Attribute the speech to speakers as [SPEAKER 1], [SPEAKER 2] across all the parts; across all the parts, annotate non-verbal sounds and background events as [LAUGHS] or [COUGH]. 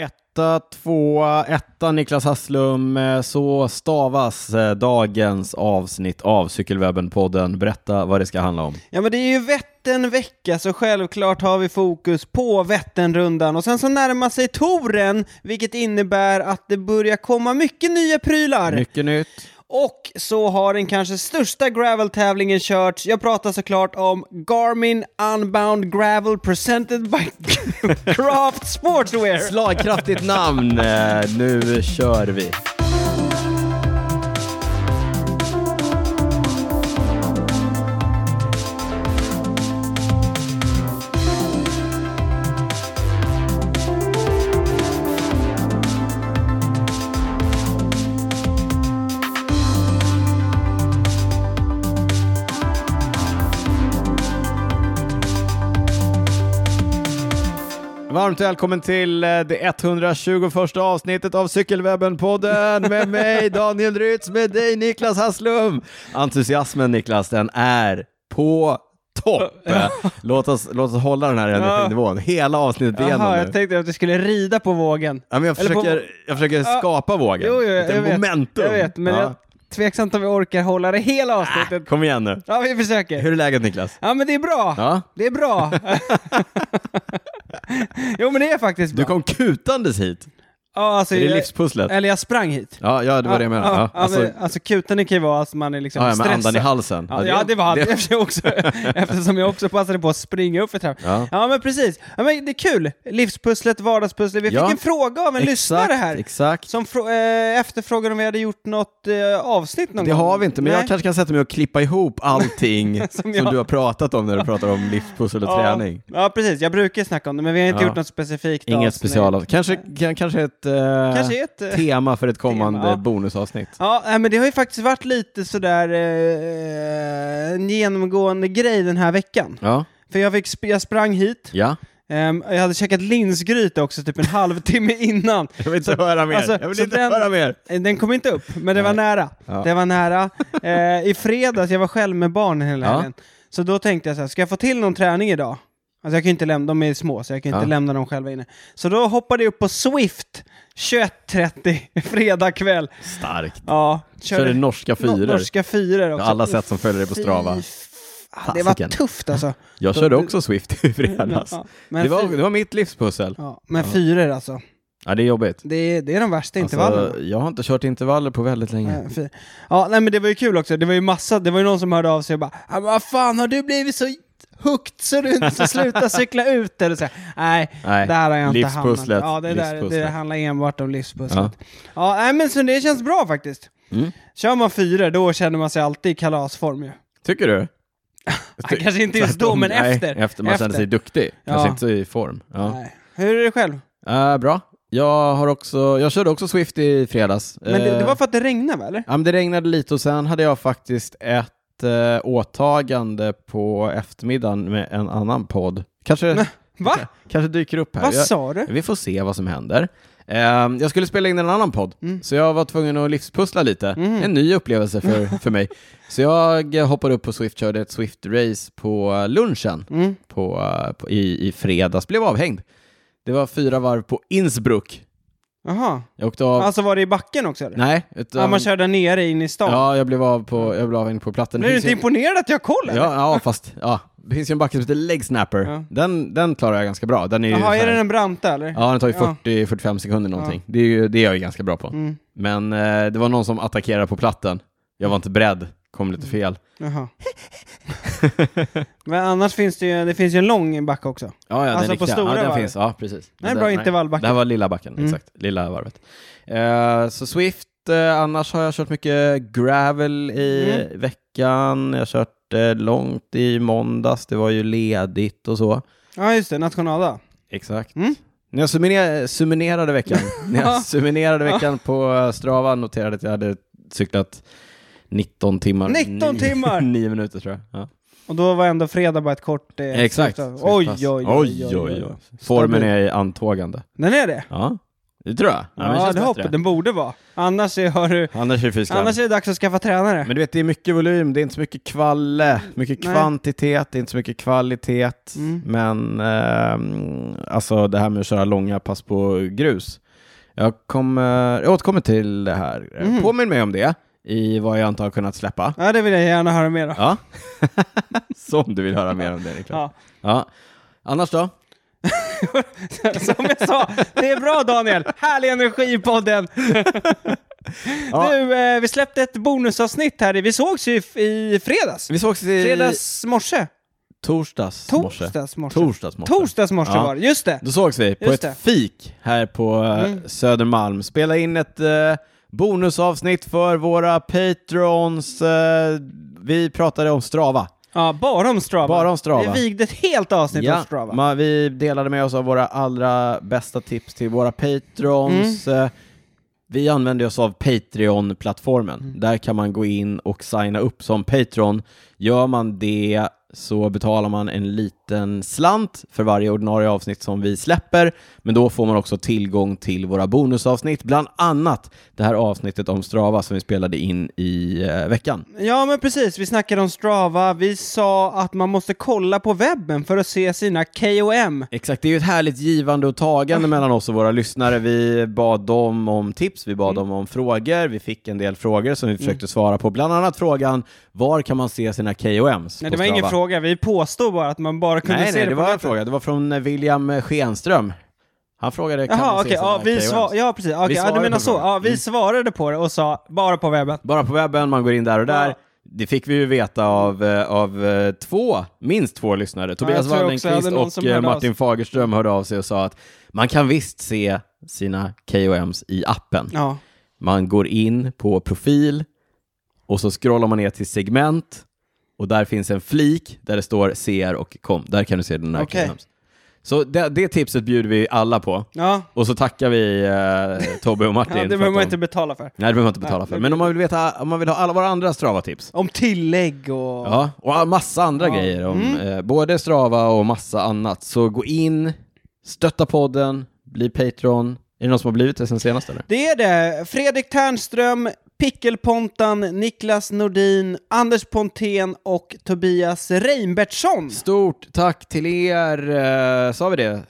[SPEAKER 1] Etta, tvåa, etta Niklas Hasslum. Eh, Så stavas eh, dagens avsnitt av Cykelwebben-podden. Berätta vad det ska handla om.
[SPEAKER 2] Ja men det är ju Vätternvecka så självklart har vi fokus på Vätternrundan och sen så närmar sig touren vilket innebär att det börjar komma mycket nya prylar.
[SPEAKER 1] Mycket nytt.
[SPEAKER 2] Och så har den kanske största graveltävlingen körts. Jag pratar såklart om Garmin Unbound Gravel presented by [LAUGHS] Craft Sportswear.
[SPEAKER 1] Slagkraftigt namn. Eh, Nu kör vi. Varmt välkommen till eh, det 121 avsnittet av Cykelwebben-podden med mig Daniel Rytz, med dig Niklas Hasslum. Entusiasmen Niklas, den är på topp. Eh, Låt oss, låt oss hålla den här energinivån hela avsnittet igenom
[SPEAKER 2] Jaha,
[SPEAKER 1] nu.
[SPEAKER 2] jag tänkte att du skulle rida på vågen.
[SPEAKER 1] Ja, men jag,
[SPEAKER 2] Eller på-
[SPEAKER 1] försöker, jag försöker skapa vågen.
[SPEAKER 2] Jo, jo, jag,
[SPEAKER 1] Lite
[SPEAKER 2] vet.
[SPEAKER 1] momentum.
[SPEAKER 2] Jag vet, men
[SPEAKER 1] Ja.
[SPEAKER 2] jag tveksamt om vi orkar hålla det hela avsnittet.
[SPEAKER 1] Kom igen nu.
[SPEAKER 2] Ja, vi försöker.
[SPEAKER 1] Hur är läget Niklas?
[SPEAKER 2] Ja, men det är bra.
[SPEAKER 1] Ja.
[SPEAKER 2] Det
[SPEAKER 1] [LAUGHS]
[SPEAKER 2] är bra. jo, men det är faktiskt
[SPEAKER 1] Du
[SPEAKER 2] bra.
[SPEAKER 1] kom kutandes hit.
[SPEAKER 2] Ja, alltså,
[SPEAKER 1] Är det
[SPEAKER 2] jag-
[SPEAKER 1] livspusslet?
[SPEAKER 2] Eller jag sprang hit.
[SPEAKER 1] Ja, ja, det var det jag menade. Ja,
[SPEAKER 2] ja,
[SPEAKER 1] alltså,
[SPEAKER 2] men, alltså kuten kan ju vara att man är liksom
[SPEAKER 1] ja, ja, med
[SPEAKER 2] stressad.
[SPEAKER 1] andan i halsen.
[SPEAKER 2] Ja, ja, det var [LAUGHS] det,
[SPEAKER 1] [LAUGHS]
[SPEAKER 2] det. också. Eftersom jag också passade på att springa upp för trappan.
[SPEAKER 1] Ja.
[SPEAKER 2] Ja. men precis. Ja, men det är kul. Livspusslet, vardagspusslet. Vi fick
[SPEAKER 1] Ja.
[SPEAKER 2] en fråga av en lyssnare här.
[SPEAKER 1] Exakt.
[SPEAKER 2] Som frå- eh, efterfrågade om vi hade gjort något eh, avsnitt någon
[SPEAKER 1] Det
[SPEAKER 2] gång.
[SPEAKER 1] har vi inte, men
[SPEAKER 2] Nej.
[SPEAKER 1] jag kanske kan sätta mig och klippa ihop allting
[SPEAKER 2] [LAUGHS]
[SPEAKER 1] som,
[SPEAKER 2] jag-
[SPEAKER 1] du har pratat om när du pratar om livspussel och träning.
[SPEAKER 2] Ja, ja, precis. Jag brukar snacka om det, men vi har inte
[SPEAKER 1] Ja.
[SPEAKER 2] gjort något specifikt
[SPEAKER 1] Inget
[SPEAKER 2] avsnitt.
[SPEAKER 1] specialavsnitt. Kanske, kan- kanske ett, eh,
[SPEAKER 2] Kanske ett, eh,
[SPEAKER 1] tema för ett kommande
[SPEAKER 2] tema, ja.
[SPEAKER 1] bonusavsnitt.
[SPEAKER 2] Ja, nej, men det har ju faktiskt varit lite sådär eh, en genomgående grej den här veckan.
[SPEAKER 1] Ja.
[SPEAKER 2] För jag, fick, sp- jag sprang hit, [LAUGHS]
[SPEAKER 1] ja.
[SPEAKER 2] ehm, jag hade käkat linsgryta också typ en [LAUGHS] halvtimme innan.
[SPEAKER 1] Jag vill inte höra mer.
[SPEAKER 2] alltså,
[SPEAKER 1] jag vill
[SPEAKER 2] så
[SPEAKER 1] inte
[SPEAKER 2] den-
[SPEAKER 1] höra mer.
[SPEAKER 2] Eh, Den kom inte upp, men det var nära.
[SPEAKER 1] Ja.
[SPEAKER 2] Det var nära. Eh, I fredags, jag var själv med barnen hela
[SPEAKER 1] Ja.
[SPEAKER 2] helgen. Så då tänkte jag så här, ska jag få till någon träning idag? Alltså jag kan ju inte lämna, de är små så jag kan ju
[SPEAKER 1] Ja.
[SPEAKER 2] inte lämna dem själva inne. Så då hoppade jag upp på Swift 21.30 [LAUGHS] fredag kväll.
[SPEAKER 1] Starkt.
[SPEAKER 2] Ja,
[SPEAKER 1] Körde norska
[SPEAKER 2] no-
[SPEAKER 1] fyror.
[SPEAKER 2] Norska fyror
[SPEAKER 1] Jag
[SPEAKER 2] också.
[SPEAKER 1] har alla sett som följer det på
[SPEAKER 2] Fy
[SPEAKER 1] Strava.
[SPEAKER 2] fan, Det var
[SPEAKER 1] Fasiken.
[SPEAKER 2] tufft alltså.
[SPEAKER 1] [LAUGHS] Jag
[SPEAKER 2] Då-
[SPEAKER 1] körde
[SPEAKER 2] du-
[SPEAKER 1] också Swift i fredags.
[SPEAKER 2] Ja, men
[SPEAKER 1] Det var,
[SPEAKER 2] fy-
[SPEAKER 1] det var mitt livspussel.
[SPEAKER 2] ja, men fyror alltså.
[SPEAKER 1] Ja, det är jobbigt.
[SPEAKER 2] Det är, det är de värsta intervallerna.
[SPEAKER 1] Alltså, jag har inte kört intervaller på väldigt länge.
[SPEAKER 2] Nej, fy. Ja, nej men det var ju kul också. Det var ju massa, det var ju någon som hörde av sig och bara "Ah, men vad fan har du blivit så hooked så du inte
[SPEAKER 1] [LAUGHS]
[SPEAKER 2] så sluta cykla ut eller så här, Nej,
[SPEAKER 1] Nej,
[SPEAKER 2] där har jag inte
[SPEAKER 1] livspusslet,
[SPEAKER 2] hamnat. Ja, det, där, det
[SPEAKER 1] livspusslet.
[SPEAKER 2] handlar enbart om livspusslet. Ja, nej, men så det känns bra faktiskt.
[SPEAKER 1] Mm.
[SPEAKER 2] Kör man fyra, då känner man sig alltid i kalasform ju.
[SPEAKER 1] Tycker du?
[SPEAKER 2] Ja, kanske inte just då, men
[SPEAKER 1] Alltså, Nej,
[SPEAKER 2] efter.
[SPEAKER 1] efter man känner sig duktig. Kanske
[SPEAKER 2] Ja.
[SPEAKER 1] inte så i form. Ja.
[SPEAKER 2] Nej. Hur är det själv?
[SPEAKER 1] Eh, bra. Jag, har också, jag körde också Swift i fredags.
[SPEAKER 2] Men det, det
[SPEAKER 1] Eh,
[SPEAKER 2] var för att det regnade va, eller?
[SPEAKER 1] ja, men det regnade lite och sen hade jag faktiskt ett eh, åtagande på eftermiddagen med en annan podd. Kanske,
[SPEAKER 2] Va?
[SPEAKER 1] kanske dyker upp här.
[SPEAKER 2] Vad
[SPEAKER 1] Jag-
[SPEAKER 2] sa du?
[SPEAKER 1] Vi får se vad som händer. Ehm, jag skulle spela in en annan podd,
[SPEAKER 2] Mm.
[SPEAKER 1] så jag var tvungen att livspussla lite. En ny upplevelse för, för mig. Så jag hoppade upp på Swift, körde ett Swift-race på lunchen
[SPEAKER 2] Mm.
[SPEAKER 1] på, eh, på, i, i fredags. Blev avhängd. Det var fyra varv på Innsbruck.
[SPEAKER 2] Jaha.
[SPEAKER 1] Jag åkte av...
[SPEAKER 2] Alltså var det i backen också eller?
[SPEAKER 1] nej, utan,
[SPEAKER 2] Ja, man kör där nere in i stan.
[SPEAKER 1] ja, jag blev av på, jag blev avhängd på plattan.
[SPEAKER 2] Men är du inte
[SPEAKER 1] ju,
[SPEAKER 2] imponerad att jag har koll
[SPEAKER 1] ja,
[SPEAKER 2] eller?
[SPEAKER 1] ja, fast ja. Det finns ju en backe som heter Leg Snapper.
[SPEAKER 2] Ja.
[SPEAKER 1] Den, den klarar jag ganska bra. Den är ju så
[SPEAKER 2] Jaha, är
[SPEAKER 1] här-
[SPEAKER 2] det den branta eller?
[SPEAKER 1] Ja, den tar ju
[SPEAKER 2] Ja.
[SPEAKER 1] 40-45 sekunder någonting. Det, är ju, det är jag ju ganska bra på.
[SPEAKER 2] Mm.
[SPEAKER 1] Men eh, det var någon som attackerade på platten. Jag var inte beredd, kom
[SPEAKER 2] Mm.
[SPEAKER 1] lite fel. [LAUGHS]
[SPEAKER 2] Jaha. Men annars finns det ju, det finns ju en lång backe också.
[SPEAKER 1] Ja, ja,
[SPEAKER 2] Alltså
[SPEAKER 1] den
[SPEAKER 2] på
[SPEAKER 1] riktiga.
[SPEAKER 2] stora
[SPEAKER 1] ja, den
[SPEAKER 2] varvet.
[SPEAKER 1] finns. Ja, precis.
[SPEAKER 2] Nej,
[SPEAKER 1] Men
[SPEAKER 2] bra
[SPEAKER 1] den-
[SPEAKER 2] intervallbacken.
[SPEAKER 1] Det här var lilla backen,
[SPEAKER 2] Mm.
[SPEAKER 1] exakt. Lilla varvet. Eh, så Swift, eh, annars har jag kört mycket gravel i
[SPEAKER 2] Mm.
[SPEAKER 1] veckan. Jag har kört eh, långt i måndags, det var ju ledigt och så.
[SPEAKER 2] Ja just det, nationaldag.
[SPEAKER 1] Exakt.
[SPEAKER 2] Mm.
[SPEAKER 1] När jag summine- summinerade
[SPEAKER 2] [LAUGHS]
[SPEAKER 1] veckan, när jag summinerade veckan på Strava noterade att jag hade cyklat 19 timmar.
[SPEAKER 2] 19
[SPEAKER 1] Nio- [LAUGHS]
[SPEAKER 2] timmar!
[SPEAKER 1] Nio minuter tror jag. Ja.
[SPEAKER 2] Och då var ändå fredag bara ett kort... Eh,
[SPEAKER 1] Exakt.
[SPEAKER 2] sista- Oj oj oj, oj, oj, oj.
[SPEAKER 1] Formen är i antågande.
[SPEAKER 2] Den är det?
[SPEAKER 1] Ja, det tror jag. men
[SPEAKER 2] Ja,
[SPEAKER 1] känns
[SPEAKER 2] det
[SPEAKER 1] bättre.
[SPEAKER 2] hoppas Den borde vara. Annars är, har du,
[SPEAKER 1] Annars är det fy skam.
[SPEAKER 2] annars är det dags att skaffa tränare.
[SPEAKER 1] Men du vet, det är mycket volym, det är inte så mycket kvalle, mycket
[SPEAKER 2] Nej.
[SPEAKER 1] kvantitet, det är inte så mycket kvalitet.
[SPEAKER 2] Mm.
[SPEAKER 1] Men ehm, alltså det här med att köra långa pass på grus, Jag, kommer, jag återkommer till det här. Påminn mig om det i vad jag inte har kunnat släppa.
[SPEAKER 2] Ja, det vill jag gärna höra mer om.
[SPEAKER 1] Ja. [LAUGHS] Som du vill höra mer om det Niklas.
[SPEAKER 2] Ja.
[SPEAKER 1] Ja. Annars då?
[SPEAKER 2] [LAUGHS] Som jag sa, det är bra Daniel! Härlig energi i podden!
[SPEAKER 1] [LAUGHS] Ja.
[SPEAKER 2] Du, eh, vi släppte ett bonusavsnitt här. i- Vi sågs ju i, i fredags.
[SPEAKER 1] Vi sågs i
[SPEAKER 2] Fredags morse.
[SPEAKER 1] torsdags morse.
[SPEAKER 2] Torsdags morse.
[SPEAKER 1] Torsdags morse.
[SPEAKER 2] Torsdags morse
[SPEAKER 1] Ja.
[SPEAKER 2] var det, just det.
[SPEAKER 1] Då sågs vi på
[SPEAKER 2] Just
[SPEAKER 1] ett
[SPEAKER 2] det.
[SPEAKER 1] fik här på eh, Södermalm. Spela in ett eh, bonusavsnitt för våra patrons. Eh, vi pratade om Strava.
[SPEAKER 2] Ja, bara om Strava.
[SPEAKER 1] Bara om Strava.
[SPEAKER 2] Vi vigde ett helt avsnitt om Strava.
[SPEAKER 1] ma- vi delade med oss av våra allra bästa tips till våra patrons. Eh, Vi använder oss av Patreon-plattformen. Där kan man gå in och signa upp som Patreon. Gör man det så betalar man en liten slant för varje ordinarie avsnitt som vi släpper, men då får man också tillgång till våra bonusavsnitt, bland annat det här avsnittet om Strava som vi spelade in i eh, veckan.
[SPEAKER 2] Ja, men precis. Vi snackade om Strava. Vi sa att man måste kolla på webben för att se sina KOM.
[SPEAKER 1] Exakt, det är ju ett härligt givande och
[SPEAKER 2] Ah.
[SPEAKER 1] tagande mellan oss och våra lyssnare. Vi bad dem om tips, vi bad
[SPEAKER 2] Mm.
[SPEAKER 1] dem om frågor, vi fick en del frågor som vi försökte svara på. Bland annat frågan, var kan man se sina KOMs
[SPEAKER 2] Nej,
[SPEAKER 1] på
[SPEAKER 2] det var ingen
[SPEAKER 1] Strava?
[SPEAKER 2] fråga. Vi påstod bara att man bara kunde
[SPEAKER 1] Nej,
[SPEAKER 2] se
[SPEAKER 1] nej,
[SPEAKER 2] det,
[SPEAKER 1] det
[SPEAKER 2] på
[SPEAKER 1] var en
[SPEAKER 2] nätet.
[SPEAKER 1] fråga. Det var från eh, William Schenström. Han frågade, kan man
[SPEAKER 2] Jaha,
[SPEAKER 1] se
[SPEAKER 2] okej.
[SPEAKER 1] sina
[SPEAKER 2] Ja, vi
[SPEAKER 1] KOMs?
[SPEAKER 2] svar- ja, precis. Okej, ja,
[SPEAKER 1] svarade
[SPEAKER 2] du menar
[SPEAKER 1] på Mm.
[SPEAKER 2] så.
[SPEAKER 1] frågan.
[SPEAKER 2] Ja, vi svarade på det och sa bara på webben.
[SPEAKER 1] Bara på webben, man går in där och där.
[SPEAKER 2] Ja.
[SPEAKER 1] Det fick vi ju veta av, eh, av eh, två, minst två lyssnare. Tobias
[SPEAKER 2] jag tror också jag
[SPEAKER 1] Wallenqvist
[SPEAKER 2] hade någon som
[SPEAKER 1] och eh,
[SPEAKER 2] hörde av
[SPEAKER 1] Martin Fagerström hörde av sig och sa att man kan visst se sina KOMs i appen.
[SPEAKER 2] Ja.
[SPEAKER 1] Man går in på profil och så scrollar man ner till segment och där finns en flik där det står CR och kom. Där kan du se dina
[SPEAKER 2] Okej.
[SPEAKER 1] KOMs. Så det, det tipset bjuder vi alla på.
[SPEAKER 2] Ja,
[SPEAKER 1] Och så tackar vi eh, Tobbe
[SPEAKER 2] [LAUGHS]
[SPEAKER 1] och Martin.
[SPEAKER 2] ja det
[SPEAKER 1] för
[SPEAKER 2] behöver
[SPEAKER 1] att
[SPEAKER 2] man
[SPEAKER 1] de-
[SPEAKER 2] inte betala för.
[SPEAKER 1] Nej, det behöver man inte betala
[SPEAKER 2] Nej,
[SPEAKER 1] för.
[SPEAKER 2] det-
[SPEAKER 1] Men om man vill, veta, om man vill ha alla våra andra Strava-tips.
[SPEAKER 2] Om tillägg och...
[SPEAKER 1] Ja, och massa andra grejer. Om, eh, både Strava och massa annat. Så gå in, stötta podden, bli Patreon. Är det någon som har blivit det sen senast eller?
[SPEAKER 2] Det är det. Fredrik Ternström, Pickelpontan, Niklas Nordin, Anders Pontén och Tobias Reinbertsson.
[SPEAKER 1] Stort tack till er, eh, sa vi det?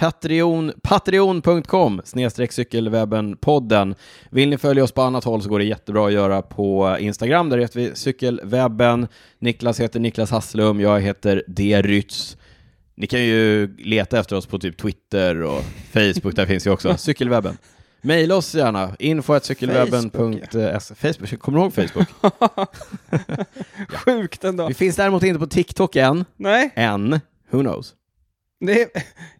[SPEAKER 1] Patreon, patreon.com snedstreck cykelwebben-podden. Vill ni följa oss på annat håll så går det jättebra att göra på Instagram. Där heter vi cykelwebben. Niklas heter Niklas Hasslum, jag heter D. Rytz. Ni kan ju leta efter oss på typ Twitter och Facebook, där finns vi också. Cykelwebben. Maila oss gärna, info.cykelwebben.se. Facebook, kommer du ihåg Facebook?
[SPEAKER 2] Sjukt ändå.
[SPEAKER 1] Vi finns däremot inte på TikTok än.
[SPEAKER 2] Nej.
[SPEAKER 1] Än, who knows?
[SPEAKER 2] Det är,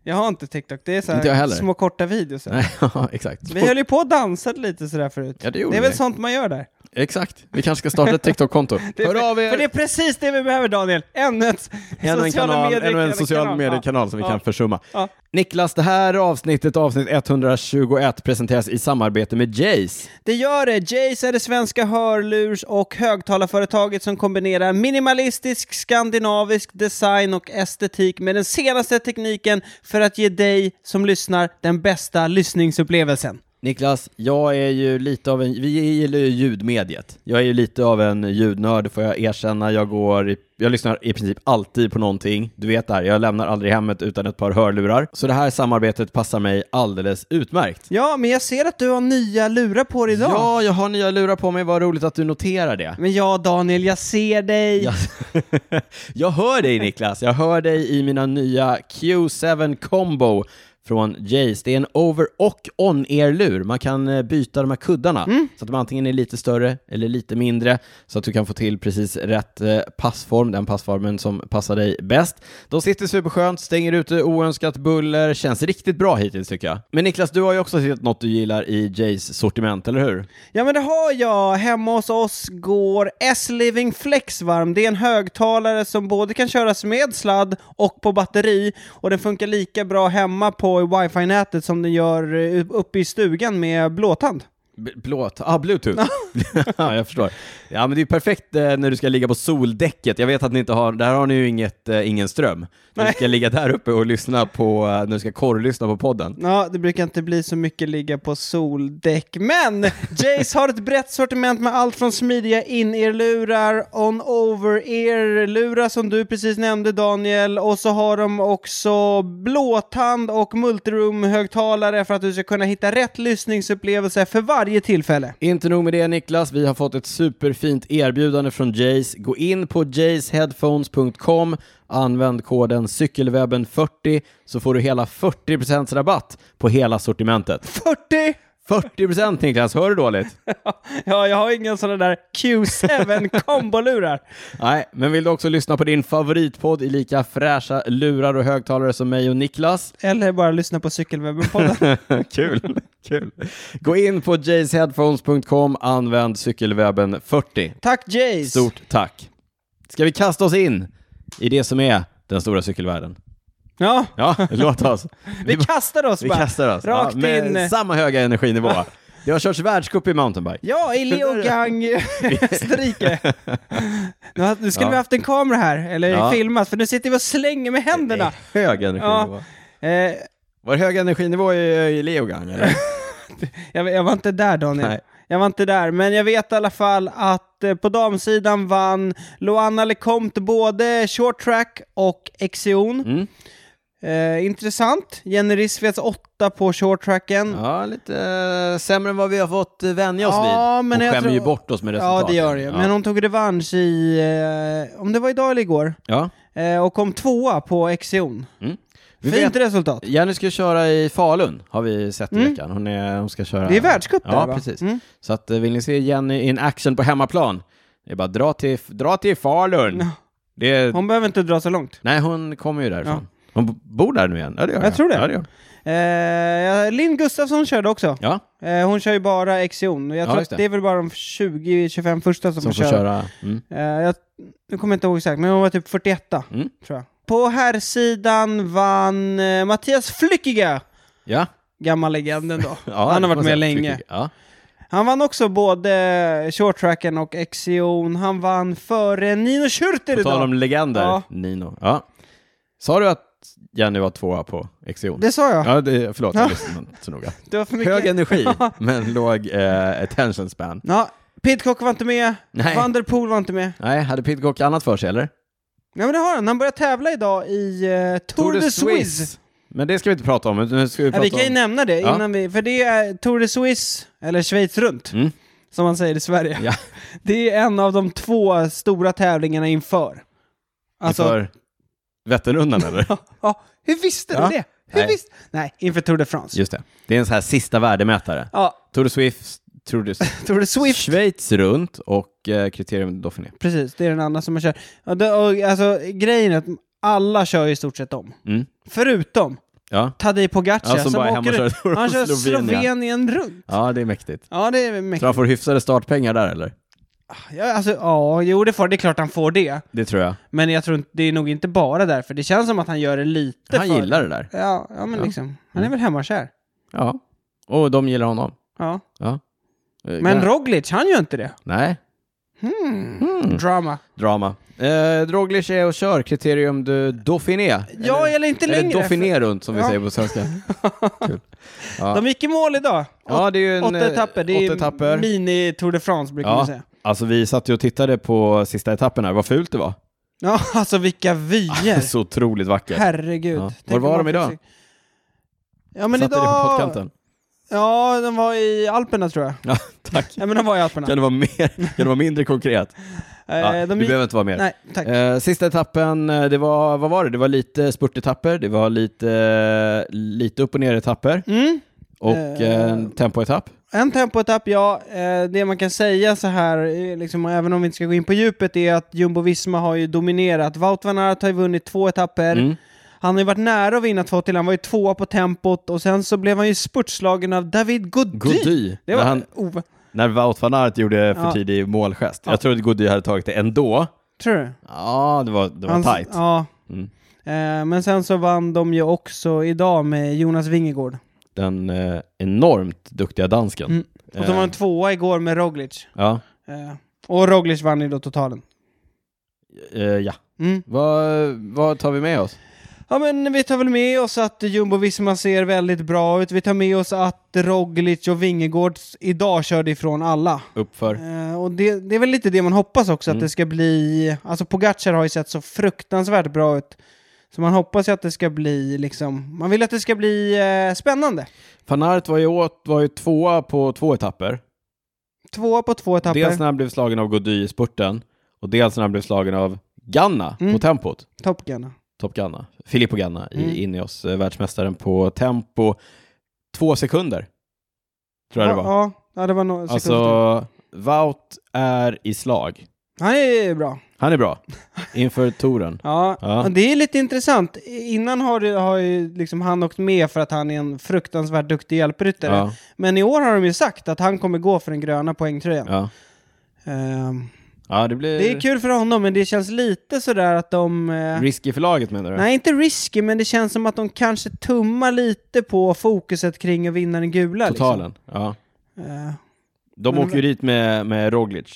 [SPEAKER 2] jag har inte TikTok, det är så
[SPEAKER 1] Inte jag
[SPEAKER 2] här
[SPEAKER 1] heller.
[SPEAKER 2] små korta
[SPEAKER 1] [LAUGHS]
[SPEAKER 2] videos.
[SPEAKER 1] Nej, ja, exakt.
[SPEAKER 2] Vi höll ju på och dansade lite sådär förut.
[SPEAKER 1] Ja, det gjorde
[SPEAKER 2] det är väl
[SPEAKER 1] vi.
[SPEAKER 2] sånt man gör där.
[SPEAKER 1] Exakt. Vi kanske ska starta ett TikTok-konto.
[SPEAKER 2] [LAUGHS] Det är,
[SPEAKER 1] Hör av er!
[SPEAKER 2] För det är precis det vi behöver Daniel! Ännu ett
[SPEAKER 1] Ännu en,
[SPEAKER 2] sociala
[SPEAKER 1] kanal,
[SPEAKER 2] medier-
[SPEAKER 1] ännu en
[SPEAKER 2] kanal.
[SPEAKER 1] social mediekanal som vi
[SPEAKER 2] Ja.
[SPEAKER 1] kan försumma.
[SPEAKER 2] Ja.
[SPEAKER 1] Niklas, det här avsnittet, avsnitt 121, presenteras i samarbete med Jace.
[SPEAKER 2] Det gör det. Jace är det svenska hörlurs och högtalarföretaget som kombinerar minimalistisk skandinavisk design och estetik med den senaste tekniken för att ge dig som lyssnar den bästa lyssningsupplevelsen.
[SPEAKER 1] Niklas, jag är ju lite av en, vi gillar ju ljudmediet. Jag är ju lite av en ljudnörd får jag erkänna. Jag går, i- jag lyssnar i princip alltid på någonting. Du vet det här, jag lämnar aldrig hemmet utan ett par hörlurar. Så det här samarbetet passar mig alldeles utmärkt.
[SPEAKER 2] Ja, men jag ser att du har nya lurar på dig idag.
[SPEAKER 1] Ja, jag har nya lurar på mig. Vad roligt att du noterar det.
[SPEAKER 2] Men ja, Daniel, jag ser dig.
[SPEAKER 1] Jag, [LAUGHS] jag hör dig Niklas, jag hör dig i mina nya Q7 Combo från Jace. Det är en over och on-ear-lur. Man kan eh, byta de här kuddarna så att de antingen är lite större eller lite mindre så att du kan få till precis rätt eh, passform, den passformen som passar dig bäst. De sitter superskönt, stänger ute oönskat buller, känns riktigt bra hittills tycker jag. Men Niklas, du har ju också sett något du gillar i Jace sortiment, eller hur?
[SPEAKER 2] Ja, men det har jag. Hemma hos oss går S-Living Flexvarm. Det är en högtalare som både kan köras med sladd och på batteri och den funkar lika bra hemma på wifi-nätet som den gör eh, uppe i stugan med blåtand.
[SPEAKER 1] B- Blåt, ah, bluetooth. ja, jag förstår. Eh, Ja, men det är ju perfekt eh, när du ska ligga på soldäcket. Jag vet att ni inte har, där har ni ju inget, eh, ingen ström. När du
[SPEAKER 2] Nej.
[SPEAKER 1] ska ligga där uppe och lyssna på, eh, när du ska korrlyssna på podden.
[SPEAKER 2] Ja, det brukar inte bli så mycket ligga på soldäck, men Jace har ett brett sortiment med allt från smidiga in-ear-lurar, on-over-ear-lurar som du precis nämnde Daniel, och så har de också blåtand och multiroom-högtalare för att du ska kunna hitta rätt lyssningsupplevelse för varje tillfälle.
[SPEAKER 1] Inte nog med det Niklas, vi har fått ett superfint erbjudande från Jays. Gå in på jaysheadphones.com, använd koden cykelwebben40 så får du hela 40% rabatt på hela sortimentet.
[SPEAKER 2] 40!
[SPEAKER 1] 40% Niklas, hör du dåligt?
[SPEAKER 2] Ja, jag har inga sådana där Q7-kombolurar.
[SPEAKER 1] Nej, men vill du också lyssna på din favoritpodd i lika fräscha lurar och högtalare som mig och Niklas?
[SPEAKER 2] [LAUGHS] Eller bara lyssna på Cykelwebben-podden.
[SPEAKER 1] kul, kul. Gå in på jaysheadphones.com, använd cykelwebben 40.
[SPEAKER 2] Tack Jace!
[SPEAKER 1] Stort tack. Ska vi kasta oss in i det som är den stora cykelvärlden?
[SPEAKER 2] Ja,
[SPEAKER 1] Ja,
[SPEAKER 2] [LAUGHS]
[SPEAKER 1] låt oss.
[SPEAKER 2] vi kastar oss
[SPEAKER 1] vi
[SPEAKER 2] bara.
[SPEAKER 1] kastar oss.
[SPEAKER 2] Rakt
[SPEAKER 1] ja, med
[SPEAKER 2] in.
[SPEAKER 1] samma höga energinivå.
[SPEAKER 2] [LAUGHS]
[SPEAKER 1] Det har körts världscup i mountainbike.
[SPEAKER 2] Ja, i Leogang,
[SPEAKER 1] [LAUGHS]
[SPEAKER 2] Österrike. Nu ha- Nu skulle
[SPEAKER 1] Ja.
[SPEAKER 2] vi haft en kamera här, eller
[SPEAKER 1] Ja.
[SPEAKER 2] filmat, för nu sitter vi och slänger med händerna.
[SPEAKER 1] Det är Hög energinivå.
[SPEAKER 2] Ja. Eh,
[SPEAKER 1] Var det hög energinivå i, i Leogang? eller?
[SPEAKER 2] jag, jag var inte där Daniel.
[SPEAKER 1] Nej.
[SPEAKER 2] Jag var inte där, men jag vet i alla fall att eh, på damsidan vann Loanna Lecomte både short track och Exion.
[SPEAKER 1] Mm.
[SPEAKER 2] Eh, intressant. Jenny Rissveds åtta på short tracken.
[SPEAKER 1] Ja, lite eh, sämre än vad vi har fått eh, vänja oss
[SPEAKER 2] Ja,
[SPEAKER 1] vid.
[SPEAKER 2] men
[SPEAKER 1] Hon
[SPEAKER 2] jag
[SPEAKER 1] skämmer
[SPEAKER 2] tror-
[SPEAKER 1] ju bort oss med resultaten.
[SPEAKER 2] Ja, det gör det. Men hon tog revansch i, eh, om det var idag eller igår,
[SPEAKER 1] ja.
[SPEAKER 2] eh, och kom tvåa på Exion.
[SPEAKER 1] Mm. Vi
[SPEAKER 2] Fint resultat.
[SPEAKER 1] Jenny ska köra i Falun, har vi sett i veckan. Hon, är, hon ska köra...
[SPEAKER 2] Det är världscup där,
[SPEAKER 1] Ja,
[SPEAKER 2] va?
[SPEAKER 1] precis.
[SPEAKER 2] Mm.
[SPEAKER 1] Så att, eh, vill ni se Jenny in action på hemmaplan, det är bara dra till, dra till Falun.
[SPEAKER 2] Ja.
[SPEAKER 1] Det är,
[SPEAKER 2] Hon behöver inte dra så långt.
[SPEAKER 1] Nej, hon kommer ju därifrån. Hon b- bor där nu igen? Ja, det gör
[SPEAKER 2] Jag tror det.
[SPEAKER 1] Ja, det gör. hon.
[SPEAKER 2] Eh, Linn Gustafsson körde också.
[SPEAKER 1] ja
[SPEAKER 2] Eh, hon kör ju bara Exion. Jag
[SPEAKER 1] Ja,
[SPEAKER 2] tror
[SPEAKER 1] just
[SPEAKER 2] att
[SPEAKER 1] det.
[SPEAKER 2] det är väl bara de 20-25 första som,
[SPEAKER 1] som
[SPEAKER 2] får
[SPEAKER 1] får
[SPEAKER 2] köra.
[SPEAKER 1] köra. Mm.
[SPEAKER 2] Eh, jag, nu kommer jag inte ihåg exakt, men hon var typ 41
[SPEAKER 1] Mm.
[SPEAKER 2] tror jag. På här sidan vann eh, Mattias Flyckiga,
[SPEAKER 1] Ja.
[SPEAKER 2] gammal legenden då.
[SPEAKER 1] [LAUGHS] ja,
[SPEAKER 2] Han
[SPEAKER 1] det får
[SPEAKER 2] har varit
[SPEAKER 1] man
[SPEAKER 2] med
[SPEAKER 1] säga.
[SPEAKER 2] länge.
[SPEAKER 1] Ja.
[SPEAKER 2] Han vann också både short tracken och Exion. Han vann före Nino Schurter
[SPEAKER 1] På tal
[SPEAKER 2] idag.
[SPEAKER 1] om legender,
[SPEAKER 2] Ja.
[SPEAKER 1] Nino. Ja. Sa du att Jenny var tvåa på Exion?
[SPEAKER 2] Det sa jag.
[SPEAKER 1] Ja, det, förlåt, jag lyssnade inte så noga.
[SPEAKER 2] Det var för mycket.
[SPEAKER 1] Hög energi, men låg eh, attention span.
[SPEAKER 2] Ja, Pidcock var inte med.
[SPEAKER 1] Nej.
[SPEAKER 2] Van der Poel var inte med.
[SPEAKER 1] Nej, hade Pidcock annat för sig eller?
[SPEAKER 2] Ja men det har han. Han börjar tävla idag i eh, Tour, de Suisse.
[SPEAKER 1] Men det ska vi inte prata om. utan Nu ska vi
[SPEAKER 2] Ja,
[SPEAKER 1] prata
[SPEAKER 2] vi kan ju
[SPEAKER 1] om...
[SPEAKER 2] nämna det
[SPEAKER 1] Ja.
[SPEAKER 2] innan vi... För det är Tour de Suisse, eller Schweiz runt,
[SPEAKER 1] Mm.
[SPEAKER 2] som man säger i Sverige.
[SPEAKER 1] Ja.
[SPEAKER 2] [LAUGHS] Det är en av de två stora tävlingarna inför. Alltså,
[SPEAKER 1] Inför Vätternrundan eller?
[SPEAKER 2] ja, hur visste du
[SPEAKER 1] Ja.
[SPEAKER 2] det? Hur
[SPEAKER 1] Nej.
[SPEAKER 2] Nej. Visste, nej, inför Tour de France.
[SPEAKER 1] Just det. Det är en sån här sista värdemätare.
[SPEAKER 2] Ja,
[SPEAKER 1] Tour de Swift, Tour de
[SPEAKER 2] Tour de [LAUGHS] Swift.
[SPEAKER 1] Schweiz runt och eh, Kriterium Dauphiné.
[SPEAKER 2] Precis, det är den andra som man kör. Och det, och, alltså, grejen är att alla kör ju i stort sett om.
[SPEAKER 1] Mm.
[SPEAKER 2] Förutom
[SPEAKER 1] Ja.
[SPEAKER 2] Tadej Pogacar
[SPEAKER 1] Ja, som bara är hemma och
[SPEAKER 2] åker...
[SPEAKER 1] kör Tour of
[SPEAKER 2] Han kör
[SPEAKER 1] Slovenien.
[SPEAKER 2] Slovenien runt.
[SPEAKER 1] ja, det är mäktigt.
[SPEAKER 2] Ja, det är
[SPEAKER 1] Så
[SPEAKER 2] mäktigt.
[SPEAKER 1] han får hyfsade startpengar där eller?
[SPEAKER 2] Ja, alltså, ja, jo det, får, det är klart han får det.
[SPEAKER 1] Det tror jag.
[SPEAKER 2] Men jag tror inte, det är nog inte bara därför. Det känns som att han gör det lite
[SPEAKER 1] Han
[SPEAKER 2] för...
[SPEAKER 1] gillar det där.
[SPEAKER 2] Ja, ja men
[SPEAKER 1] Ja. Mm.
[SPEAKER 2] liksom. Han är väl hemmakär.
[SPEAKER 1] Ja. Och de gillar honom.
[SPEAKER 2] Ja.
[SPEAKER 1] Ja. Eh,
[SPEAKER 2] Men
[SPEAKER 1] kan-
[SPEAKER 2] Roglic, han gör inte det.
[SPEAKER 1] Nej.
[SPEAKER 2] Hmm.
[SPEAKER 1] Mm.
[SPEAKER 2] Drama.
[SPEAKER 1] Drama. Eh, Roglic är och kör Kriterium du Dauphiné.
[SPEAKER 2] Ja, eller inte
[SPEAKER 1] Eller
[SPEAKER 2] längre.
[SPEAKER 1] Dauphiné runt som vi
[SPEAKER 2] Ja.
[SPEAKER 1] säger på svenska. Kul.
[SPEAKER 2] för- De gick i mål idag.
[SPEAKER 1] Ja, det är ju en,
[SPEAKER 2] Åtta
[SPEAKER 1] eh,
[SPEAKER 2] etapper. Det är
[SPEAKER 1] åtta etapper.
[SPEAKER 2] mini Tour de France brukar man
[SPEAKER 1] Ja,
[SPEAKER 2] säga.
[SPEAKER 1] alltså vi satt ju och tittade på sista etappen här, vad fult det var.
[SPEAKER 2] Ja, [LAUGHS] alltså
[SPEAKER 1] [LAUGHS]
[SPEAKER 2] vilka vyer.
[SPEAKER 1] Så otroligt vackert.
[SPEAKER 2] Herregud.
[SPEAKER 1] Ja. Var
[SPEAKER 2] Tänk om
[SPEAKER 1] var
[SPEAKER 2] man
[SPEAKER 1] de idag?
[SPEAKER 2] fick se- Ja, men
[SPEAKER 1] Satte det på
[SPEAKER 2] idag... [LAUGHS]
[SPEAKER 1] pottkanten.
[SPEAKER 2] Ja, de var i Alperna tror jag.
[SPEAKER 1] Ja, tack.
[SPEAKER 2] Ja, men de var i Alperna.
[SPEAKER 1] Kan det vara, mer, kan det vara mindre konkret?
[SPEAKER 2] Eh,
[SPEAKER 1] ja,
[SPEAKER 2] de
[SPEAKER 1] du
[SPEAKER 2] gick-
[SPEAKER 1] behöver inte vara mer.
[SPEAKER 2] Nej, tack.
[SPEAKER 1] Eh, sista etappen, eh, det var, vad var det? Det var lite spurtetapper, det var lite, eh, lite upp och ner-etapper
[SPEAKER 2] Mm.
[SPEAKER 1] och
[SPEAKER 2] Eh.
[SPEAKER 1] eh, en tempoetapp.
[SPEAKER 2] En tempoetapp, ja. Eh, Det man kan säga så här, eh, liksom, även om vi inte ska gå in på djupet, är att Jumbo-Visma har ju dominerat. Wout van Aert har ju vunnit två etapper.
[SPEAKER 1] Mm.
[SPEAKER 2] Han har ju varit nära att vinna två till. Han var ju tvåa på tempot och sen så blev han ju spurtslagen av David Gody.
[SPEAKER 1] Gody,
[SPEAKER 2] Det
[SPEAKER 1] när,
[SPEAKER 2] var
[SPEAKER 1] han,
[SPEAKER 2] ov...
[SPEAKER 1] när Wout van Aert gjorde för
[SPEAKER 2] Ja.
[SPEAKER 1] tidig målgest.
[SPEAKER 2] Ja.
[SPEAKER 1] Jag trodde Gody hade tagit det ändå.
[SPEAKER 2] Tror du?
[SPEAKER 1] Ja, det var, det var
[SPEAKER 2] Hans-
[SPEAKER 1] tajt.
[SPEAKER 2] Ja.
[SPEAKER 1] Mm.
[SPEAKER 2] Eh, Men sen så vann de ju också idag med Jonas Vingegård.
[SPEAKER 1] Den eh, enormt duktiga dansken.
[SPEAKER 2] Mm. Och de
[SPEAKER 1] Eh,
[SPEAKER 2] var en tvåa igår med Roglic.
[SPEAKER 1] Ja,
[SPEAKER 2] Eh, Och Roglic vann ju då totalen.
[SPEAKER 1] Eh, ja.
[SPEAKER 2] Mm.
[SPEAKER 1] Vad, vad tar vi med oss?
[SPEAKER 2] Ja, men vi tar väl med oss att Jumbo-Visma ser väldigt bra ut. Vi tar med oss att Roglic och Vingegård idag körde ifrån alla.
[SPEAKER 1] Uppför.
[SPEAKER 2] Eh, och det, det är väl lite det man hoppas också,
[SPEAKER 1] Mm.
[SPEAKER 2] att det ska bli... Alltså Pogacar har ju sett så fruktansvärt bra ut. Så man hoppas ju att det ska bli liksom... Man vill att det ska bli eh, spännande.
[SPEAKER 1] Fanart var ju, åt, var ju tvåa på två etapper.
[SPEAKER 2] Två på två etapper.
[SPEAKER 1] Dels när han blev slagen av Gody i spurten och dels när han blev slagen av Ganna
[SPEAKER 2] Mm.
[SPEAKER 1] på tempot.
[SPEAKER 2] Top Gun.
[SPEAKER 1] Top Ganna. Filippo Ganna
[SPEAKER 2] Mm.
[SPEAKER 1] i Ineos, eh, världsmästaren på tempo. Två sekunder. Tror jag det var.
[SPEAKER 2] Ja, ja, det var några sekunder.
[SPEAKER 1] Alltså, Wout är i slag.
[SPEAKER 2] Han är bra.
[SPEAKER 1] Han är
[SPEAKER 2] [LAUGHS]
[SPEAKER 1] bra inför touren.
[SPEAKER 2] Ja,
[SPEAKER 1] Ja.
[SPEAKER 2] och det är lite intressant. Innan har, det, har ju liksom han åkt med för att han är en fruktansvärt duktig hjälpryttare.
[SPEAKER 1] Ja,
[SPEAKER 2] Men i år har de ju sagt att han kommer gå för den gröna poängtröjan.
[SPEAKER 1] ja.
[SPEAKER 2] Ehm,
[SPEAKER 1] ja, det blir
[SPEAKER 2] det är kul för honom, men det känns lite sådär att de... eh,
[SPEAKER 1] risky för laget menar du?
[SPEAKER 2] nej, inte risky, men det känns som att de kanske tummar lite på fokuset kring att vinna den gula.
[SPEAKER 1] Totalen. Ja.
[SPEAKER 2] Liksom. Ehm,
[SPEAKER 1] De
[SPEAKER 2] Men-
[SPEAKER 1] åker ju dit med, med Roglic.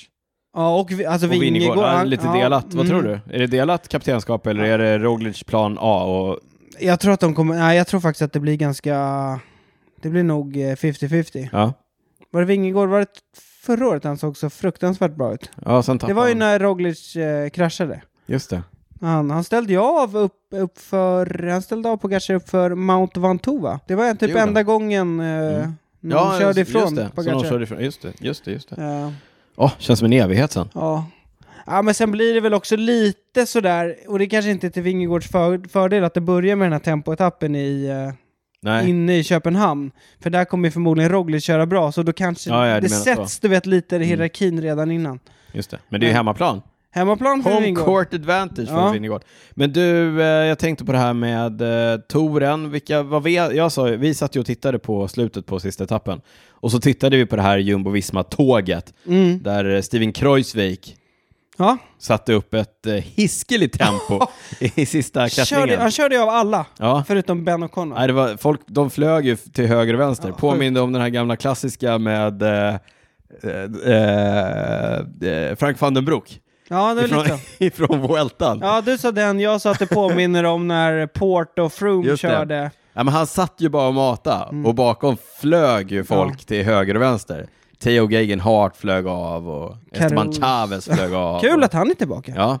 [SPEAKER 2] ja, och vi, alltså
[SPEAKER 1] Och Vingegård,
[SPEAKER 2] Vingegård.
[SPEAKER 1] ja,
[SPEAKER 2] han-
[SPEAKER 1] lite
[SPEAKER 2] ja,
[SPEAKER 1] delat. Vad
[SPEAKER 2] mm.
[SPEAKER 1] tror du? Är det delat kaptenskap eller är det Roglic plan A? Och,
[SPEAKER 2] Jag tror att de kommer... Nej, jag tror faktiskt att det blir ganska... Det blir nog eh, 50-50.
[SPEAKER 1] ja.
[SPEAKER 2] Var det Vingegård? Var det förra året han såg så fruktansvärt bra ut?
[SPEAKER 1] ja, sen tappar
[SPEAKER 2] Det var ju
[SPEAKER 1] han.
[SPEAKER 2] när Roglic eh, kraschade.
[SPEAKER 1] Just det.
[SPEAKER 2] Han, han ställde ju av upp, upp för, han ställde av Pogacar upp för Mount Vantuva. Det var typ
[SPEAKER 1] gjorde
[SPEAKER 2] enda gången eh,
[SPEAKER 1] Mm.
[SPEAKER 2] när han körde ifrån
[SPEAKER 1] just det. Så
[SPEAKER 2] Pogacar.
[SPEAKER 1] de körde ifrån. Just det, just det. Just det.
[SPEAKER 2] Eh,
[SPEAKER 1] Åh, känns som en evighet sen.
[SPEAKER 2] ja. ja, men sen blir det väl också lite sådär, och det kanske inte är till Vingegårds för, fördel att det börjar med den här tempoetappen i, eh,
[SPEAKER 1] Nej.
[SPEAKER 2] inne i Köpenhamn. För där kommer ju förmodligen Roglic köra bra, så då kanske
[SPEAKER 1] Ja, ja, du
[SPEAKER 2] det
[SPEAKER 1] menar Mm.
[SPEAKER 2] sätts du vet, lite i hierarkin redan innan.
[SPEAKER 1] Just det. Men det är ju hemmaplan.
[SPEAKER 2] Hemmaplan för
[SPEAKER 1] Home
[SPEAKER 2] Vingård.
[SPEAKER 1] court advantage
[SPEAKER 2] Ja.
[SPEAKER 1] för Vingegaard. Men du, eh, jag tänkte på det här med eh, touren. Vilka, vad vi, jag sa, ju- vi satt ju och tittade på slutet på sista etappen. Och så tittade vi på det här jumbo-visma-tåget
[SPEAKER 2] Mm.
[SPEAKER 1] där eh, Steven Kreuzweig
[SPEAKER 2] Ja.
[SPEAKER 1] satte upp ett eh, hiskeligt
[SPEAKER 2] [LAUGHS]
[SPEAKER 1] tempo i sista
[SPEAKER 2] Körde,
[SPEAKER 1] klättringen.
[SPEAKER 2] han körde ju av alla,
[SPEAKER 1] Ja.
[SPEAKER 2] förutom Ben och Connor.
[SPEAKER 1] Nej, det var, folk, de flög ju till höger och vänster.
[SPEAKER 2] Ja,
[SPEAKER 1] Påminde om den här gamla klassiska med eh, eh, eh, Frank van den Broek
[SPEAKER 2] Ja, det var
[SPEAKER 1] ifrån,
[SPEAKER 2] lite
[SPEAKER 1] [LAUGHS]
[SPEAKER 2] så.
[SPEAKER 1] ifrån Vueltan.
[SPEAKER 2] Ja, du sa den, jag sa att det påminner om när Port och Froome
[SPEAKER 1] Just det.
[SPEAKER 2] körde.
[SPEAKER 1] Ja, men han satt ju bara och matade
[SPEAKER 2] Mm.
[SPEAKER 1] och bakom flög ju folk till höger och vänster. Theo Gegenhardt flög av och Esteban Chavez flög av.
[SPEAKER 2] Kul att han är tillbaka.
[SPEAKER 1] Ja.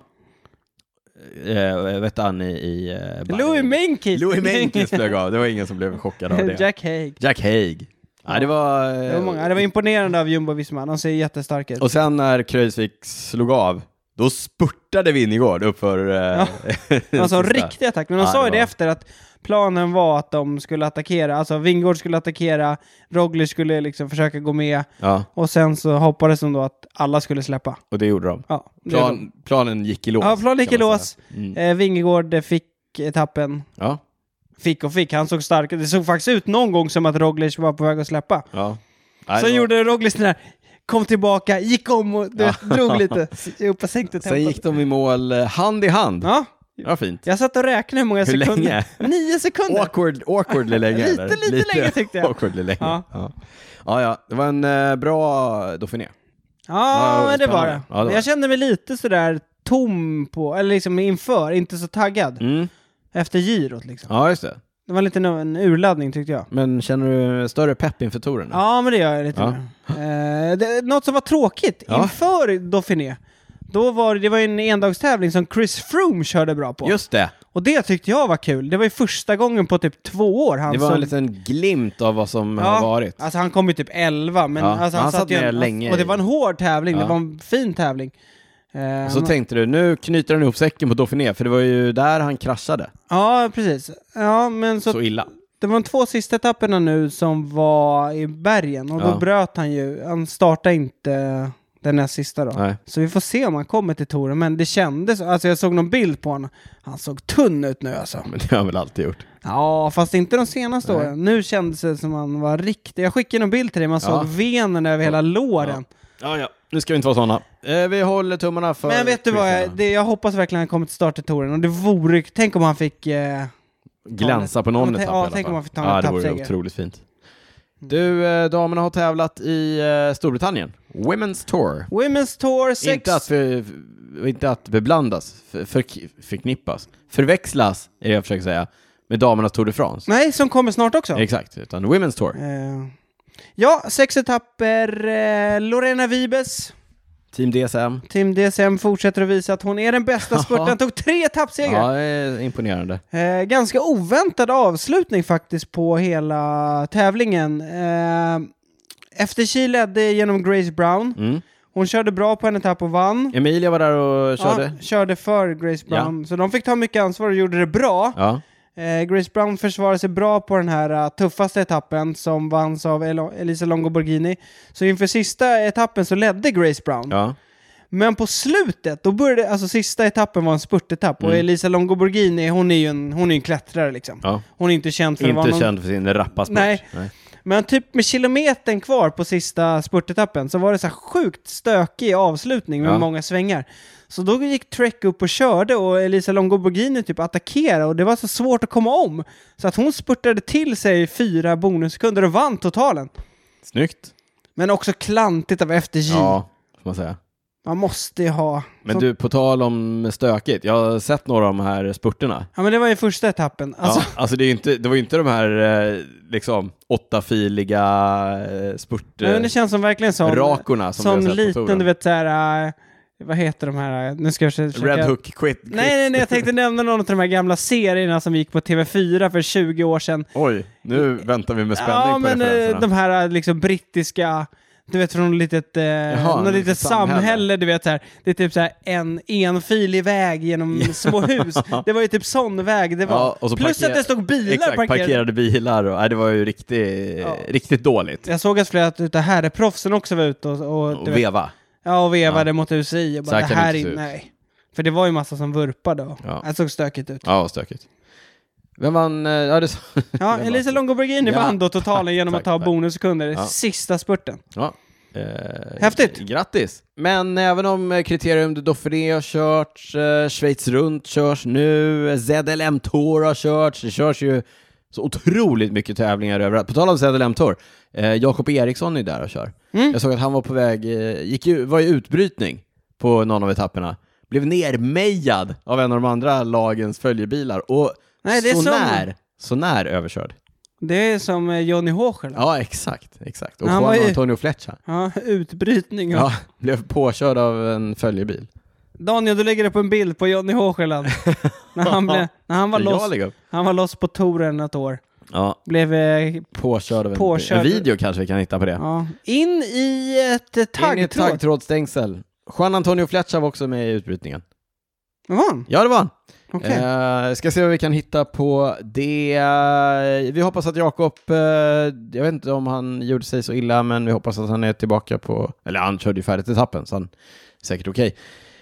[SPEAKER 1] Eh, vet han i... i eh, Bayern.
[SPEAKER 2] Louis Menkis!
[SPEAKER 1] Louis Menkes flög av. Det var ingen som blev chockad av det. Jack,
[SPEAKER 2] [LAUGHS] Jack Haig.
[SPEAKER 1] Haig. Ja, det var... eh,
[SPEAKER 2] Det var, många. det var imponerande av Jumbo Visma, de ser jättestarka ut.
[SPEAKER 1] Och sen när Kreuzvik slog av, då spurtade Vingegaard uppför... Eh, [LAUGHS]
[SPEAKER 2] Alltså en
[SPEAKER 1] sista.
[SPEAKER 2] riktig attack, men de
[SPEAKER 1] Ja,
[SPEAKER 2] sa ju
[SPEAKER 1] det
[SPEAKER 2] det
[SPEAKER 1] var-
[SPEAKER 2] efter att planen var att de skulle attackera, alltså Vingård skulle attackera, Roglic skulle liksom försöka gå med,
[SPEAKER 1] Ja,
[SPEAKER 2] och sen så hoppades de då att alla skulle släppa.
[SPEAKER 1] och det gjorde de.
[SPEAKER 2] Ja, det är de.
[SPEAKER 1] Plan, planen gick i lås.
[SPEAKER 2] ja plan gick i
[SPEAKER 1] kan man
[SPEAKER 2] lås,
[SPEAKER 1] säga. Mm.
[SPEAKER 2] eh, Vingegård fick etappen,
[SPEAKER 1] Ja,
[SPEAKER 2] Fick och fick, han såg stark Det såg faktiskt ut någon gång som att Roglic var på väg att släppa.
[SPEAKER 1] ja.
[SPEAKER 2] Sen
[SPEAKER 1] Nej, det var-
[SPEAKER 2] gjorde Roglic den här, kom tillbaka, gick om och
[SPEAKER 1] [LAUGHS]
[SPEAKER 2] du vet, drog lite. Upp och sänkte tempot.
[SPEAKER 1] Sen gick de i mål eh, hand i hand. Ja,
[SPEAKER 2] Ja,
[SPEAKER 1] fint.
[SPEAKER 2] jag satt och räknade hur många
[SPEAKER 1] Hur
[SPEAKER 2] sekunder.
[SPEAKER 1] länge?
[SPEAKER 2] Nio sekunder!
[SPEAKER 1] Awkward,
[SPEAKER 2] [LAUGHS]
[SPEAKER 1] awkwardly länge.
[SPEAKER 2] Lite,
[SPEAKER 1] eller?
[SPEAKER 2] lite länge tyckte jag.
[SPEAKER 1] Awkwardly länge.
[SPEAKER 2] Ja.
[SPEAKER 1] Ja. Ja. ja, det var en eh, bra Dauphiné.
[SPEAKER 2] ja,
[SPEAKER 1] Ja,
[SPEAKER 2] men det var det.
[SPEAKER 1] spännande. Ja, det var
[SPEAKER 2] Men
[SPEAKER 1] det.
[SPEAKER 2] jag kände mig lite sådär tom på, eller liksom inför, inte så taggad.
[SPEAKER 1] Mm.
[SPEAKER 2] Efter girot liksom.
[SPEAKER 1] Ja, just det.
[SPEAKER 2] Det var lite en urladdning tyckte jag.
[SPEAKER 1] Men känner du större pepp inför touren? nu?
[SPEAKER 2] Ja, men det gör jag lite
[SPEAKER 1] Ja.
[SPEAKER 2] nu. Eh, det, något som var tråkigt
[SPEAKER 1] Ja.
[SPEAKER 2] inför Dauphiné, då var det, det var ju en endagstävling som Chris Froome körde bra på.
[SPEAKER 1] Just det.
[SPEAKER 2] Och det tyckte jag var kul. Det var ju första gången på typ två år han
[SPEAKER 1] Det var
[SPEAKER 2] som...
[SPEAKER 1] en liten glimt av vad som
[SPEAKER 2] Ja,
[SPEAKER 1] har varit.
[SPEAKER 2] Alltså han kom ju typ 11, men
[SPEAKER 1] Ja,
[SPEAKER 2] alltså, han,
[SPEAKER 1] han
[SPEAKER 2] satt
[SPEAKER 1] satt
[SPEAKER 2] ju
[SPEAKER 1] med
[SPEAKER 2] en,
[SPEAKER 1] länge
[SPEAKER 2] Och det
[SPEAKER 1] i-
[SPEAKER 2] var en hård tävling,
[SPEAKER 1] Ja.
[SPEAKER 2] det var en fin tävling. Eh,
[SPEAKER 1] Så tänkte du, nu knyter han ihop säcken på Dauphiné, för det var ju där han kraschade
[SPEAKER 2] ja, precis. Ja, men så,
[SPEAKER 1] så illa.
[SPEAKER 2] det var de två sista etapperna nu som var i bergen och då
[SPEAKER 1] Ja.
[SPEAKER 2] bröt han ju. Han startade inte den näst sista då.
[SPEAKER 1] Nej.
[SPEAKER 2] Så vi får se om han kommer till touren, men det kändes, alltså jag såg någon bild på honom, han såg tunn ut nu alltså.
[SPEAKER 1] Men det har han väl alltid gjort.
[SPEAKER 2] Ja, fast inte de senaste
[SPEAKER 1] Nej.
[SPEAKER 2] åren. Nu kändes det som han var riktig. Jag skickade en bild till dig, man
[SPEAKER 1] Ja.
[SPEAKER 2] såg venen över hela låren.
[SPEAKER 1] Ja, ja. Nu ska vi inte vara sådana. Eh, vi håller tummarna för...
[SPEAKER 2] Men vet du vad, jag, det, jag hoppas verkligen han kommer till startetouren och det vore, tänk om han fick... Eh,
[SPEAKER 1] Glänsa på någon
[SPEAKER 2] Ja,
[SPEAKER 1] etapp
[SPEAKER 2] tänk
[SPEAKER 1] i
[SPEAKER 2] om
[SPEAKER 1] alla fall.
[SPEAKER 2] man fick ta en Mm.
[SPEAKER 1] Ja, det vore
[SPEAKER 2] etappseger.
[SPEAKER 1] otroligt fint. Du, eh, damerna har tävlat i eh, Storbritannien. Women's Tour.
[SPEAKER 2] Women's Tour 6...
[SPEAKER 1] Inte att, för, inte att beblandas, för, för, förknippas, förväxlas är det jag försöker säga, med damernas Tour de France.
[SPEAKER 2] Nej, som kommer snart också.
[SPEAKER 1] Exakt, utan Women's Tour.
[SPEAKER 2] Eh, ja, sex etapper. Eh, Lorena Vibes,
[SPEAKER 1] Team DSM.
[SPEAKER 2] Team DSM, fortsätter att visa att hon är den
[SPEAKER 1] [LAUGHS]
[SPEAKER 2] bästa
[SPEAKER 1] Ja.
[SPEAKER 2] spurtaren. Tog tre etappsegrar.
[SPEAKER 1] Ja, det är imponerande.
[SPEAKER 2] Eh, ganska oväntad avslutning faktiskt på hela tävlingen. Eh, FDC ledde genom Grace Brown.
[SPEAKER 1] Mm.
[SPEAKER 2] Hon körde bra på en etapp och vann.
[SPEAKER 1] Emilia var där och körde.
[SPEAKER 2] Ja, körde för Grace Brown. Så de fick ta mycket ansvar och gjorde det bra.
[SPEAKER 1] Ja.
[SPEAKER 2] Eh, Grace Brown försvarade sig bra på den här eh, tuffaste etappen som vanns av El- Elisa Longo Borghini. Så inför sista etappen så ledde Grace Brown.
[SPEAKER 1] Ja.
[SPEAKER 2] Men på slutet, då började, alltså sista etappen var en spurtetapp och Elisa Longo Borghini, hon är ju en, hon är ju en klättrare liksom.
[SPEAKER 1] ja.
[SPEAKER 2] Hon är inte känd för att vara
[SPEAKER 1] Inte
[SPEAKER 2] någon...
[SPEAKER 1] känd för sin rappa spurt.
[SPEAKER 2] Nej.
[SPEAKER 1] Nej.
[SPEAKER 2] Men typ med kilometern kvar på sista spurtetappen så var det så här sjukt stökig avslutning med
[SPEAKER 1] Ja.
[SPEAKER 2] många svängar. Så då gick Trek upp och körde och Elisa Longo Borghini typ attackerade och det var så svårt att komma om. Så att hon spurtade till sig fyra bonussekunder och vann totalen.
[SPEAKER 1] Snyggt.
[SPEAKER 2] Men också klantigt av FDJ.
[SPEAKER 1] Ja, får man säga.
[SPEAKER 2] Man måste ju ha...
[SPEAKER 1] Men
[SPEAKER 2] Så-
[SPEAKER 1] du, på tal om stökigt. Jag har sett några av de här spurterna.
[SPEAKER 2] Ja men det var ju första etappen. Alltså,
[SPEAKER 1] ja, alltså det, är ju inte, det var ju inte de här eh, liksom, åttafiliga eh, spurt...
[SPEAKER 2] men det känns som verkligen som...
[SPEAKER 1] rakorna som,
[SPEAKER 2] som
[SPEAKER 1] vi har sett på
[SPEAKER 2] liten,
[SPEAKER 1] touren.
[SPEAKER 2] du vet såhär... Äh, vad heter de här? äh, Nu ska jag försöka...
[SPEAKER 1] Red Hook Quit. quit.
[SPEAKER 2] Nej, nej, nej, jag tänkte nämna någon av de här gamla serierna som gick på TV4 för 20 år sedan.
[SPEAKER 1] Oj, nu väntar vi med spänning
[SPEAKER 2] ja,
[SPEAKER 1] på
[SPEAKER 2] men eh,
[SPEAKER 1] referenserna.
[SPEAKER 2] de här eh, liksom brittiska, du vet från något litet, eh, något litet samhälle.
[SPEAKER 1] samhälle,
[SPEAKER 2] du vet så här. Det är typ så här en enfilig väg genom
[SPEAKER 1] [LAUGHS]
[SPEAKER 2] små hus. Det var ju typ sån väg det var.
[SPEAKER 1] Ja, och så
[SPEAKER 2] Plus
[SPEAKER 1] parker-
[SPEAKER 2] att det stod bilar
[SPEAKER 1] Exakt,
[SPEAKER 2] parkerade.
[SPEAKER 1] parkerade bilar och nej, det var ju riktigt,
[SPEAKER 2] Ja.
[SPEAKER 1] riktigt dåligt.
[SPEAKER 2] Jag såg att flera utav herreproffsen också var ute och, och,
[SPEAKER 1] Och
[SPEAKER 2] du vet,
[SPEAKER 1] veva.
[SPEAKER 2] ja, och vevade mot UCI. Och
[SPEAKER 1] Så
[SPEAKER 2] bara,
[SPEAKER 1] här
[SPEAKER 2] det
[SPEAKER 1] kan
[SPEAKER 2] här
[SPEAKER 1] det inte
[SPEAKER 2] är,
[SPEAKER 1] se ut.
[SPEAKER 2] nej. För det var ju massa som vurpade och
[SPEAKER 1] Ja.
[SPEAKER 2] det såg stökigt ut.
[SPEAKER 1] Ja, vad stökigt. Vem vann? eh, Ja, det... [LAUGHS]
[SPEAKER 2] Ja,
[SPEAKER 1] Vem
[SPEAKER 2] Elisa
[SPEAKER 1] vann?
[SPEAKER 2] Longo Borghini
[SPEAKER 1] Ja,
[SPEAKER 2] vann då totalen
[SPEAKER 1] tack,
[SPEAKER 2] genom att
[SPEAKER 1] tack,
[SPEAKER 2] ta
[SPEAKER 1] tack.
[SPEAKER 2] bonussekunder i
[SPEAKER 1] Ja.
[SPEAKER 2] sista spurten.
[SPEAKER 1] Ja. Eh,
[SPEAKER 2] Häftigt.
[SPEAKER 1] Grattis! Men även om eh, Kriterium de Dauphiné har körts, eh, Schweiz runt körs nu, eh, ZLM Tour har körts, det körs ju så otroligt mycket tävlingar överallt. På tal om ZLM Tour, eh, Jakob Eriksson är där och kör.
[SPEAKER 2] Mm.
[SPEAKER 1] Jag såg att han var på väg, eh, gick, ju- var i utbrytning på någon av etapperna, blev nermejad av en av de andra lagens följebilar och
[SPEAKER 2] Nej, det är
[SPEAKER 1] så,
[SPEAKER 2] som-
[SPEAKER 1] när, så när överkörd.
[SPEAKER 2] Det är som eh, Johnny Håcher. Ja.
[SPEAKER 1] Ja, exakt, exakt. Och
[SPEAKER 2] Han var
[SPEAKER 1] Juan
[SPEAKER 2] ju-
[SPEAKER 1] Antonio Fletcher.
[SPEAKER 2] [LAUGHS] utbrytning.
[SPEAKER 1] Ja, [LAUGHS] blev påkörd av en följebil.
[SPEAKER 2] Daniel, du lägger upp en bild på
[SPEAKER 1] [LAUGHS]
[SPEAKER 2] Johnny Håcheland. när, han blev, när han var
[SPEAKER 1] Eller
[SPEAKER 2] loss,
[SPEAKER 1] jag liksom. lägger upp.
[SPEAKER 2] han var loss på touren något år.
[SPEAKER 1] Ja,
[SPEAKER 2] Blev eh,
[SPEAKER 1] påkörd av en,
[SPEAKER 2] Påkörd.
[SPEAKER 1] en video kanske vi kan hitta på det.
[SPEAKER 2] ja, in i ett eh,
[SPEAKER 1] In i ett
[SPEAKER 2] taggtråd.
[SPEAKER 1] taggtrådsstängsel. Juan Antonio Fletcher var också med i utbrytningen.
[SPEAKER 2] Vad var han?
[SPEAKER 1] Ja, det var han.
[SPEAKER 2] Okej.
[SPEAKER 1] Eh, ska se vad vi kan hitta på det. Eh, Vi hoppas att Jakob, eh, jag vet inte om han gjorde sig så illa, men vi hoppas att han är tillbaka på, eller han körde ju färdigt etappen, så han är säkert okej.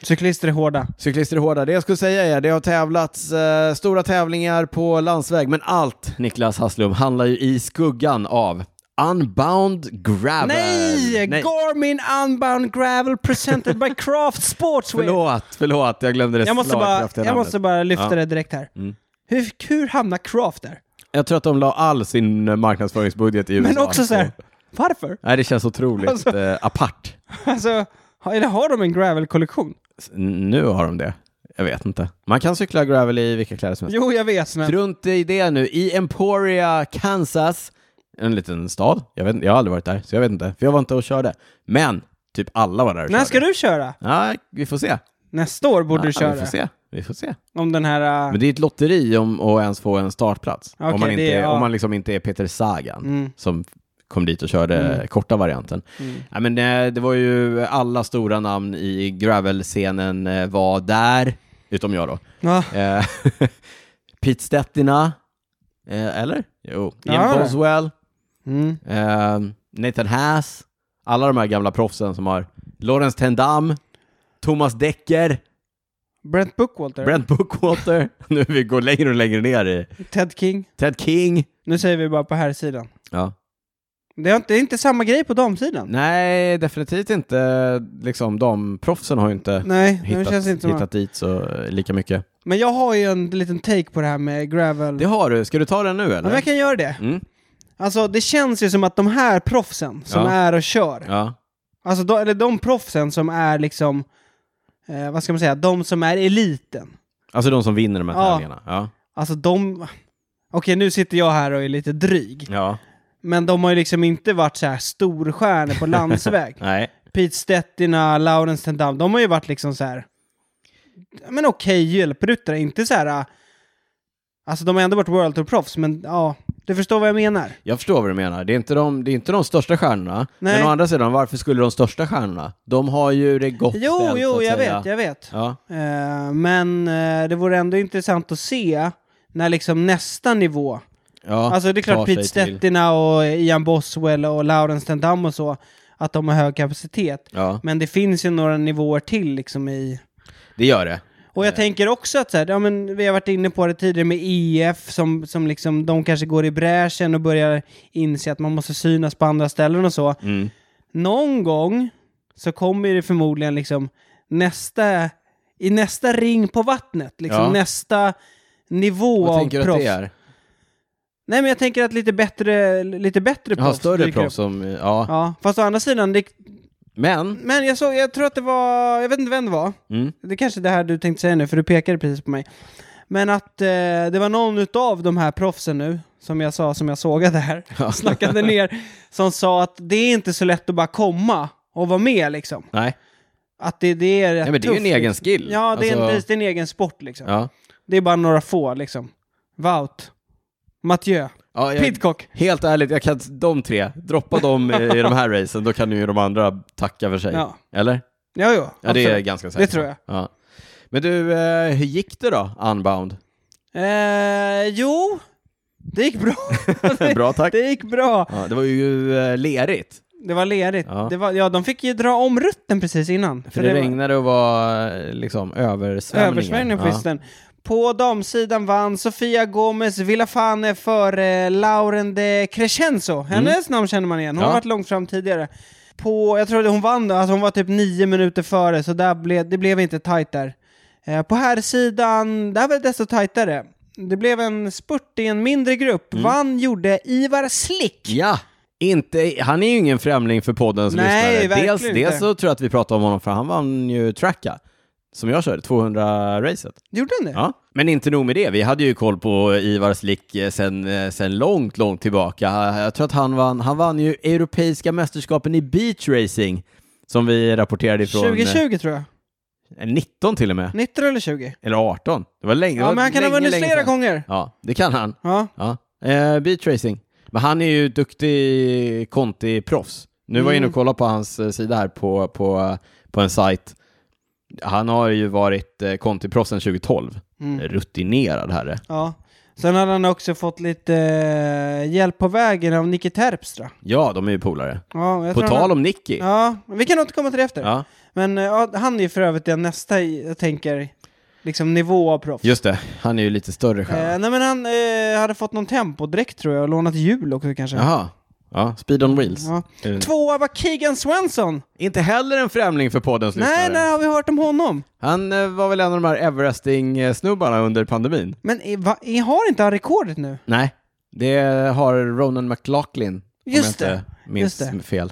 [SPEAKER 2] Cyklister är hårda.
[SPEAKER 1] Cyklister är hårda. Det jag skulle säga är det har tävlats eh, stora tävlingar på landsväg, men allt, Niklas Hasslum, handlar ju i skuggan av Unbound Gravel.
[SPEAKER 2] Nej! Garmin Unbound Gravel presented by Craft Sportswear.
[SPEAKER 1] Förlåt, förlåt, jag glömde det
[SPEAKER 2] Jag måste, bara,
[SPEAKER 1] slagkraftiga
[SPEAKER 2] jag
[SPEAKER 1] namnet.
[SPEAKER 2] måste bara lyfta
[SPEAKER 1] Ja.
[SPEAKER 2] det direkt här.
[SPEAKER 1] Mm.
[SPEAKER 2] Hur, hur hamnar Craft där?
[SPEAKER 1] Jag tror att de la all sin eh, marknadsföringsbudget i USA.
[SPEAKER 2] Men också så här, varför? [LAUGHS]
[SPEAKER 1] Nej, det känns otroligt
[SPEAKER 2] Alltså-
[SPEAKER 1] eh, apart.
[SPEAKER 2] Alltså, har- eller har de en gravel-kollektion?
[SPEAKER 1] S- Nu har de det. Jag vet inte. Man kan cykla gravel i vilka kläder som helst.
[SPEAKER 2] Jo, jag vet, men...
[SPEAKER 1] Strunt i det nu. I Emporia, Kansas, en liten stad. Jag, vet, inte- jag har aldrig varit där, så jag vet inte. För jag var inte och körde. Men typ alla var där och
[SPEAKER 2] När
[SPEAKER 1] körde.
[SPEAKER 2] ska du köra?
[SPEAKER 1] Ja, vi får se.
[SPEAKER 2] Nästa år borde
[SPEAKER 1] ja,
[SPEAKER 2] du köra.
[SPEAKER 1] Vi får se. Vi får se.
[SPEAKER 2] Om den här... äh,
[SPEAKER 1] Men det är ett lotteri om att ens få en startplats.
[SPEAKER 2] Okej,
[SPEAKER 1] om, man inte,
[SPEAKER 2] det är-
[SPEAKER 1] är-
[SPEAKER 2] ja.
[SPEAKER 1] om man liksom inte är Peter Sagan
[SPEAKER 2] Mm.
[SPEAKER 1] som kom dit och körde korta varianten. Ja, men eh, det var ju alla stora namn i gravelscenen eh, var där, utom jag då.
[SPEAKER 2] Ja.
[SPEAKER 1] Eh, [LAUGHS] Pete Stettina, eh, eller? Jo, Ian
[SPEAKER 2] Ja.
[SPEAKER 1] Boswell,
[SPEAKER 2] Mm.
[SPEAKER 1] eh, Nathan Haas, alla de här gamla proffsen som har Lawrence Tendam, Thomas Decker,
[SPEAKER 2] Brent Bookwalter.
[SPEAKER 1] Brent Bookwater, [LAUGHS] nu vi går längre och längre ner i
[SPEAKER 2] Ted King.
[SPEAKER 1] Ted King.
[SPEAKER 2] Nu säger vi bara på här sidan.
[SPEAKER 1] Ja.
[SPEAKER 2] Det är inte, det är inte samma grej på damsidan.
[SPEAKER 1] Nej, definitivt inte. Liksom, de proffsen har ju inte
[SPEAKER 2] Nej, det
[SPEAKER 1] Mm. hittat,
[SPEAKER 2] känns inte som...
[SPEAKER 1] hittat dit så eh, lika mycket.
[SPEAKER 2] Men jag har ju en liten take på det här med gravel.
[SPEAKER 1] Det har du. Ska du ta den nu
[SPEAKER 2] Ja, men
[SPEAKER 1] eller?
[SPEAKER 2] jag kan göra det.
[SPEAKER 1] Mm.
[SPEAKER 2] Alltså det känns ju som att de här proffsen som
[SPEAKER 1] Ja.
[SPEAKER 2] är och kör,
[SPEAKER 1] Ja.
[SPEAKER 2] alltså de, eller de proffsen som är liksom, eh, vad ska man säga, de som är eliten.
[SPEAKER 1] Alltså de som vinner de här
[SPEAKER 2] Ja.
[SPEAKER 1] tävlingarna. Ja.
[SPEAKER 2] Alltså de, okej nu sitter jag här och är lite dryg,
[SPEAKER 1] ja.
[SPEAKER 2] men de har ju liksom inte varit så här storstjärnor
[SPEAKER 1] [LAUGHS]
[SPEAKER 2] på landsväg.
[SPEAKER 1] Nej.
[SPEAKER 2] Pete Stettina, Laurens Tendam, de har ju varit liksom så här, ja, men okej julpruttar, inte så här, äh, alltså de har ändå varit World Tour-proffs, men ja, du förstår vad jag menar.
[SPEAKER 1] Jag förstår vad du menar. Det är inte de, det är inte de största stjärnorna.
[SPEAKER 2] Nej.
[SPEAKER 1] Men å andra sidan, varför skulle de största stjärnorna? De har ju det gott
[SPEAKER 2] Jo,
[SPEAKER 1] ställt, så
[SPEAKER 2] jo,
[SPEAKER 1] att
[SPEAKER 2] jag
[SPEAKER 1] säga.
[SPEAKER 2] vet, jag vet.
[SPEAKER 1] Ja.
[SPEAKER 2] Eh, men eh, det vore ändå intressant att se när liksom nästa nivå,
[SPEAKER 1] Ja,
[SPEAKER 2] alltså det är klart
[SPEAKER 1] tar sig
[SPEAKER 2] Pete
[SPEAKER 1] till.
[SPEAKER 2] Stettina och Ian Boswell och Laurens Tendam och så, att de har hög kapacitet.
[SPEAKER 1] Ja,
[SPEAKER 2] Men det finns ju några nivåer till liksom i...
[SPEAKER 1] det gör det.
[SPEAKER 2] Och jag tänker också att så här, ja, men vi har varit inne på det tidigare med IF som, som liksom, de kanske går i bräschen och börjar inse att man måste synas på andra ställen och så
[SPEAKER 1] Mm.
[SPEAKER 2] någon gång så kommer det förmodligen liksom nästa, i nästa ring på vattnet, liksom
[SPEAKER 1] Ja.
[SPEAKER 2] nästa nivå
[SPEAKER 1] Vad
[SPEAKER 2] av
[SPEAKER 1] tänker du att
[SPEAKER 2] proffs.
[SPEAKER 1] det är?
[SPEAKER 2] Nej men jag tänker att lite bättre, lite bättre
[SPEAKER 1] Ja, större
[SPEAKER 2] dyker
[SPEAKER 1] proffs
[SPEAKER 2] upp.
[SPEAKER 1] som, ja.
[SPEAKER 2] Ja, fast å andra sidan, det,
[SPEAKER 1] Men,
[SPEAKER 2] men jag såg, jag tror att det var, jag vet inte vem det var,
[SPEAKER 1] mm.
[SPEAKER 2] det är kanske är det här du tänkte säga nu för du pekade precis på mig. Men att eh, det var någon utav de här proffsen nu, som jag sa, som jag
[SPEAKER 1] [LAUGHS]
[SPEAKER 2] sågade här, snackade ner, som sa att det är inte så lätt att bara komma och vara med liksom.
[SPEAKER 1] nej.
[SPEAKER 2] Att det, det är rätt
[SPEAKER 1] nej men det är ju en
[SPEAKER 2] tufft,
[SPEAKER 1] egen
[SPEAKER 2] liksom.
[SPEAKER 1] skill.
[SPEAKER 2] Ja, det, är en,
[SPEAKER 1] Alltså,
[SPEAKER 2] precis, det är en egen sport liksom.
[SPEAKER 1] ja.
[SPEAKER 2] Det är bara några få liksom. Wout, Mathieu,
[SPEAKER 1] Ja, jag,
[SPEAKER 2] Pidcock.
[SPEAKER 1] Helt ärligt, jag kan, de tre, droppa dem i, i de här racen, då kan ju de andra tacka för sig.
[SPEAKER 2] Ja.
[SPEAKER 1] Eller?
[SPEAKER 2] Ja, jo.
[SPEAKER 1] Ja, det är
[SPEAKER 2] absolut.
[SPEAKER 1] ganska säkert.
[SPEAKER 2] tror jag.
[SPEAKER 1] Ja. Men du, eh, hur gick det då,
[SPEAKER 2] [LAUGHS]
[SPEAKER 1] Unbound?
[SPEAKER 2] Eh, jo, det gick
[SPEAKER 1] [LAUGHS]
[SPEAKER 2] bra.
[SPEAKER 1] Bra, tack.
[SPEAKER 2] det gick bra.
[SPEAKER 1] Ja, det var ju eh, lerigt,
[SPEAKER 2] Det var lerigt.
[SPEAKER 1] Ja.
[SPEAKER 2] Ja. Det var, ja, de fick ju dra om rutten precis innan.
[SPEAKER 1] för det,
[SPEAKER 2] var
[SPEAKER 1] regnade och var eh, liksom översvämningar.
[SPEAKER 2] Översvämning på
[SPEAKER 1] Ja.
[SPEAKER 2] isen. På damsidan vann Sofia Gomez Villafane för eh, Lauren de Crescenzo. Hennes namn känner man igen, hon
[SPEAKER 1] Mm. Ja.
[SPEAKER 2] har varit långt fram tidigare. På, jag tror att hon vann, då, alltså hon var typ nio minuter före, så där blev, det blev inte tajt där. Eh, på här sidan, där var det desto tajtare. Det blev en spurt i en mindre grupp.
[SPEAKER 1] Mm.
[SPEAKER 2] Vann gjorde Ivar Slick.
[SPEAKER 1] Ja, inte, han är ju ingen främling för poddens
[SPEAKER 2] Nej,
[SPEAKER 1] lyssnare.
[SPEAKER 2] verkligen
[SPEAKER 1] Dels, dels
[SPEAKER 2] inte.
[SPEAKER 1] så tror jag att vi pratade om honom, för han vann ju Tracka, som jag körde, 200-racet.
[SPEAKER 2] Gjorde han det?
[SPEAKER 1] Ja. Men inte nog med det, vi hade ju koll på Ivar Slick eh, sen, eh, sen långt, långt tillbaka. Eh, Jag tror att han vann, han vann ju Europeiska mästerskapen i beachracing, som vi rapporterade ifrån. eh,
[SPEAKER 2] 2020 tror jag.
[SPEAKER 1] eh, 19 till och med,
[SPEAKER 2] 19 eller 20?
[SPEAKER 1] eller 18. Det var länge, det
[SPEAKER 2] Ja,
[SPEAKER 1] var
[SPEAKER 2] men han kan ha
[SPEAKER 1] länge,
[SPEAKER 2] vunnit
[SPEAKER 1] länge
[SPEAKER 2] flera
[SPEAKER 1] sedan.
[SPEAKER 2] gånger.
[SPEAKER 1] Ja, det kan han.
[SPEAKER 2] Ja.
[SPEAKER 1] Ja. Eh, beachracing. Men han är ju duktig Conti-proffs. Nu var jag
[SPEAKER 2] Mm.
[SPEAKER 1] inne och kollade på hans eh, sida här på, på, på en sajt. Han har ju varit eh, Conti-proffs sedan 2012.
[SPEAKER 2] Mm.
[SPEAKER 1] Rutinerad herre.
[SPEAKER 2] Ja. Sen hade han också fått lite eh, hjälp på vägen av Nicky Terpstra.
[SPEAKER 1] Ja, de är ju polare.
[SPEAKER 2] Ja, jag
[SPEAKER 1] På
[SPEAKER 2] tror han-
[SPEAKER 1] tal om Nicky. Ja.
[SPEAKER 2] Ja, men vi kan återkomma till det efter.
[SPEAKER 1] Ja,
[SPEAKER 2] Men eh, ja, han är ju för övrigt den nästa, i- jag tänker, liksom nivå av proffs.
[SPEAKER 1] just det. Han är ju lite större stjärna.
[SPEAKER 2] Eh, nej men han eh, hade fått någon tempodräkt tror jag, och lånat hjul också kanske.
[SPEAKER 1] Jaha. Ja, Speed on Wheels.
[SPEAKER 2] Ja.
[SPEAKER 1] Är det-
[SPEAKER 2] Tvåa var Keegan Swenson!
[SPEAKER 1] Inte heller en främling för poddens
[SPEAKER 2] Nej,
[SPEAKER 1] lyssnare.
[SPEAKER 2] när har vi hört om honom?
[SPEAKER 1] Han eh, var väl en av de här Everesting-snubbarna under pandemin?
[SPEAKER 2] Men eh, va, eh, har inte han rekordet nu?
[SPEAKER 1] Nej, det har Ronan McLaughlin.
[SPEAKER 2] Just
[SPEAKER 1] om jag
[SPEAKER 2] det,
[SPEAKER 1] inte minns
[SPEAKER 2] just det.
[SPEAKER 1] fel.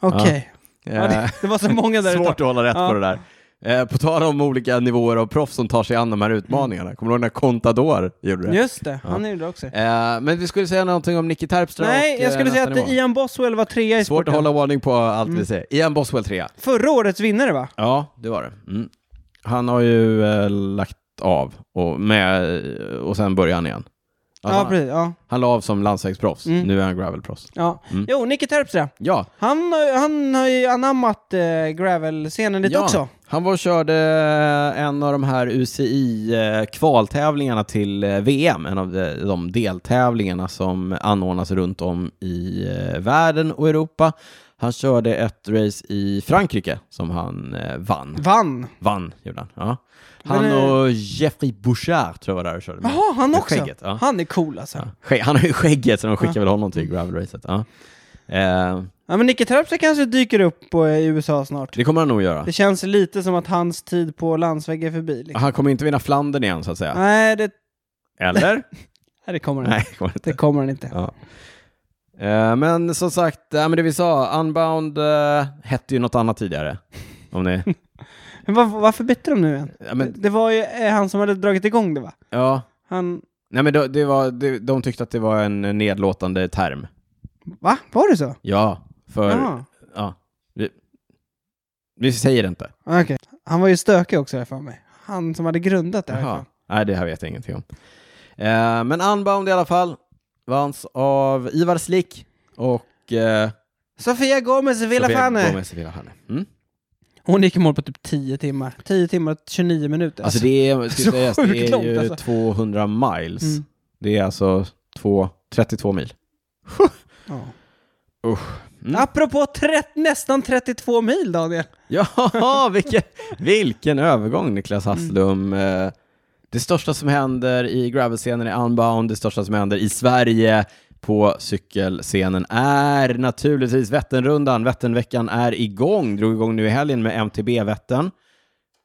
[SPEAKER 2] Okej.
[SPEAKER 1] Eh,
[SPEAKER 2] Ja, det, det var så många [LAUGHS]
[SPEAKER 1] [LAUGHS]
[SPEAKER 2] där
[SPEAKER 1] Svårt att hålla rätt
[SPEAKER 2] Ja.
[SPEAKER 1] på det där. Eh, på tal om olika nivåer av proffs som tar sig an de här
[SPEAKER 2] Mm.
[SPEAKER 1] utmaningarna. Kommer du ihåg när Contador gjorde det?
[SPEAKER 2] Just det, han gjorde det också.
[SPEAKER 1] Eh, men vi skulle säga någonting om Nicky Terpstra och,
[SPEAKER 2] Nej,
[SPEAKER 1] eh,
[SPEAKER 2] jag skulle säga
[SPEAKER 1] nästa
[SPEAKER 2] att
[SPEAKER 1] nivå.
[SPEAKER 2] Ian Mm. Boswell var trea i
[SPEAKER 1] Svårt
[SPEAKER 2] sporten.
[SPEAKER 1] att hålla ordning på allt vi säger. Ian Boswell 3.
[SPEAKER 2] Förra årets vinnare va?
[SPEAKER 1] Ja, det var det. Mm. Han har ju eh, lagt av och, med, och sen började han igen. Alltså,
[SPEAKER 2] ja, precis. Ja.
[SPEAKER 1] han, han la av som landsvägsproffs,
[SPEAKER 2] Mm.
[SPEAKER 1] nu är han gravelproffs.
[SPEAKER 2] Ja.
[SPEAKER 1] Mm.
[SPEAKER 2] Jo, Nicky Terpstra.
[SPEAKER 1] Ja,
[SPEAKER 2] Han, har- han har ju anammat eh, gravel-scenen lite också.
[SPEAKER 1] Han var och körde eh, en av de här UCI-kvaltävlingarna eh, till eh, VM, en av de- de deltävlingarna som anordnas runt om i eh, världen och Europa. Han körde ett race i Frankrike som han eh, vann.
[SPEAKER 2] Vann.
[SPEAKER 1] Vann, gjorde han. Ja. Han
[SPEAKER 2] Men, eh,
[SPEAKER 1] och Jeffrey Bouchard tror jag var där och körde. med.
[SPEAKER 2] Jaha, han
[SPEAKER 1] Med
[SPEAKER 2] också.
[SPEAKER 1] skägget, ja.
[SPEAKER 2] Han är cool alltså.
[SPEAKER 1] Ja.
[SPEAKER 2] Ja,
[SPEAKER 1] Skä- Han har ju skägget så de skickar väl honom till gravelracet. Ja. Eh,
[SPEAKER 2] men Nicky Terpstra kanske dyker upp på, eh, i USA snart.
[SPEAKER 1] det kommer han nog göra.
[SPEAKER 2] Det känns lite som att hans tid på landsväg är förbi. Liksom.
[SPEAKER 1] Han kommer inte vinna Flandern igen så att säga.
[SPEAKER 2] Nej, det,
[SPEAKER 1] Eller?
[SPEAKER 2] nej, det kommer han inte.
[SPEAKER 1] Ah, Nej, det kommer han inte.
[SPEAKER 2] Det kommer han inte.
[SPEAKER 1] Ja. Eh, Men som sagt, äh, men det vi sa, Unbound eh, hette ju något annat tidigare. Om
[SPEAKER 2] [LAUGHS]
[SPEAKER 1] ni...
[SPEAKER 2] Men var, varför bytte de nu igen?
[SPEAKER 1] ja, men,
[SPEAKER 2] Det var ju eh, han som hade dragit igång det va?
[SPEAKER 1] ja.
[SPEAKER 2] Han...
[SPEAKER 1] Nej, men det, det var, det, de tyckte att det var en nedlåtande term.
[SPEAKER 2] Va? Var det så?
[SPEAKER 1] Ja, för...
[SPEAKER 2] Jaha.
[SPEAKER 1] Ja. Vi, vi säger det inte.
[SPEAKER 2] Okej. Han var ju stökig också här för mig. Han som hade grundat det här.
[SPEAKER 1] Jaha.
[SPEAKER 2] fan.
[SPEAKER 1] Nej, det här vet jag ingenting om. Eh, men Unbound i alla fall vanns av Ivar Slick och eh,
[SPEAKER 2] Sofia Gomez Villafane.
[SPEAKER 1] Gomez Villafane. Mm.
[SPEAKER 2] Hon gick i mål på typ 10 timmar. 10 timmar och 29 minuter.
[SPEAKER 1] Alltså det är, ska
[SPEAKER 2] så
[SPEAKER 1] sägas, det
[SPEAKER 2] sjukt
[SPEAKER 1] är
[SPEAKER 2] långt,
[SPEAKER 1] ju
[SPEAKER 2] alltså.
[SPEAKER 1] 200 miles.
[SPEAKER 2] Mm.
[SPEAKER 1] Det är alltså två, 32
[SPEAKER 2] [LAUGHS]
[SPEAKER 1] mil.
[SPEAKER 2] Ja.
[SPEAKER 1] Usch. Mm.
[SPEAKER 2] Apropå trett, nästan 32 mil Daniel.
[SPEAKER 1] Ja, vilken, vilken övergång Niklas
[SPEAKER 2] Mm.
[SPEAKER 1] Hasslum. Eh, Det största som händer i gravelscenen är unbound, det största som händer i Sverige på cykelscenen är naturligtvis Vätternrundan. Vätternveckan är igång, drog igång nu i helgen med MTB-Vättern.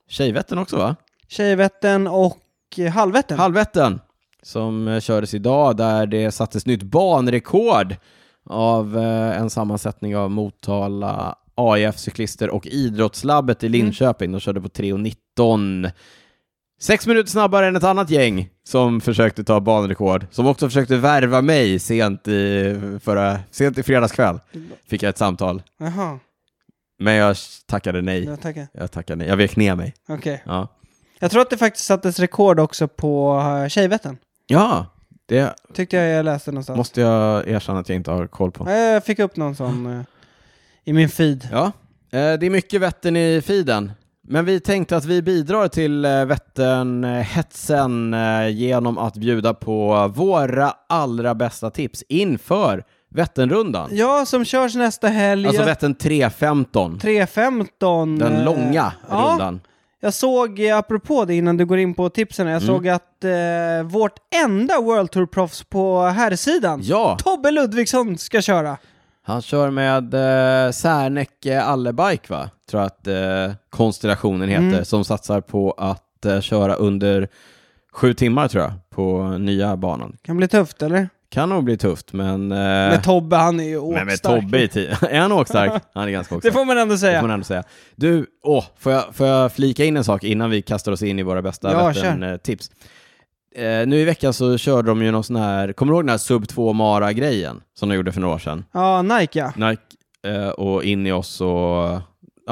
[SPEAKER 1] Tjejvättern också va?
[SPEAKER 2] Tjejvätten och eh, halvvätten.
[SPEAKER 1] Halvvättern Mm. som eh, kördes idag där det sattes nytt banrekord av eh, en sammansättning av Motala AIF cyklister och idrottslabbet i Linköping. De körde på 3.19. Sex minuter snabbare än ett annat gäng som försökte ta banrekord, som också försökte värva mig sent i, förra, sent i fredagskväll. Fick jag ett samtal,
[SPEAKER 2] Jaha,
[SPEAKER 1] men jag tackade nej.
[SPEAKER 2] jag tackar.
[SPEAKER 1] Jag tackade nej. Jag vek ner mig.
[SPEAKER 2] Okej.
[SPEAKER 1] Ja,
[SPEAKER 2] Jag tror att det faktiskt sattes rekord också på eh, Tjejvätten.
[SPEAKER 1] ja det
[SPEAKER 2] Tyckte jag jag läste någonstans.
[SPEAKER 1] måste jag erkänna att jag inte har koll på.
[SPEAKER 2] Ja, Jag fick upp någon sån eh, i min feed.
[SPEAKER 1] Ja, eh, det är mycket Vättern i feeden. Men vi tänkte att vi bidrar till eh, Vätternhetsen eh, genom att bjuda på våra allra bästa tips inför Vätternrundan.
[SPEAKER 2] Ja, som körs nästa helg.
[SPEAKER 1] Alltså
[SPEAKER 2] Jag-
[SPEAKER 1] Vättern 3.15,
[SPEAKER 2] 3.15.
[SPEAKER 1] den
[SPEAKER 2] eh,
[SPEAKER 1] långa
[SPEAKER 2] ja.
[SPEAKER 1] rundan.
[SPEAKER 2] Jag såg, eh, apropå det innan du går in på tipsen,
[SPEAKER 1] Mm.
[SPEAKER 2] jag såg att eh, vårt enda World Tour-proffs på herrsidan,
[SPEAKER 1] Ja,
[SPEAKER 2] Tobbe Ludvigsson, ska köra.
[SPEAKER 1] han kör med eh, Särnäcke Allebike va? Tror jag att eh, konstellationen heter,
[SPEAKER 2] Mm.
[SPEAKER 1] som satsar på att eh, köra under sju timmar tror jag, på nya banan.
[SPEAKER 2] Kan bli tufft, eller?
[SPEAKER 1] Kan nog bli tufft men... eh,
[SPEAKER 2] Med Tobbe, han är ju
[SPEAKER 1] Äh. Men med
[SPEAKER 2] åkstark.
[SPEAKER 1] Tobbe i tio. [LAUGHS] Är han åkstark? Han är ganska
[SPEAKER 2] Det
[SPEAKER 1] åkstark.
[SPEAKER 2] får man ändå
[SPEAKER 1] Det
[SPEAKER 2] säga.
[SPEAKER 1] får man ändå säga. Du, åh, får, jag, får jag flika in en sak innan vi kastar oss in i våra
[SPEAKER 2] Ja,
[SPEAKER 1] bästa Vättern-tips? Eh, nu i veckan så körde de ju någon sån här, kommer du ihåg den här sub 2 Mara-grejen som de gjorde för några år sedan?
[SPEAKER 2] Ja, Nike ja.
[SPEAKER 1] Nike eh, och in i oss och... Ja,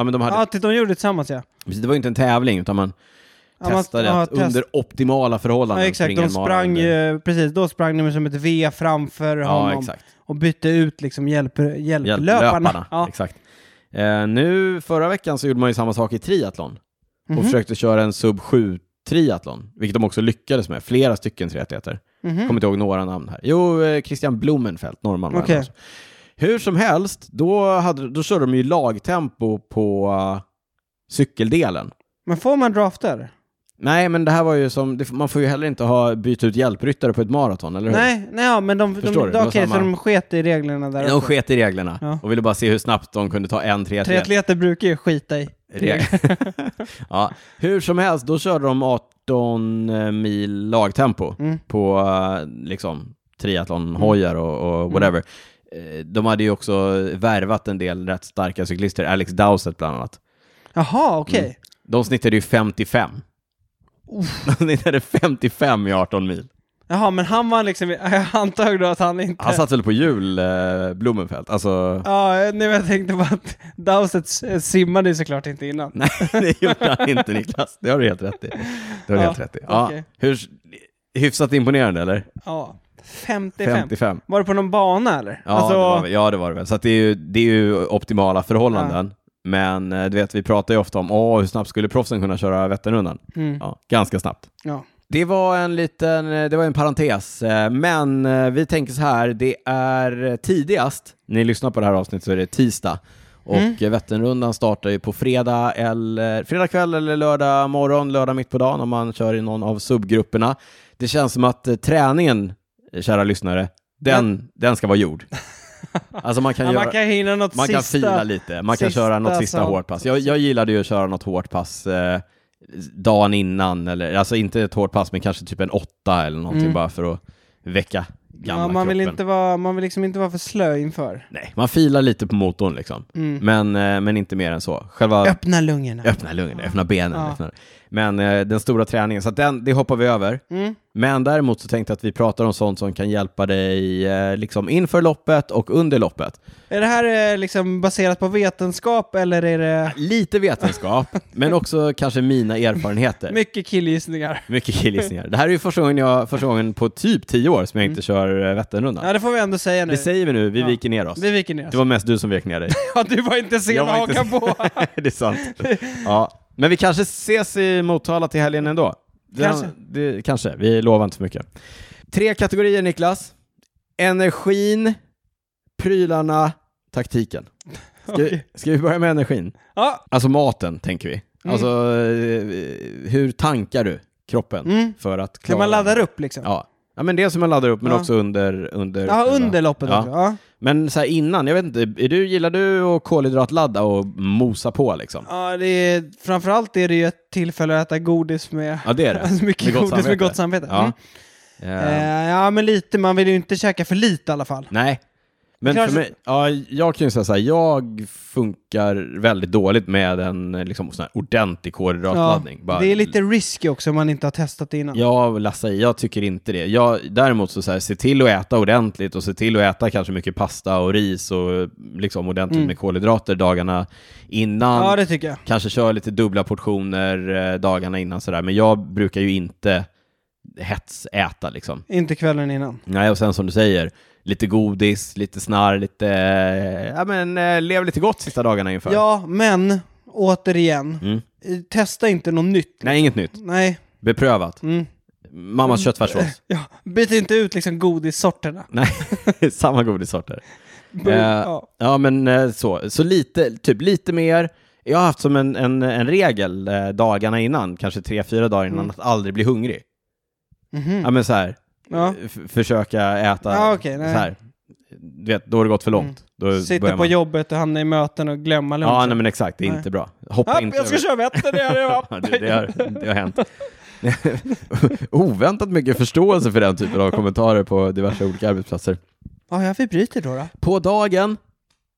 [SPEAKER 1] men de hade,
[SPEAKER 2] Ja, till de gjorde det tillsammans ja.
[SPEAKER 1] precis, Det var ju inte en tävling utan man
[SPEAKER 2] ja man-
[SPEAKER 1] testade
[SPEAKER 2] ja,
[SPEAKER 1] att
[SPEAKER 2] test-
[SPEAKER 1] under optimala förhållanden
[SPEAKER 2] Ja, exakt.
[SPEAKER 1] springa
[SPEAKER 2] De
[SPEAKER 1] en mara
[SPEAKER 2] sprang
[SPEAKER 1] under-
[SPEAKER 2] ju, precis, då sprang de som ett V framför
[SPEAKER 1] Ja,
[SPEAKER 2] honom
[SPEAKER 1] exakt.
[SPEAKER 2] och bytte ut liksom hjälp, hjälplöparna.
[SPEAKER 1] Hjälplöparna.
[SPEAKER 2] Ja.
[SPEAKER 1] Exakt. Eh, nu förra veckan så gjorde man ju samma sak i triathlon och
[SPEAKER 2] Mhm.
[SPEAKER 1] försökte köra en sub 7 triathlon, vilket de också lyckades med. Flera stycken triatleter.
[SPEAKER 2] Mhm.
[SPEAKER 1] Kommer inte ihåg några namn här. Jo, eh, Christian Blumenfeldt, norrman. var han
[SPEAKER 2] Okej.
[SPEAKER 1] också. Hur som helst, då, hade, då körde de ju lagtempo på eh, cykeldelen.
[SPEAKER 2] Men får man drafter?
[SPEAKER 1] Nej, men det här var ju som, det, man får ju heller inte ha byt ut hjälpryttare på ett maraton, eller hur?
[SPEAKER 2] Nej, nej ja, men de, de,
[SPEAKER 1] Förstår du? Det var
[SPEAKER 2] de, okay, så
[SPEAKER 1] samma-
[SPEAKER 2] de sket i reglerna där
[SPEAKER 1] De
[SPEAKER 2] också.
[SPEAKER 1] sket i reglerna
[SPEAKER 2] Ja.
[SPEAKER 1] och ville bara se hur snabbt de kunde ta en triatlet.
[SPEAKER 2] Triatleter brukar ju skita i
[SPEAKER 1] Regler. [LAUGHS] ja, hur som helst, då körde de 18 mil lagtempo
[SPEAKER 2] Mm.
[SPEAKER 1] på eh, liksom, triathlonhojar och,
[SPEAKER 2] Mm.
[SPEAKER 1] och whatever. Eh, De hade ju också värvat en del rätt starka cyklister, Alex Dowsett bland annat.
[SPEAKER 2] Jaha, okej.
[SPEAKER 1] De snittade ju 55. [LAUGHS] De snittade 55 i 18 mil.
[SPEAKER 2] Jaha, men han var liksom, jag antog då att han inte...
[SPEAKER 1] Han satt väl på hjul, eh, Blumenfeldt. Alltså,
[SPEAKER 2] [LAUGHS] Ja, nej, men jag tänkte bara att Dowsett s- simmade ju såklart inte innan.
[SPEAKER 1] nej, det gjorde han inte Niklas. Det har du helt rätt i. Det har du
[SPEAKER 2] Ja,
[SPEAKER 1] helt rätt i. Ja,
[SPEAKER 2] okej.
[SPEAKER 1] hur, hyfsat imponerande eller?
[SPEAKER 2] Ja, 55.
[SPEAKER 1] 55.
[SPEAKER 2] Var det på någon bana eller?
[SPEAKER 1] Ja,
[SPEAKER 2] Alltså,
[SPEAKER 1] det var, väl- ja, det var det väl. Så att det, är ju, det är ju optimala förhållanden. Men eh, du vet, vi pratar ju ofta om Åh, hur snabbt skulle proffsen kunna köra Vätternrundan?
[SPEAKER 2] Mm,
[SPEAKER 1] Ja, ganska snabbt.
[SPEAKER 2] ja.
[SPEAKER 1] Det var en liten, eh, det var en parentes, eh, men eh, vi tänker så här, det är eh, tidigast, ni lyssnar på det här avsnittet så är det tisdag, och mm. Vätternrundan startar ju på fredag, eller, fredag kväll eller lördag morgon, lördag mitt på dagen om man kör i någon av subgrupperna. Det känns som att eh, träningen, eh, kära lyssnare, den, den ska vara [LAUGHS] gjord. Alltså man kan,
[SPEAKER 2] ja,
[SPEAKER 1] göra,
[SPEAKER 2] man kan hinna något
[SPEAKER 1] man
[SPEAKER 2] sista.
[SPEAKER 1] kan fila lite, man kan
[SPEAKER 2] sista
[SPEAKER 1] köra något sista
[SPEAKER 2] sant.
[SPEAKER 1] hårt pass. Jag, jag gillade ju att köra något hårt pass eh, dagen innan, eller alltså inte ett hårt pass, men kanske typ en åtta eller någonting
[SPEAKER 2] Mm.
[SPEAKER 1] bara för att väcka gamla
[SPEAKER 2] ja, man, vill
[SPEAKER 1] kroppen.
[SPEAKER 2] inte vara, man vill liksom inte vara för slö inför. Mm.
[SPEAKER 1] Nej, man filar lite på motorn liksom. Men, eh, men inte mer än så. Själva
[SPEAKER 2] Öppna lungorna.
[SPEAKER 1] öppna lungorna, öppna benen.
[SPEAKER 2] Ja.
[SPEAKER 1] Öppna. Men eh, den stora träningen, så att den, det hoppar vi över.
[SPEAKER 2] Mm.
[SPEAKER 1] Men däremot så tänkte jag att vi pratar om sånt som kan hjälpa dig eh, liksom inför loppet och under loppet.
[SPEAKER 2] Är det här eh, liksom baserat på vetenskap eller är det
[SPEAKER 1] Lite
[SPEAKER 2] [LAUGHS]
[SPEAKER 1] vetenskap, men också kanske mina erfarenheter.
[SPEAKER 2] mycket killgissningar?
[SPEAKER 1] Mycket killgissningar. Det här är ju första gången, jag, första gången på typ tio år som jag inte kör eh, Vätternrundan.
[SPEAKER 2] Mm. Ja, det får vi ändå säga nu.
[SPEAKER 1] Det säger vi nu, vi
[SPEAKER 2] Ja.
[SPEAKER 1] viker ner oss.
[SPEAKER 2] Vi viker ner oss.
[SPEAKER 1] Det var mest du som vek
[SPEAKER 2] [LAUGHS]
[SPEAKER 1] ner dig.
[SPEAKER 2] Ja, du var inte sen
[SPEAKER 1] Jag
[SPEAKER 2] att
[SPEAKER 1] var inte
[SPEAKER 2] haka på.
[SPEAKER 1] det är sant. Ja. Men vi kanske ses i Motala till helgen ändå. Den,
[SPEAKER 2] Kanske.
[SPEAKER 1] kanske. Det, kanske, vi lovar inte för mycket. Tre kategorier Niklas. Energin, prylarna, taktiken. [LAUGHS] Ska,
[SPEAKER 2] Okej.
[SPEAKER 1] ska vi börja med energin?
[SPEAKER 2] Ja,
[SPEAKER 1] Alltså maten tänker vi.
[SPEAKER 2] Mm.
[SPEAKER 1] Alltså eh, hur tankar du kroppen
[SPEAKER 2] Mm.
[SPEAKER 1] för att klara...
[SPEAKER 2] kan man ladda upp liksom?
[SPEAKER 1] Ja. ja, men det som man laddar upp men
[SPEAKER 2] Ja.
[SPEAKER 1] också under... under
[SPEAKER 2] Ja,
[SPEAKER 1] själva-
[SPEAKER 2] under loppet
[SPEAKER 1] Ja.
[SPEAKER 2] också. Ja.
[SPEAKER 1] Men så här innan, jag vet inte, är du, gillar du att kolhydratladda och mosa på liksom?
[SPEAKER 2] Ja, det är, framförallt är det ju ett tillfälle att äta godis med...
[SPEAKER 1] Ja, det är
[SPEAKER 2] [LAUGHS]
[SPEAKER 1] det.
[SPEAKER 2] Alltså mycket
[SPEAKER 1] Med gott
[SPEAKER 2] godis med
[SPEAKER 1] samvete.
[SPEAKER 2] gott samvete.
[SPEAKER 1] Ja.
[SPEAKER 2] Mm.
[SPEAKER 1] Eh,
[SPEAKER 2] Eh, ja, men lite. Man vill ju inte käka för lite i alla fall.
[SPEAKER 1] nej. Men
[SPEAKER 2] kanske-
[SPEAKER 1] för mig, ja, jag kan ju säga så här, jag funkar väldigt dåligt med en eh, liksom, sån här ordentlig kolhydratladdning. Bara-
[SPEAKER 2] det är lite risky också om man inte har testat det innan.
[SPEAKER 1] Ja, Lasse, jag tycker inte det. Jag, däremot så, så här, se till att äta ordentligt och se till att äta kanske mycket pasta och ris och eh, liksom ordentligt med kolhydrater dagarna innan.
[SPEAKER 2] Mm. Ja, det tycker jag.
[SPEAKER 1] Kanske kör lite dubbla portioner eh, dagarna innan sådär, men jag brukar ju inte hetsäta liksom.
[SPEAKER 2] Inte kvällen innan.
[SPEAKER 1] Nej, och sen som du säger, lite godis, lite snarr, lite... eh, Ja, men eh, lev lite gott sista dagarna inför.
[SPEAKER 2] Ja, men återigen.
[SPEAKER 1] Mm.
[SPEAKER 2] eh, Testa inte något nytt.
[SPEAKER 1] Nej, inget nytt.
[SPEAKER 2] Nej.
[SPEAKER 1] Beprövat.
[SPEAKER 2] Mm.
[SPEAKER 1] Mammas
[SPEAKER 2] [LAUGHS]
[SPEAKER 1] köttfärssås.
[SPEAKER 2] Ja, byt inte ut liksom godissorterna.
[SPEAKER 1] Nej, [LAUGHS] samma godissorter.
[SPEAKER 2] Bu-
[SPEAKER 1] Eh,
[SPEAKER 2] ja.
[SPEAKER 1] Ja, men eh, så. Så lite, typ lite mer. Jag har haft som en, en, en regel eh, dagarna innan, kanske tre, fyra dagar
[SPEAKER 2] Mm.
[SPEAKER 1] innan, att aldrig bli hungrig.
[SPEAKER 2] Mhm.
[SPEAKER 1] Ja, men så här,
[SPEAKER 2] Mm. Ja.
[SPEAKER 1] f- försöka äta
[SPEAKER 2] Ja, okej,
[SPEAKER 1] så
[SPEAKER 2] nej.
[SPEAKER 1] här. Du vet, då har det gått för långt. Då
[SPEAKER 2] Sitta
[SPEAKER 1] börjar
[SPEAKER 2] på
[SPEAKER 1] man-
[SPEAKER 2] jobbet och hamna i möten och glömma lunchen.
[SPEAKER 1] Ja, nej, men exakt. Det är
[SPEAKER 2] Nej.
[SPEAKER 1] inte bra. Hoppa
[SPEAKER 2] App,
[SPEAKER 1] inte
[SPEAKER 2] jag ska
[SPEAKER 1] över-
[SPEAKER 2] köra Vättern,
[SPEAKER 1] [LAUGHS]
[SPEAKER 2] det gör jag.
[SPEAKER 1] Ja, det, det, har, det har hänt. [LAUGHS] Oväntat mycket förståelse för den typen av kommentarer på diverse olika arbetsplatser.
[SPEAKER 2] Ja, ja, vi bryter då. då.
[SPEAKER 1] På dagen,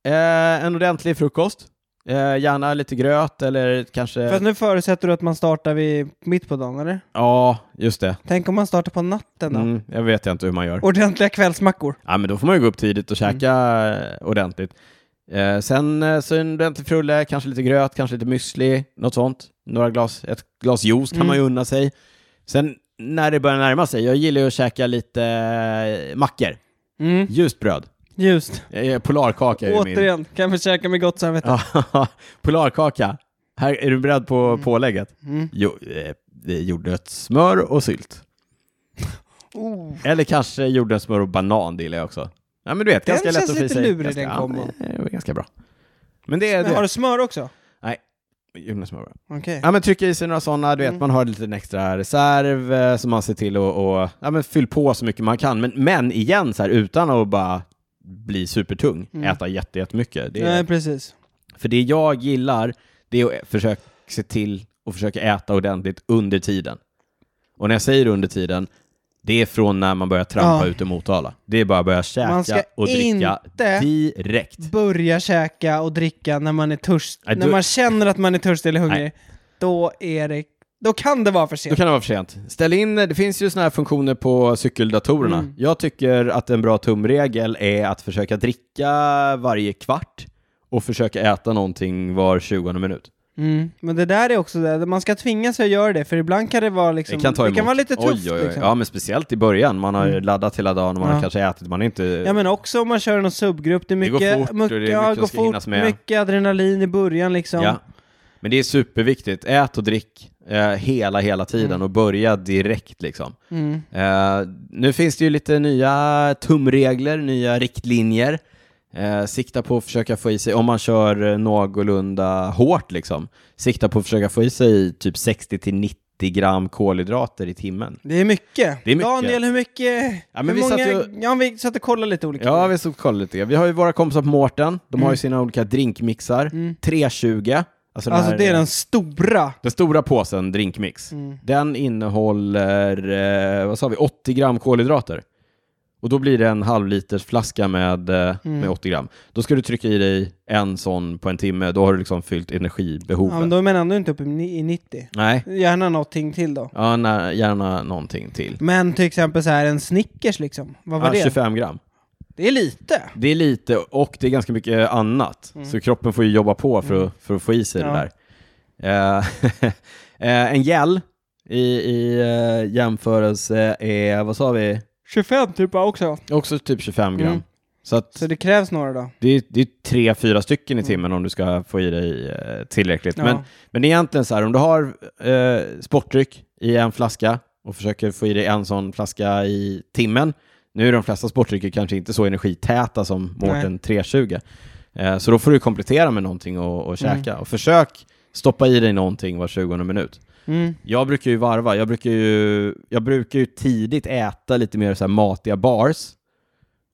[SPEAKER 1] eh, en ordentlig frukost. Eh, gärna lite gröt eller kanske...
[SPEAKER 2] För att nu förutsätter du att man startar vid mitt på dagen, eller?
[SPEAKER 1] Ja, just det.
[SPEAKER 2] Tänk om man startar på natten då?
[SPEAKER 1] Mm, jag vet inte hur man gör.
[SPEAKER 2] Ordentliga kvällsmackor.
[SPEAKER 1] Ja, men då får man ju gå upp tidigt och
[SPEAKER 2] Mm.
[SPEAKER 1] käka eh, ordentligt. Eh, sen eh, så en ordentlig frulle, kanske lite gröt, kanske lite müsli, något sånt. Några glas, ett glas juice kan
[SPEAKER 2] Mm.
[SPEAKER 1] man ju unna sig. Sen när det börjar närma sig, jag gillar ju att käka lite eh, mackor,
[SPEAKER 2] Mm.
[SPEAKER 1] ljust bröd.
[SPEAKER 2] Just.
[SPEAKER 1] Eh, Polarkaka är ju min...
[SPEAKER 2] Återigen, kan vi käka med gott samvete.
[SPEAKER 1] Ja, [LAUGHS] Polarkaka. Här, är du beredd på pålägget?
[SPEAKER 2] Mm.
[SPEAKER 1] Jo, eh, det är jordnötssmör och sylt.
[SPEAKER 2] Oh.
[SPEAKER 1] Eller kanske jordnötssmör och banan, det gillar jag också. Ja, men du vet,
[SPEAKER 2] Den
[SPEAKER 1] ganska lätt
[SPEAKER 2] känns
[SPEAKER 1] att
[SPEAKER 2] lite
[SPEAKER 1] frysa i.
[SPEAKER 2] lurig,
[SPEAKER 1] Ganska-
[SPEAKER 2] den
[SPEAKER 1] ja,
[SPEAKER 2] kombon.
[SPEAKER 1] men Det är ganska bra. Men det är
[SPEAKER 2] Men har
[SPEAKER 1] det.
[SPEAKER 2] du smör också?
[SPEAKER 1] Jordnötssmör bara.
[SPEAKER 2] Okej.
[SPEAKER 1] Ja, men trycka i sig några sådana, du vet,
[SPEAKER 2] Mm.
[SPEAKER 1] man har en liten extra reserv eh, som man ser till att och, ja, men fyll på så mycket man kan. Men, men igen, så här, utan att bara bli supertung,
[SPEAKER 2] Mm.
[SPEAKER 1] äta jätte, jättemycket. Det är,
[SPEAKER 2] Nej, precis.
[SPEAKER 1] för det jag gillar, det är att försöka se till och försöka äta ordentligt under tiden. Och när jag säger under tiden, det är från när man börjar trampa
[SPEAKER 2] Ja.
[SPEAKER 1] ut ur Motala. Det är bara att börja
[SPEAKER 2] Man ska
[SPEAKER 1] käka och dricka
[SPEAKER 2] inte-
[SPEAKER 1] direkt.
[SPEAKER 2] Börja käka och dricka när man är törst.
[SPEAKER 1] Nej,
[SPEAKER 2] När
[SPEAKER 1] du-
[SPEAKER 2] man känner att man är törstig eller hungrig. Då är det... Då kan det vara för
[SPEAKER 1] Då
[SPEAKER 2] sent.
[SPEAKER 1] kan det vara för sent. Ställ in, det finns ju såna här funktioner på cykeldatorerna.
[SPEAKER 2] Mm.
[SPEAKER 1] Jag tycker att en bra tumregel är att försöka dricka varje kvart och försöka äta någonting var 20 minut.
[SPEAKER 2] Mm. Men det där är också det, man ska tvinga sig att göra det, för ibland kan det vara
[SPEAKER 1] Det
[SPEAKER 2] liksom...
[SPEAKER 1] kan ta emot.
[SPEAKER 2] vara lite tufft
[SPEAKER 1] oj, oj, oj.
[SPEAKER 2] Liksom. Mm.
[SPEAKER 1] Ja, men speciellt i början. Man har ju laddat hela dagen och man
[SPEAKER 2] Ja.
[SPEAKER 1] har kanske ätit. Man är inte...
[SPEAKER 2] Ja men också om man kör någon subgrupp, det är
[SPEAKER 1] Det går
[SPEAKER 2] mycket,
[SPEAKER 1] fort och det är mycket
[SPEAKER 2] ja,
[SPEAKER 1] som
[SPEAKER 2] går
[SPEAKER 1] ska hinnas med.
[SPEAKER 2] mycket adrenalin i början liksom.
[SPEAKER 1] Ja. Men det är superviktigt. Ät och drick eh, hela, hela tiden och börja direkt liksom.
[SPEAKER 2] Mm.
[SPEAKER 1] Eh, nu finns det ju lite nya tumregler, nya riktlinjer. Eh, sikta på att försöka få i sig, om man kör eh, någorlunda hårt liksom, sikta på att försöka få i sig typ 60-90 gram kolhydrater i timmen.
[SPEAKER 2] Det är mycket.
[SPEAKER 1] Det är mycket.
[SPEAKER 2] Daniel, hur mycket?
[SPEAKER 1] Ja, men
[SPEAKER 2] hur
[SPEAKER 1] vi
[SPEAKER 2] många?
[SPEAKER 1] satt
[SPEAKER 2] Ja, vi satt och kollade lite olika.
[SPEAKER 1] Ja, vi ska kolla lite. Vi har ju våra kompisar på Mårten, de har ju sina olika drinkmixar. 320, alltså, den
[SPEAKER 2] Mm. alltså
[SPEAKER 1] här,
[SPEAKER 2] det är
[SPEAKER 1] eh,
[SPEAKER 2] den Mm. stora.
[SPEAKER 1] Den stora påsen drinkmix, den innehåller, eh, vad sa vi, 80 gram kolhydrater. Och då blir det en halvliters flaska med, eh,
[SPEAKER 2] Mm.
[SPEAKER 1] med 80 gram. Då ska du trycka i dig en sån på en timme. Då har du liksom fyllt energibehovet.
[SPEAKER 2] Ja, men då är man ändå inte uppe i ni- i 90.
[SPEAKER 1] Nej,
[SPEAKER 2] Gärna någonting till då.
[SPEAKER 1] ja, nej, gärna någonting till.
[SPEAKER 2] Men till exempel så här en Snickers liksom. Vad var
[SPEAKER 1] Ja,
[SPEAKER 2] det?
[SPEAKER 1] 25 gram.
[SPEAKER 2] Det är lite.
[SPEAKER 1] Det är lite och det är ganska mycket annat. Så kroppen får ju jobba på för, att, för att få i sig
[SPEAKER 2] Mm. Ja.
[SPEAKER 1] det där. Eh, [LAUGHS] eh, en gel i, i eh, jämförelse är, vad sa vi,
[SPEAKER 2] 25 typ också.
[SPEAKER 1] också typ 25 gram.
[SPEAKER 2] Mm.
[SPEAKER 1] Så att
[SPEAKER 2] Så det krävs några då.
[SPEAKER 1] det är, det är tre, fyra stycken i timmen om du ska få i dig eh, tillräckligt.
[SPEAKER 2] Ja.
[SPEAKER 1] Men, men egentligen så här, om du har eh, sportdryck i en flaska och försöker få i dig en sån flaska i timmen. Nu är de flesta sportdrycker kanske inte så energitäta som Mårten 320. Eh, så då får du komplettera med någonting och, och käka. Och försök stoppa i dig någonting var 20 minut.
[SPEAKER 2] Mm.
[SPEAKER 1] Jag brukar ju varva. Jag brukar ju, jag brukar ju tidigt äta lite mer så här matiga bars.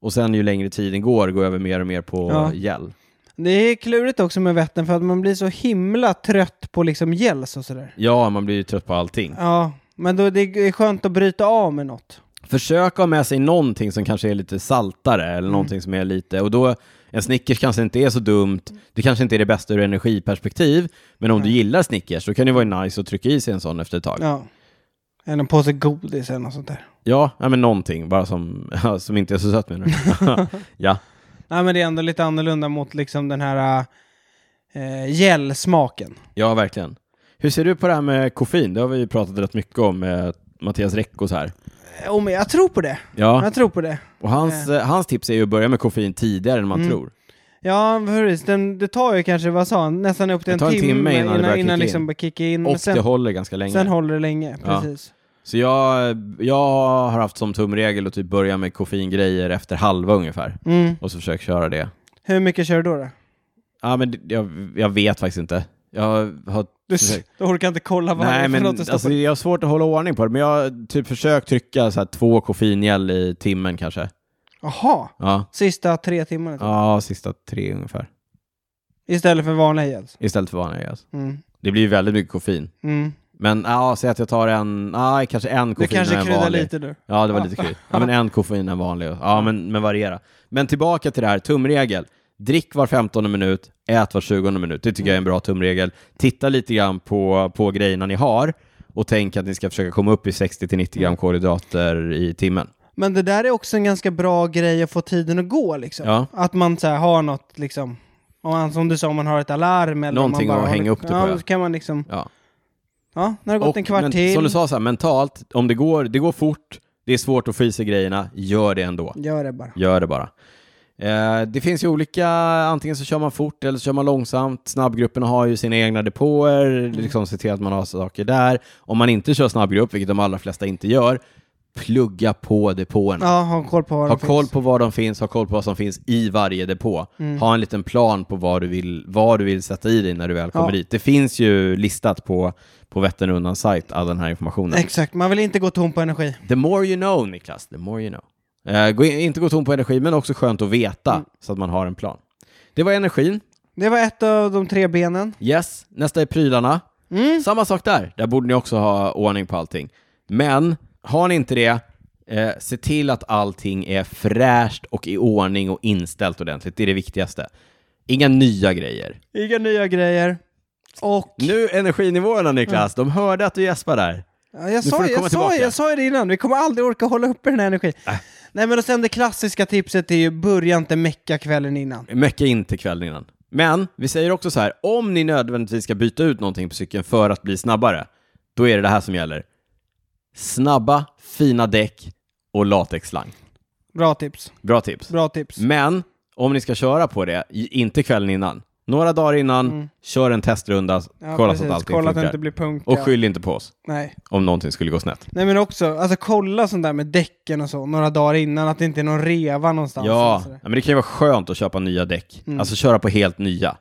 [SPEAKER 1] Och sen ju längre tiden går, går jag över mer och mer på
[SPEAKER 2] Ja.
[SPEAKER 1] gel.
[SPEAKER 2] Det är klurigt också med vätten för att man blir så himla trött på liksom gels och sådär.
[SPEAKER 1] Ja, man blir ju trött på allting.
[SPEAKER 2] Ja, men då det är skönt att bryta av med något.
[SPEAKER 1] Försök ha med sig någonting som kanske är lite saltare
[SPEAKER 2] Mm.
[SPEAKER 1] eller någonting som är lite, och då en Snickers kanske inte är så dumt, det kanske inte är det bästa ur energiperspektiv, men om du gillar Snickers så kan det vara nice att trycka i sig en sån efter ett tag. Ja,
[SPEAKER 2] Ja. Eller en påse godis eller något sånt där.
[SPEAKER 1] ja nej, men någonting bara som, [LAUGHS] som inte är så sött menar
[SPEAKER 2] [LAUGHS]
[SPEAKER 1] du? ja.
[SPEAKER 2] Nej men det är ändå lite annorlunda mot liksom den här äh, gelsmaken.
[SPEAKER 1] ja, verkligen. Hur ser du på det här med koffein? Det har vi ju pratat rätt mycket om med Mattias Räckås här.
[SPEAKER 2] Jo men jag tror på det.
[SPEAKER 1] Ja,
[SPEAKER 2] Jag tror på det.
[SPEAKER 1] och hans, eh, hans tips är ju att börja med koffein tidigare än man
[SPEAKER 2] Mm.
[SPEAKER 1] tror.
[SPEAKER 2] Ja, precis. Den, det tar ju kanske, vad sa han, nästan upp till
[SPEAKER 1] Det
[SPEAKER 2] en
[SPEAKER 1] tar en
[SPEAKER 2] timme,
[SPEAKER 1] timme innan det
[SPEAKER 2] innan,
[SPEAKER 1] börjar
[SPEAKER 2] innan,
[SPEAKER 1] kicka in.
[SPEAKER 2] liksom börjar kicka in. Men
[SPEAKER 1] Och det
[SPEAKER 2] sen,
[SPEAKER 1] håller ganska länge.
[SPEAKER 2] sen håller det länge,
[SPEAKER 1] Ja.
[SPEAKER 2] precis.
[SPEAKER 1] Så jag, jag har haft som tumregel att typ börja med koffeingrejer efter halva ungefär.
[SPEAKER 2] Mm.
[SPEAKER 1] Och så försöker köra det.
[SPEAKER 2] Hur mycket kör du då? då?
[SPEAKER 1] Ja, men det- jag, jag vet faktiskt inte. Jag har...
[SPEAKER 2] Du,
[SPEAKER 1] försökt-
[SPEAKER 2] du orkar inte kolla vad
[SPEAKER 1] Nej,
[SPEAKER 2] det är för
[SPEAKER 1] men
[SPEAKER 2] något att
[SPEAKER 1] alltså,
[SPEAKER 2] stoppa.
[SPEAKER 1] jag har svårt att hålla ordning på det. Men jag har typ försökt trycka så här två koffeingel i timmen kanske.
[SPEAKER 2] Jaha,
[SPEAKER 1] Ja.
[SPEAKER 2] sista tre timmarna typ.
[SPEAKER 1] ja, sista tre ungefär.
[SPEAKER 2] Istället för vanliga gels.
[SPEAKER 1] Istället för vanliga alltså.
[SPEAKER 2] Mm.
[SPEAKER 1] Det blir ju väldigt mycket koffein.
[SPEAKER 2] Mm.
[SPEAKER 1] Men ja, säg att jag tar en, nej, kanske en
[SPEAKER 2] Du
[SPEAKER 1] koffein och
[SPEAKER 2] kanske
[SPEAKER 1] en
[SPEAKER 2] kryddar
[SPEAKER 1] vanlig.
[SPEAKER 2] lite nu.
[SPEAKER 1] Ja, det var lite kul. Ja, men en koffein är vanlig. Ja, men, men variera. Men tillbaka till det här, tumregel. Drick var 15 minut, ät var 20 minut. Det tycker jag är en bra tumregel. Titta lite grann på, på grejerna ni har och tänk att ni ska försöka komma upp i 60-90 gram kolhydrater i timmen.
[SPEAKER 2] Men det där är också en ganska bra grej att få tiden att gå liksom.
[SPEAKER 1] Ja.
[SPEAKER 2] Att man så här, har något liksom, om man, som du sa, om man har ett alarm eller om
[SPEAKER 1] Någonting
[SPEAKER 2] man bara
[SPEAKER 1] att
[SPEAKER 2] har-
[SPEAKER 1] hänga upp det på,
[SPEAKER 2] Ja,
[SPEAKER 1] ja.
[SPEAKER 2] då kan man liksom,
[SPEAKER 1] Ja.
[SPEAKER 2] ja, när det har gått en kvart
[SPEAKER 1] men,
[SPEAKER 2] till,
[SPEAKER 1] Som du sa, så här, mentalt, om det går, det går fort, det är svårt att få i sig grejerna, gör det ändå.
[SPEAKER 2] gör det bara.
[SPEAKER 1] Gör det bara. Eh, det finns ju olika, antingen så kör man fort eller så kör man långsamt. Snabbgrupperna har ju sina egna depåer, liksom se till att man har saker där. Om man inte kör snabbgrupp, vilket de allra flesta inte gör, plugga på depåerna.
[SPEAKER 2] Ja, ha koll på vad
[SPEAKER 1] ha
[SPEAKER 2] de
[SPEAKER 1] koll
[SPEAKER 2] finns.
[SPEAKER 1] på var de finns, ha koll på vad som finns i varje depå.
[SPEAKER 2] Mm.
[SPEAKER 1] Ha en liten plan på vad du vill, vad du vill sätta i dig när du väl kommer
[SPEAKER 2] Ja.
[SPEAKER 1] dit. Det finns ju listat på, på Vätternrundans sajt, all den här informationen.
[SPEAKER 2] Exakt, man vill inte gå tom på energi.
[SPEAKER 1] The more you know, Niklas. The more you know. Eh, gå in, inte gå tom på energi, men också skönt att veta så att man har en plan. Det var energin.
[SPEAKER 2] Det var ett av de tre benen.
[SPEAKER 1] Yes. Nästa är prylarna. Samma sak där. Där borde ni också ha ordning på allting. Men har ni inte det, eh, se till att allting är fräscht och i ordning och inställt ordentligt. Det är det viktigaste. Inga nya grejer.
[SPEAKER 2] Inga nya grejer. Och,
[SPEAKER 1] Nu energinivåerna, Niklas. De hörde att du gäspade där.
[SPEAKER 2] ja, jag,
[SPEAKER 1] Nu får
[SPEAKER 2] sa,
[SPEAKER 1] du komma
[SPEAKER 2] jag, sa,
[SPEAKER 1] tillbaka.
[SPEAKER 2] jag sa ju det innan, vi kommer aldrig orka hålla uppe den här energin. Nej men och sen det klassiska tipset är ju, börja inte mecka kvällen innan.
[SPEAKER 1] Mecka inte kvällen innan. Men vi säger också så här, om ni nödvändigtvis ska byta ut någonting på cykeln för att bli snabbare, då är det det här som gäller. Snabba, fina däck och latexslang.
[SPEAKER 2] Bra tips,
[SPEAKER 1] Bra tips.
[SPEAKER 2] bra tips.
[SPEAKER 1] Men om ni ska köra på det, i- inte kvällen innan. Några dagar innan, kör en testrunda,
[SPEAKER 2] Mm. Ja,
[SPEAKER 1] kolla
[SPEAKER 2] precis.
[SPEAKER 1] så att allting
[SPEAKER 2] kolla att det
[SPEAKER 1] funkar.
[SPEAKER 2] inte blir punka.
[SPEAKER 1] Och skyll inte på oss
[SPEAKER 2] Nej.
[SPEAKER 1] om någonting skulle gå snett.
[SPEAKER 2] Nej men också, alltså kolla sånt där med däcken och så, några dagar innan, att det inte är någon reva någonstans. eller
[SPEAKER 1] Ja,
[SPEAKER 2] sådär.
[SPEAKER 1] men det kan ju vara skönt att köpa nya däck.
[SPEAKER 2] Mm.
[SPEAKER 1] Alltså köra på helt nya.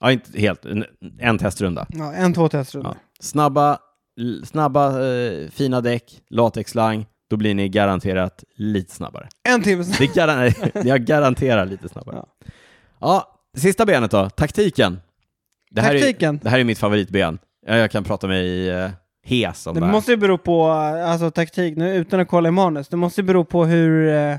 [SPEAKER 1] Ja, inte helt, en, en testrunda.
[SPEAKER 2] ja en, två
[SPEAKER 1] Ja.
[SPEAKER 2] testrundor.
[SPEAKER 1] Snabba, l- snabba eh, fina däck, latexslang, då blir ni garanterat lite snabbare.
[SPEAKER 2] En timme sen.
[SPEAKER 1] Det
[SPEAKER 2] [LAUGHS]
[SPEAKER 1] garan- jag garanterar lite snabbare. Ja. sista benet då, taktiken. Det här,
[SPEAKER 2] Taktiken.
[SPEAKER 1] Är, det här är mitt favoritben. Ja, Jag kan prata mig eh, hes om det,
[SPEAKER 2] Det
[SPEAKER 1] här.
[SPEAKER 2] måste ju bero på, alltså taktik, nu utan att kolla i manus, det måste ju bero på hur, eh,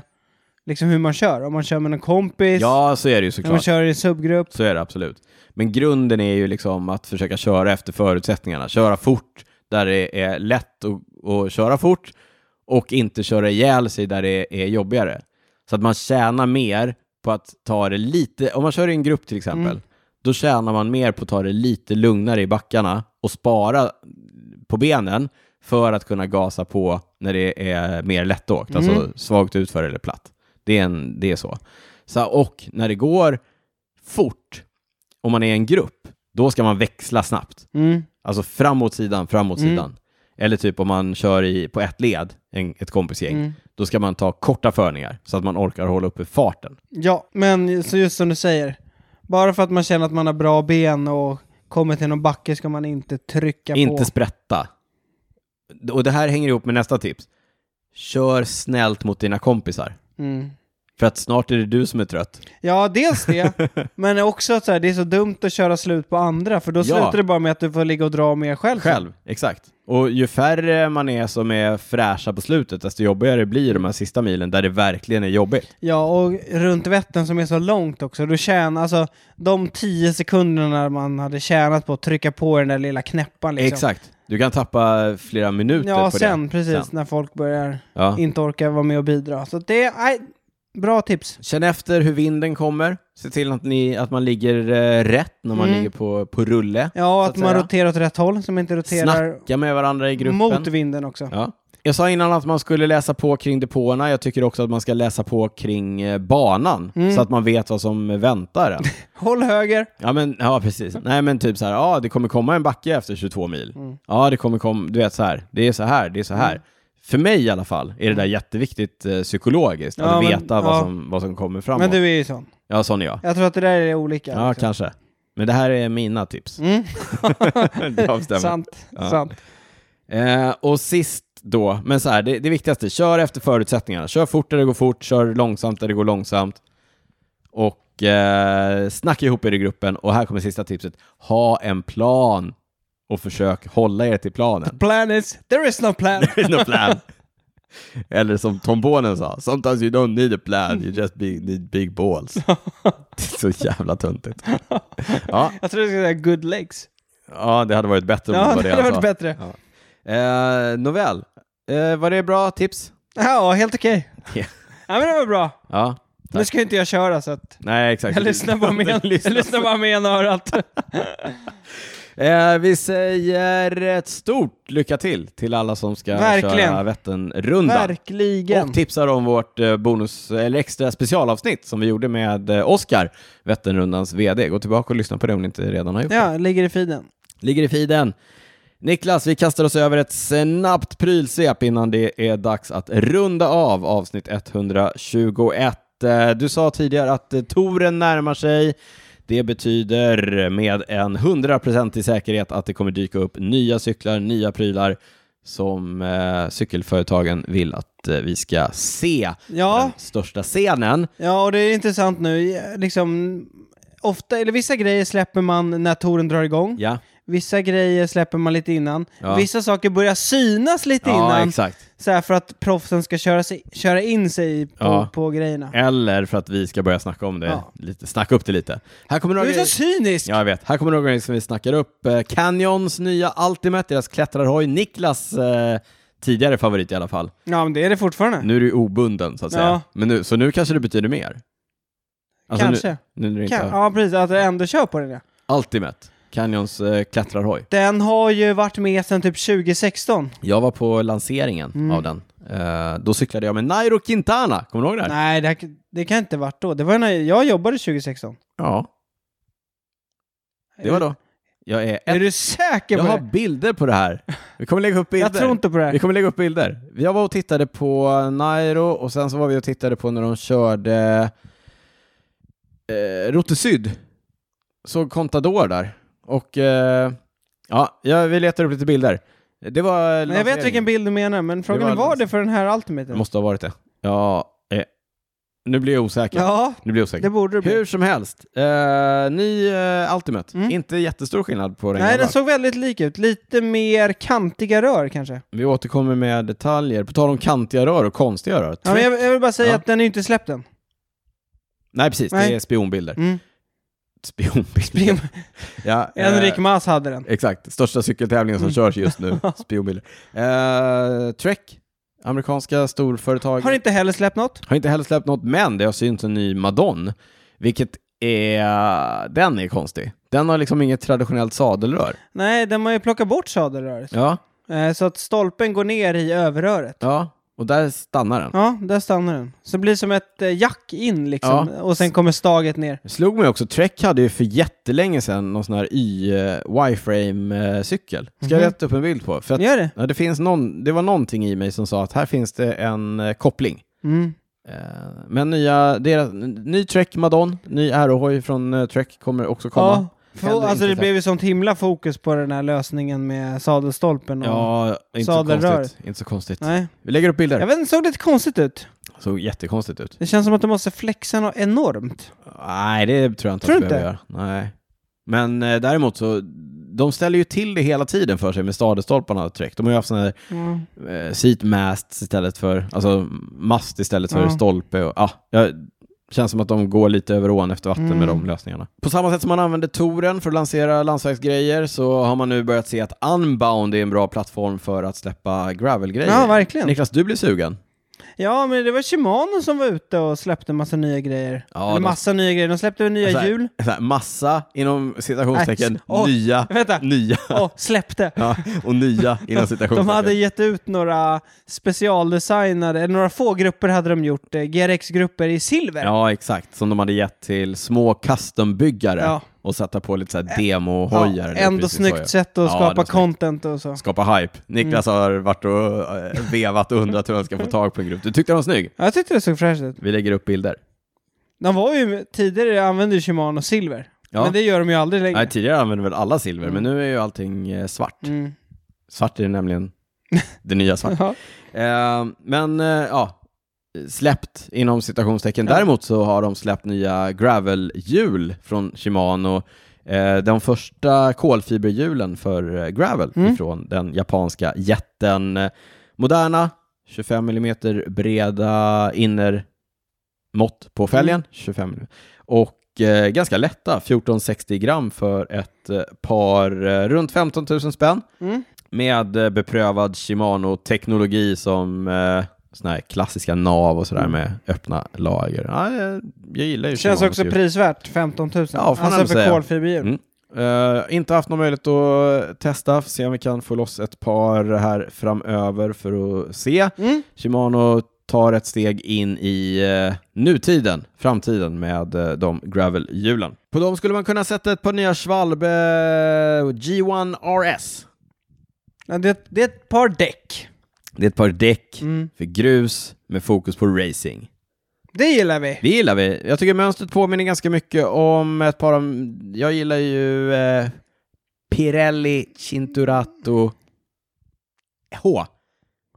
[SPEAKER 2] liksom hur man kör. Om man kör med en kompis,
[SPEAKER 1] Ja, så är det ju
[SPEAKER 2] om man
[SPEAKER 1] såklart.
[SPEAKER 2] kör i en subgrupp.
[SPEAKER 1] Så är det absolut. Men grunden är ju liksom att försöka köra efter förutsättningarna. Köra fort där det är lätt att, att köra fort och inte köra ihjäl sig där det är jobbigare. Så att man tjänar mer på att ta det lite, om man kör i en grupp till exempel,
[SPEAKER 2] Mm.
[SPEAKER 1] då tjänar man mer på att ta det lite lugnare i backarna och spara på benen för att kunna gasa på när det är mer lättåkt, alltså
[SPEAKER 2] Mm.
[SPEAKER 1] svagt utför eller platt. Det är, en, det är så. så. Och när det går fort, om man är i en grupp, då ska man växla snabbt.
[SPEAKER 2] Mm.
[SPEAKER 1] Alltså framåt sidan, framåt
[SPEAKER 2] Mm.
[SPEAKER 1] sidan. Eller typ om man kör i, på ett led, en, ett kompisgäng,
[SPEAKER 2] Mm.
[SPEAKER 1] då ska man ta korta förningar så att man orkar hålla uppe farten.
[SPEAKER 2] Ja, men så just som du säger. Bara för att man känner att man har bra ben och kommer till någon backe ska man inte trycka
[SPEAKER 1] inte
[SPEAKER 2] på.
[SPEAKER 1] sprätta. Och det här hänger ihop med nästa tips. Kör snällt mot dina kompisar.
[SPEAKER 2] Mm.
[SPEAKER 1] För att snart är det du som är trött.
[SPEAKER 2] Ja, dels det.
[SPEAKER 1] [LAUGHS]
[SPEAKER 2] men också att så här, det är så dumt att köra slut på andra, för då
[SPEAKER 1] Ja.
[SPEAKER 2] slutar det bara med att du får ligga och dra mer själv.
[SPEAKER 1] Själv, exakt. Och ju färre man är som är fräscha på slutet, desto jobbigare blir de här sista milen där det verkligen är jobbigt.
[SPEAKER 2] Ja, och runt Vättern som är så långt också, då tjänar, alltså de tio sekunderna man hade tjänat på att trycka på den där lilla knäppan liksom.
[SPEAKER 1] Exakt. Du kan tappa flera minuter
[SPEAKER 2] Ja,
[SPEAKER 1] på
[SPEAKER 2] sen
[SPEAKER 1] det.
[SPEAKER 2] precis,
[SPEAKER 1] Sen.
[SPEAKER 2] när folk börjar
[SPEAKER 1] Ja.
[SPEAKER 2] inte orka vara med och bidra. Så det, nej, bra tips.
[SPEAKER 1] Känn efter hur vinden kommer. Se till att, ni, att man ligger eh, rätt när man
[SPEAKER 2] Mm.
[SPEAKER 1] ligger på, på rulle.
[SPEAKER 2] Ja,
[SPEAKER 1] så
[SPEAKER 2] att, man
[SPEAKER 1] säga.
[SPEAKER 2] roterar åt rätt håll, som inte roterar
[SPEAKER 1] Snacka med varandra i gruppen.
[SPEAKER 2] mot vinden också.
[SPEAKER 1] Ja. Jag sa innan att man skulle läsa på kring depåerna. Jag tycker också att man ska läsa på kring eh, banan
[SPEAKER 2] Mm.
[SPEAKER 1] så att man vet vad som väntar en.
[SPEAKER 2] Håll höger.
[SPEAKER 1] Ja, men, ja
[SPEAKER 2] [LAUGHS]
[SPEAKER 1] precis. Nej, men typ så här, ja, det kommer komma en backe efter 22 mil.
[SPEAKER 2] Mm.
[SPEAKER 1] Ja, det kommer komma, du vet så här, det är så här, det är så här. För mig i alla fall är det där jätteviktigt eh, psykologiskt,
[SPEAKER 2] Mm. Ja,
[SPEAKER 1] att
[SPEAKER 2] men-
[SPEAKER 1] veta vad,
[SPEAKER 2] ja.
[SPEAKER 1] som, vad som kommer framåt.
[SPEAKER 2] Men du är ju sån.
[SPEAKER 1] Ja, sån är jag.
[SPEAKER 2] Jag tror att det där är olika.
[SPEAKER 1] Ja,
[SPEAKER 2] liksom.
[SPEAKER 1] kanske. Men det här är mina tips.
[SPEAKER 2] Mm.
[SPEAKER 1] [LAUGHS] det avstämmer.
[SPEAKER 2] [LAUGHS] Sant, sant.
[SPEAKER 1] Eh, och sist då, men så här, det, det viktigaste, kör efter förutsättningarna. Kör fort där det går fort, kör långsamt där det går långsamt. Och eh, snacka ihop er i gruppen. Och här kommer sista tipset. Ha en plan och försök hålla er till
[SPEAKER 2] [LAUGHS]
[SPEAKER 1] planen.
[SPEAKER 2] Plan is, there is no
[SPEAKER 1] [LAUGHS]
[SPEAKER 2] plan.
[SPEAKER 1] no plan. Eller som trombonen sa, sometimes you don't need a plan, you just be, need big
[SPEAKER 2] [LAUGHS]
[SPEAKER 1] balls. det är så jävla töntigt. ja,
[SPEAKER 2] Jag tror du skulle säga good legs.
[SPEAKER 1] ja, det hade varit bättre om
[SPEAKER 2] Ja,
[SPEAKER 1] var
[SPEAKER 2] det
[SPEAKER 1] han
[SPEAKER 2] hade
[SPEAKER 1] sa.
[SPEAKER 2] varit bättre.
[SPEAKER 1] Eh, Nåväl, eh, var det bra tips?
[SPEAKER 2] Ja, helt okej.
[SPEAKER 1] [LAUGHS] Ja.
[SPEAKER 2] Ja, men det var bra.
[SPEAKER 1] Ja,
[SPEAKER 2] Nu ska ju inte jag köra så att
[SPEAKER 1] nej exakt.
[SPEAKER 2] jag lyssnar
[SPEAKER 1] [LAUGHS]
[SPEAKER 2] bara med, jag lyssnar bara med ena örat.
[SPEAKER 1] Eh, vi säger ett stort lycka till till alla som ska
[SPEAKER 2] Verkligen.
[SPEAKER 1] köra Vätternrundan.
[SPEAKER 2] Verkligen.
[SPEAKER 1] Och tipsar om vårt eh, bonus eller extra specialavsnitt som vi gjorde med eh, Oscar, Vätternrundans VD. Gå tillbaka och lyssna på det om ni inte redan har gjort
[SPEAKER 2] Ja, ligger i feeden.
[SPEAKER 1] det. Ligger i feeden. Niklas, vi kastar oss över ett snabbt prylsvep innan det är dags att runda av avsnitt 121. Eh, Du sa tidigare att eh, touren närmar sig. Det betyder med en 100% i säkerhet att det kommer dyka upp nya cyklar, nya prylar som eh, cykelföretagen vill att eh, vi ska se.
[SPEAKER 2] Ja.
[SPEAKER 1] Den största scenen.
[SPEAKER 2] Ja, och det är intressant nu. Liksom, ofta, eller vissa grejer släpper man när touren drar igång.
[SPEAKER 1] Ja,
[SPEAKER 2] Vissa grejer släpper man lite innan.
[SPEAKER 1] Ja.
[SPEAKER 2] Vissa saker börjar synas lite
[SPEAKER 1] ja
[SPEAKER 2] innan.
[SPEAKER 1] exakt.
[SPEAKER 2] Så här för att proffsen ska köra, sig, köra in sig på,
[SPEAKER 1] Ja.
[SPEAKER 2] på grejerna.
[SPEAKER 1] Eller för att vi ska börja snacka om det,
[SPEAKER 2] Ja.
[SPEAKER 1] lite, snacka upp det lite. Här kommer några
[SPEAKER 2] Du är
[SPEAKER 1] grejer-
[SPEAKER 2] så cynisk!
[SPEAKER 1] Ja, jag vet. Här kommer några grejer som vi snackar upp. Eh, Canyons nya Ultimate, deras klättrarhoj. Niklas eh, tidigare favorit i alla fall.
[SPEAKER 2] Ja, men det är det fortfarande.
[SPEAKER 1] Nu är du ju obunden, så att säga.
[SPEAKER 2] Ja.
[SPEAKER 1] Men nu, så nu kanske det betyder mer? Alltså,
[SPEAKER 2] Kanske.
[SPEAKER 1] Nu, nu är det inte
[SPEAKER 2] Kan, ja, precis. Att jag ändå kör på den. Ja.
[SPEAKER 1] Ultimate, Canyons eh, klättrarhoj.
[SPEAKER 2] Den har ju varit med sedan typ 2016.
[SPEAKER 1] Jag var på lanseringen
[SPEAKER 2] Mm.
[SPEAKER 1] av den. Eh, då cyklade jag med Nairo Quintana. Kommer du ihåg det här?
[SPEAKER 2] Nej, det, här- det kan inte varit då. Det var när jag jobbade 2016.
[SPEAKER 1] Ja, det var då. Jag är
[SPEAKER 2] Är
[SPEAKER 1] ett...
[SPEAKER 2] du säker
[SPEAKER 1] Jag
[SPEAKER 2] på
[SPEAKER 1] har
[SPEAKER 2] det?
[SPEAKER 1] bilder på det här. Vi kommer lägga upp bilder.
[SPEAKER 2] Jag tror inte på det
[SPEAKER 1] Vi
[SPEAKER 2] här.
[SPEAKER 1] kommer lägga upp bilder. Jag var och tittade på Nairo och sen så var vi och tittade på när de körde eh, Rote Syd. Såg Contador där. Och eh, ja, jag, vi letar upp lite bilder. Det var...
[SPEAKER 2] Men jag vet vilken bild du menar, men frågan
[SPEAKER 1] var
[SPEAKER 2] är var
[SPEAKER 1] lansering.
[SPEAKER 2] det för den här
[SPEAKER 1] Det
[SPEAKER 2] Ultimate?
[SPEAKER 1] måste ha varit det. Jag är Nu blir jag osäker.
[SPEAKER 2] Ja,
[SPEAKER 1] Nu blir jag osäker.
[SPEAKER 2] det borde det bli. Mm.
[SPEAKER 1] Hur som helst, eh, ny eh, Ultimate. Inte jättestor skillnad på den
[SPEAKER 2] Nej,
[SPEAKER 1] gamla.
[SPEAKER 2] den såg väldigt lik ut. Lite mer kantiga rör kanske.
[SPEAKER 1] Vi återkommer med detaljer. På tal om kantiga rör och konstiga rör.
[SPEAKER 2] Ja, men jag, jag vill bara säga
[SPEAKER 1] Ja.
[SPEAKER 2] att den är ju inte släppt än.
[SPEAKER 1] Nej, precis.
[SPEAKER 2] Nej.
[SPEAKER 1] Det är spionbilder. [LAUGHS]
[SPEAKER 2] Mm.
[SPEAKER 1] Spionbilder. [LAUGHS] ja, eh,
[SPEAKER 2] Enrik Mas hade den.
[SPEAKER 1] Exakt. Största cykeltävlingen
[SPEAKER 2] Mm.
[SPEAKER 1] som körs just
[SPEAKER 2] [LAUGHS]
[SPEAKER 1] nu. Spionbilder. Eh, Trek, amerikanska storföretag.
[SPEAKER 2] Har inte heller släppt något.
[SPEAKER 1] Har inte heller släppt något, men det har synts en ny Madonna, vilket är... Den är konstig. Den har liksom inget traditionellt sadelrör.
[SPEAKER 2] Nej, den har ju plockat bort sadelröret.
[SPEAKER 1] Ja,
[SPEAKER 2] Eh, Så att stolpen går ner i överröret.
[SPEAKER 1] ja. Och där stannar den.
[SPEAKER 2] Ja, där stannar den. Så det blir som ett eh, jack in liksom. Och sen kommer staget ner.
[SPEAKER 1] Det slog mig också, Trek hade ju för jättelänge sedan någon sån här eh, Y-Y-frame-cykel. eh, Ska jag
[SPEAKER 2] Mhm.
[SPEAKER 1] rätta upp en bild på? För att,
[SPEAKER 2] Gör det?
[SPEAKER 1] ja, det, finns någon, det var någonting i mig som sa att här finns det en eh, koppling.
[SPEAKER 2] Mm.
[SPEAKER 1] Eh, Men nya, deras, ny Trek Madon, ny aerohoj från eh, Trek kommer också komma.
[SPEAKER 2] Ja. För,
[SPEAKER 1] Händer
[SPEAKER 2] alltså det
[SPEAKER 1] inte
[SPEAKER 2] blev ju sånt himla fokus på den här lösningen med sadelstolpen. Och...
[SPEAKER 1] Ja, inte så
[SPEAKER 2] Sadelrör.
[SPEAKER 1] konstigt. Inte så konstigt.
[SPEAKER 2] Nej.
[SPEAKER 1] Vi lägger upp bilder.
[SPEAKER 2] Jag vet inte, såg lite konstigt ut.
[SPEAKER 1] Såg jättekonstigt ut.
[SPEAKER 2] Det känns som att de måste flexa något enormt.
[SPEAKER 1] Nej, det tror jag inte
[SPEAKER 2] Tror
[SPEAKER 1] att
[SPEAKER 2] du
[SPEAKER 1] vi behöver göra. Nej. Men eh, däremot så, de ställer ju till det hela tiden för sig med stadestolparna och träck. De har ju haft sådana här
[SPEAKER 2] Mm.
[SPEAKER 1] eh, seat masts istället för, alltså mast istället för
[SPEAKER 2] Ja.
[SPEAKER 1] stolpe och, ah, ja, känns som att de går lite över ån efter vatten
[SPEAKER 2] Mm.
[SPEAKER 1] med de lösningarna. På samma sätt som man använde touren för att lansera landsvägsgrejer så har man nu börjat se att Unbound är en bra plattform för att släppa gravelgrejer.
[SPEAKER 2] Ja, verkligen.
[SPEAKER 1] Niklas, du blir sugen.
[SPEAKER 2] Ja, men det var Shimano som var ute och släppte en massa nya grejer.
[SPEAKER 1] Ja,
[SPEAKER 2] Eller
[SPEAKER 1] de-
[SPEAKER 2] massa nya grejer. De släppte väl nya
[SPEAKER 1] Så Alltså här-
[SPEAKER 2] hjul.
[SPEAKER 1] så här, massa inom citationstecken,
[SPEAKER 2] Äx- Åh,
[SPEAKER 1] nya,
[SPEAKER 2] vänta.
[SPEAKER 1] nya
[SPEAKER 2] Åh, släppte.
[SPEAKER 1] ja, och nya inom
[SPEAKER 2] [LAUGHS] De
[SPEAKER 1] citationstecken.
[SPEAKER 2] hade gett ut några specialdesignade, eller några få grupper hade de gjort, eh, GRX-grupper i silver.
[SPEAKER 1] Ja, exakt. Som de hade gett till små custombyggare
[SPEAKER 2] Ja.
[SPEAKER 1] och sätta på lite så här
[SPEAKER 2] Ja,
[SPEAKER 1] demohojar. eller
[SPEAKER 2] ändå
[SPEAKER 1] precis
[SPEAKER 2] snyggt Mm.
[SPEAKER 1] vad jag-
[SPEAKER 2] sätt att
[SPEAKER 1] Ja, det
[SPEAKER 2] skapa
[SPEAKER 1] var snyggt.
[SPEAKER 2] content och så.
[SPEAKER 1] Skapa hype. Niklas har varit och eh, vevat och undrat hur han ska få tag på en grupp. Du tyckte han var snygg?
[SPEAKER 2] Ja, jag tyckte det såg fräscht ut.
[SPEAKER 1] Vi lägger upp bilder.
[SPEAKER 2] De var ju, tidigare använde ju Shimano silver.
[SPEAKER 1] Ja.
[SPEAKER 2] Men det gör de ju aldrig längre.
[SPEAKER 1] Nej, tidigare använde väl alla silver, men nu är ju allting eh, svart.
[SPEAKER 2] Mm.
[SPEAKER 1] Svart är
[SPEAKER 2] [LAUGHS]
[SPEAKER 1] nämligen det nya svart.
[SPEAKER 2] Ja.
[SPEAKER 1] Eh, men eh, ja, släppt inom citationstecken.
[SPEAKER 2] Ja.
[SPEAKER 1] Däremot så har de släppt nya gravelhjul från Shimano. Eh, de första kolfiberhjulen för eh, gravel
[SPEAKER 2] Mm.
[SPEAKER 1] ifrån den japanska jätten. Eh, Moderna, 25 mm breda innermått på fälgen. 25 mm. Och eh, ganska lätta, 1460 gram för ett eh, par eh, runt 15 000 spänn
[SPEAKER 2] Mm.
[SPEAKER 1] med eh, beprövad Shimano-teknologi som eh, såna här klassiska nav och sådär med öppna lager. Ja, jag, jag gillar ju
[SPEAKER 2] Mm. Känns
[SPEAKER 1] Shimano typ.
[SPEAKER 2] också
[SPEAKER 1] ljud.
[SPEAKER 2] prisvärt, 15 000.
[SPEAKER 1] Ja, fan
[SPEAKER 2] alltså
[SPEAKER 1] jag
[SPEAKER 2] för
[SPEAKER 1] säga.
[SPEAKER 2] kolfiberhjul.
[SPEAKER 1] Mm. Eh, inte haft någon möjlighet att eh, testa, får se om vi kan få loss ett par här framöver för att se.
[SPEAKER 2] Mm.
[SPEAKER 1] Shimano tar ett steg in i eh, nutiden, framtiden med eh, de gravelhjulen. På dem skulle man kunna sätta ett par nya Schwalbe eh, G1 RS.
[SPEAKER 2] Ja, det, det är ett par däck.
[SPEAKER 1] Det är ett par däck
[SPEAKER 2] Mm.
[SPEAKER 1] för grus med fokus på racing.
[SPEAKER 2] Det gillar vi.
[SPEAKER 1] Det gillar vi. Jag tycker mönstret påminner ganska mycket om ett par av... Jag gillar ju eh, Pirelli Cinturato H.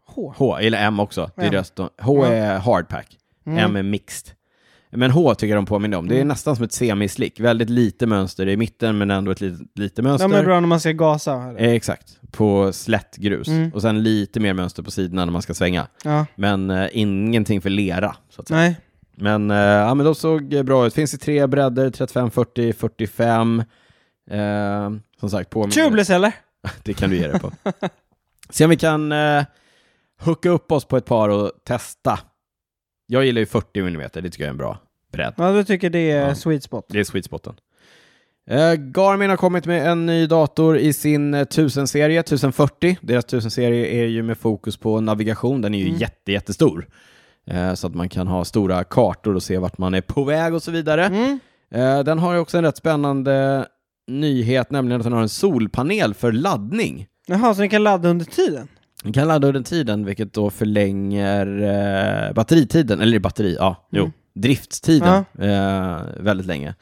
[SPEAKER 2] H.
[SPEAKER 1] H, eller M också. Det är
[SPEAKER 2] M.
[SPEAKER 1] deras- de- H är hardpack,
[SPEAKER 2] Mm.
[SPEAKER 1] M är mixed. Men H tycker jag de påminner om. Det är nästan som ett semislick. Väldigt lite mönster i mitten, men ändå ett litet lite mönster.
[SPEAKER 2] De är bra när man ska gasa. eller?
[SPEAKER 1] Eh, exakt, på slätt grus.
[SPEAKER 2] Mm.
[SPEAKER 1] Och sen lite mer mönster på sidorna när man ska svänga.
[SPEAKER 2] Ja.
[SPEAKER 1] Men eh, ingenting för lera, så att säga.
[SPEAKER 2] Nej.
[SPEAKER 1] Men, eh, ja, men de såg bra ut. Finns i tre bredder, 35, 40, 45. Eh, som sagt, påminner...
[SPEAKER 2] Tubeless eller?
[SPEAKER 1] [LAUGHS] Det kan du ge dig på. Se om vi kan eh, hooka upp oss på ett par och testa. Jag gillar ju 40 mm, det tycker jag är en bra bredd.
[SPEAKER 2] Ja, du tycker det är
[SPEAKER 1] Ja.
[SPEAKER 2] sweet spot.
[SPEAKER 1] Det är sweet spoten. Eh, Garmin har kommit med en ny dator i sin eh, 1000-serie, 1040. Deras 1000-serie är ju med fokus på navigation, den är ju
[SPEAKER 2] Mm.
[SPEAKER 1] jätte, jättestor. Eh, Så att man kan ha stora kartor och se vart man är på väg och så vidare.
[SPEAKER 2] Mm.
[SPEAKER 1] Eh, Den har ju också en rätt spännande nyhet, nämligen att den har en solpanel för laddning.
[SPEAKER 2] Jaha, så ni kan ladda under tiden?
[SPEAKER 1] Den kan ladda under tiden, vilket då förlänger eh, batteritiden, eller batteri, ja,
[SPEAKER 2] Mm.
[SPEAKER 1] jo, driftstiden eh, väldigt länge.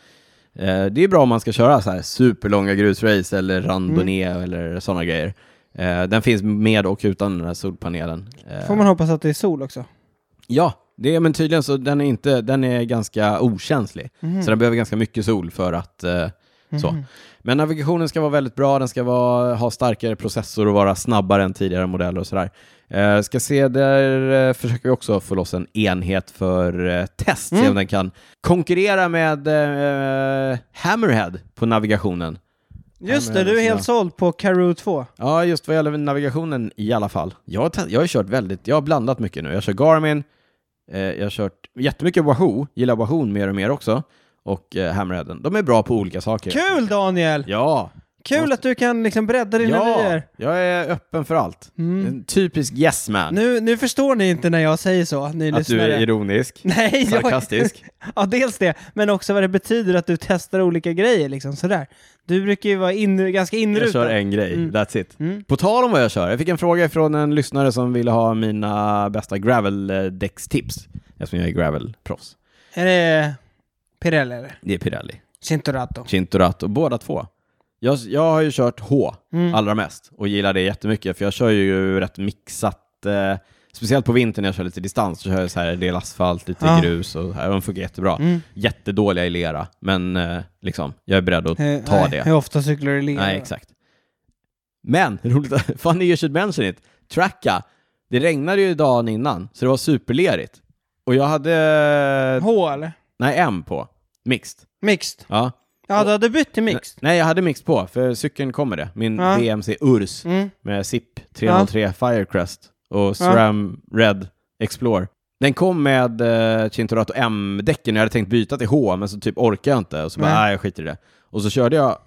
[SPEAKER 1] Eh, det är bra om man ska köra så här superlånga grusrace eller randonnée eller sådana grejer. Eh, den finns med och utan den här solpanelen. Eh,
[SPEAKER 2] Får man hoppas att det är sol också?
[SPEAKER 1] Ja, Det, är- men tydligen så den är inte, den är ganska okänslig. Så den behöver ganska mycket sol för att eh, så. Men navigationen ska vara väldigt bra, den ska vara, ha starkare processor och vara snabbare än tidigare modeller och sådär. Eh, ska se, där eh, försöker vi också få loss en enhet för eh, test, se om den kan konkurrera med eh, Hammerhead på navigationen.
[SPEAKER 2] Just
[SPEAKER 1] men
[SPEAKER 2] det, du är
[SPEAKER 1] så-
[SPEAKER 2] helt såld på Karoo 2.
[SPEAKER 1] Ja, just vad gäller navigationen i alla fall. Jag har, te- jag har kört väldigt, jag har blandat mycket nu. Jag kör Garmin, eh, jag har kört jättemycket Wahoo, gillar Wahoo mer och mer också, och eh, Hammerheaden. De är bra på olika saker.
[SPEAKER 2] Kul Daniel!
[SPEAKER 1] Ja,
[SPEAKER 2] Kul att du kan liksom bredda dina
[SPEAKER 1] ja,
[SPEAKER 2] vyer.
[SPEAKER 1] jag är öppen för allt. En typisk yes man.
[SPEAKER 2] Mm. Nu, nu förstår ni inte när jag säger så, ni
[SPEAKER 1] Att du
[SPEAKER 2] lyssnare.
[SPEAKER 1] är ironisk.
[SPEAKER 2] [LAUGHS] Nej, jag-
[SPEAKER 1] Sarkastisk.
[SPEAKER 2] [LAUGHS] ja, dels det, men också vad det betyder att du testar olika grejer liksom sådär. Du brukar ju vara in, ganska
[SPEAKER 1] Jag
[SPEAKER 2] inrutad.
[SPEAKER 1] kör en grej,
[SPEAKER 2] Mm.
[SPEAKER 1] that's it. På tal om vad jag kör, jag fick en fråga från en lyssnare som ville ha mina bästa graveldäckstips, eftersom jag är gravelproffs.
[SPEAKER 2] Är det Pirelli eller?
[SPEAKER 1] Det är Pirelli.
[SPEAKER 2] Cinturato?
[SPEAKER 1] Cinturato, båda två. Jag, jag har ju kört H
[SPEAKER 2] Mm.
[SPEAKER 1] allra mest och gillar det jättemycket för jag kör ju rätt mixat, eh, speciellt på vintern när jag kör lite distans, så kör jag så här en del asfalt, lite
[SPEAKER 2] Ja.
[SPEAKER 1] grus och så här, och de funkar jättebra.
[SPEAKER 2] Mm.
[SPEAKER 1] Jättedåliga i lera, men eh, liksom, jag är beredd att
[SPEAKER 2] Eh,
[SPEAKER 1] ta
[SPEAKER 2] nej,
[SPEAKER 1] det.
[SPEAKER 2] Hur ofta cyklar du i lera?
[SPEAKER 1] Nej, exakt. Men, [LAUGHS] roligt att- funny you should mention it, tracka, det regnade ju dagen innan, så det var superlerigt. Och jag hade,
[SPEAKER 2] H eller?
[SPEAKER 1] nej, M på, mixed.
[SPEAKER 2] Mixed?
[SPEAKER 1] Ja.
[SPEAKER 2] Ja, du hade bytt till mixed.
[SPEAKER 1] Nej, jag hade mix på, för cykeln kommer det. Min
[SPEAKER 2] Ja.
[SPEAKER 1] BMC Urs
[SPEAKER 2] Mm.
[SPEAKER 1] med SIP 303 Firecrest och SRAM Red Explore. Den kom med eh, Cinturato M-däcken och jag hade tänkt byta till H, men så typ orkar jag inte. Och så bara,
[SPEAKER 2] Nej.
[SPEAKER 1] nej, jag skiter i det. Och så körde jag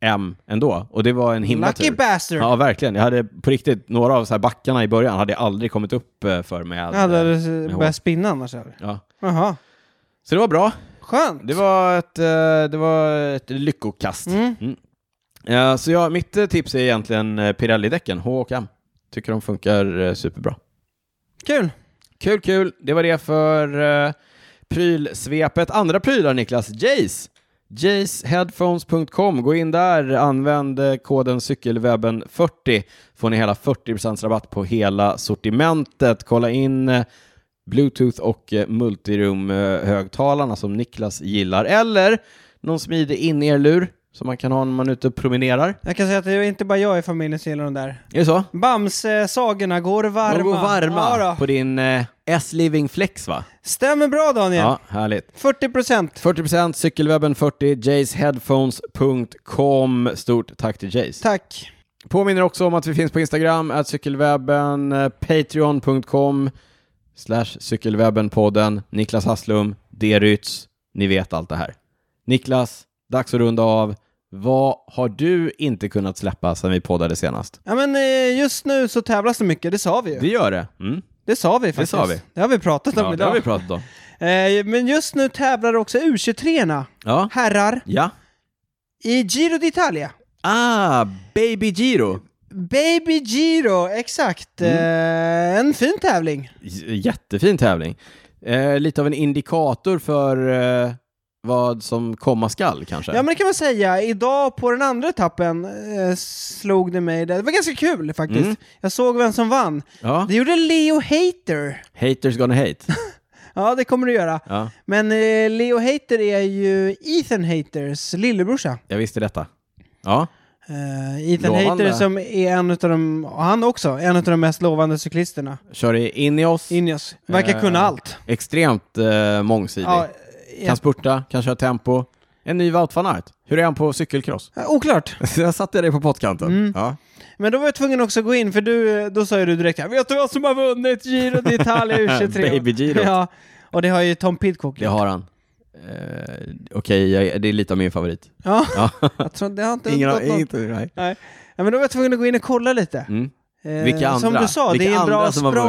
[SPEAKER 1] M ändå, och det var en himla
[SPEAKER 2] Lucky
[SPEAKER 1] tur.
[SPEAKER 2] bastard!
[SPEAKER 1] Ja, verkligen. Jag hade på riktigt, några av så här backarna i början hade jag aldrig kommit upp eh, för med...
[SPEAKER 2] Ja, då
[SPEAKER 1] eh,
[SPEAKER 2] hade du
[SPEAKER 1] H.
[SPEAKER 2] börjat spinna annars eller?
[SPEAKER 1] ja.
[SPEAKER 2] Jaha,
[SPEAKER 1] Så det var bra.
[SPEAKER 2] skönt!
[SPEAKER 1] Det var ett, eh, det var ett lyckokast.
[SPEAKER 2] Mm.
[SPEAKER 1] Mm. Eh, Så jag, mitt eh, tips är egentligen eh, Pirelli-däcken, H och M. Tycker de funkar eh, superbra.
[SPEAKER 2] Kul!
[SPEAKER 1] Kul, kul. Det var det för eh, prylsvepet. Andra prylar, Niklas. Jace. Jaceheadphones.com. Gå in där, använd eh, koden cykelwebben40. Får ni hela 40% rabatt på hela sortimentet. Kolla in eh, Bluetooth och eh, multiroom-högtalarna som Niklas gillar. Eller någon smidig in-ear-lur som man kan ha när man är ute och promenerar.
[SPEAKER 2] Jag kan säga att det är inte bara jag i familjen som gillar de där.
[SPEAKER 1] Är det så?
[SPEAKER 2] Bamse-sagorna går varma.
[SPEAKER 1] De går varma
[SPEAKER 2] Ja, då.
[SPEAKER 1] på din eh, S-Living Flex, va?
[SPEAKER 2] Stämmer bra Daniel!
[SPEAKER 1] Ja, härligt.
[SPEAKER 2] 40 procent.
[SPEAKER 1] 40% cykelwebben 40 jaceheadphones.com. Stort tack till Jace.
[SPEAKER 2] Tack.
[SPEAKER 1] Påminner också om att vi finns på Instagram, att cykelwebben, eh, patreon.com, slash cykelwebbenpodden, Niklas Hasslum, D. Rytz. Ni vet allt det här. Niklas, dags att runda av. Vad har du inte kunnat släppa sedan vi poddade senast?
[SPEAKER 2] Ja men eh, just nu så tävlas det mycket, det sa vi ju.
[SPEAKER 1] Vi gör det. Mm.
[SPEAKER 2] Det sa vi faktiskt.
[SPEAKER 1] sa vi.
[SPEAKER 2] Det har vi pratat om
[SPEAKER 1] Ja, det
[SPEAKER 2] idag.
[SPEAKER 1] har vi pratat om.
[SPEAKER 2] Eh, men just nu tävlar också U23-orna,
[SPEAKER 1] Ja.
[SPEAKER 2] herrar,
[SPEAKER 1] ja.
[SPEAKER 2] i Giro d'Italia.
[SPEAKER 1] Ah, Baby Giro.
[SPEAKER 2] Baby Giro, exakt.
[SPEAKER 1] Mm.
[SPEAKER 2] Eh, en fin tävling.
[SPEAKER 1] J- Jättefin tävling. Eh, lite av en indikator för eh, vad som komma skall kanske.
[SPEAKER 2] Ja men det kan man säga. Idag på den andra etappen eh, slog det mig. Det var ganska kul faktiskt.
[SPEAKER 1] Mm.
[SPEAKER 2] Jag såg vem som vann.
[SPEAKER 1] Ja.
[SPEAKER 2] Det gjorde Leo Hater.
[SPEAKER 1] Haters gonna hate.
[SPEAKER 2] Ja, det kommer du göra.
[SPEAKER 1] Ja,
[SPEAKER 2] Men eh, Leo Hater är ju Ethan Haters lillebrorsa.
[SPEAKER 1] jag visste detta. Ja,
[SPEAKER 2] Eh, Ethan
[SPEAKER 1] Lovande.
[SPEAKER 2] Hater som är en utav de, och han också, en utav de mest lovande cyklisterna.
[SPEAKER 1] kör in i oss.
[SPEAKER 2] Ineos. Verkar
[SPEAKER 1] Eh,
[SPEAKER 2] kunna allt.
[SPEAKER 1] Extremt eh, mångsidig.
[SPEAKER 2] Ja,
[SPEAKER 1] Kan spurta, kan köra tempo. En ny Wout van Aert. Hur är han på cykelcross? [LAUGHS]
[SPEAKER 2] eh, oklart.
[SPEAKER 1] jag satte dig på pottkanten. Ja.
[SPEAKER 2] Men då var jag tvungen också att gå in, för du, eh, då sa ju du direkt här, vet du vad som har vunnit Giro d'Italia
[SPEAKER 1] [LAUGHS]
[SPEAKER 2] U23?
[SPEAKER 1] Baby Giro.
[SPEAKER 2] Ja, och det har ju Tom Pidcock
[SPEAKER 1] Det
[SPEAKER 2] gjort.
[SPEAKER 1] har han. Eh, Okej, jag- det är lite av min favorit.
[SPEAKER 2] Ja,
[SPEAKER 1] Ja.
[SPEAKER 2] jag tror det har inte
[SPEAKER 1] Ingen,
[SPEAKER 2] gått någon-
[SPEAKER 1] inte, nej.
[SPEAKER 2] Nej. Ja, men då var jag tvungen att gå in och kolla lite.
[SPEAKER 1] Mm.
[SPEAKER 2] Eh,
[SPEAKER 1] Vilka andra?
[SPEAKER 2] Som du sa,
[SPEAKER 1] Vilka
[SPEAKER 2] det är en bra
[SPEAKER 1] andra som har vunnit?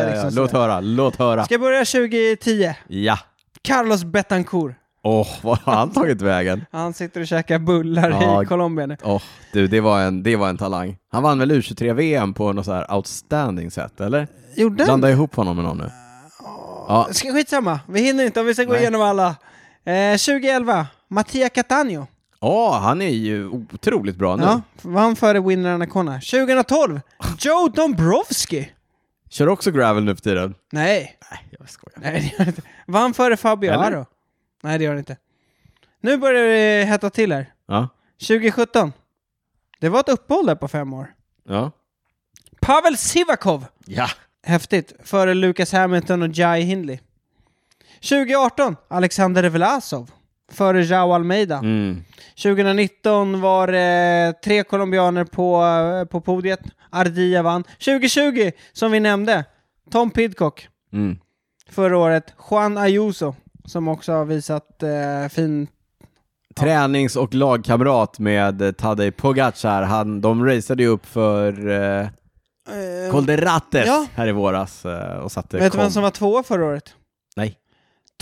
[SPEAKER 1] Ja, ja, ja.
[SPEAKER 2] Liksom,
[SPEAKER 1] låt
[SPEAKER 2] sådär.
[SPEAKER 1] höra, låt höra.
[SPEAKER 2] Ska jag börja 2010?
[SPEAKER 1] Ja.
[SPEAKER 2] Carlos Betancourt.
[SPEAKER 1] Åh, vad har han tagit vägen?
[SPEAKER 2] Han sitter och käkar bullar
[SPEAKER 1] Ja.
[SPEAKER 2] i Colombia nu.
[SPEAKER 1] Åh, du, det var, en, det var en talang. Han vann väl U23-VM på något så här outstanding sätt, eller?
[SPEAKER 2] Gjorde han?
[SPEAKER 1] Blanda ihop honom med någon nu. Ja,
[SPEAKER 2] Ska, skitsamma, vi hinner inte om vi ska gå
[SPEAKER 1] Nej.
[SPEAKER 2] igenom alla. Eh, 2011, Mattia Catania.
[SPEAKER 1] Åh, han är ju otroligt bra nu.
[SPEAKER 2] Ja, vann före Winner Anacona. 2012, Joe Dombrowski.
[SPEAKER 1] Kör också gravel nu för tiden?
[SPEAKER 2] Nej.
[SPEAKER 1] Nej, jag skojar.
[SPEAKER 2] Nej, det gör det inte. Vann före Fabio
[SPEAKER 1] Eller?
[SPEAKER 2] Aro. Nej, det gör det inte. Nu börjar det hetta till här.
[SPEAKER 1] Ja,
[SPEAKER 2] 2017. Det var ett uppehåll där på fem år.
[SPEAKER 1] ja.
[SPEAKER 2] Pavel Sivakov.
[SPEAKER 1] Ja,
[SPEAKER 2] Häftigt. Före Lucas Hamilton och Jai Hindley. 2018. Alexander Velasov. Före Jao Almeida.
[SPEAKER 1] mm.
[SPEAKER 2] 2019 var det tre colombianer på, eh, på podiet. Ardilla vann. 2020, som vi nämnde, Tom Pidcock.
[SPEAKER 1] Mm.
[SPEAKER 2] Förra året, Juan Ayuso, som också har visat eh, fin...
[SPEAKER 1] Tränings och lagkamrat med eh, Tadej Pogacar. Han, de raceade ju upp för eh,
[SPEAKER 2] Eh,
[SPEAKER 1] Colderates
[SPEAKER 2] ja.
[SPEAKER 1] här i våras eh, och satte
[SPEAKER 2] vet du
[SPEAKER 1] kom.
[SPEAKER 2] vem som var tvåa förra året?
[SPEAKER 1] Nej,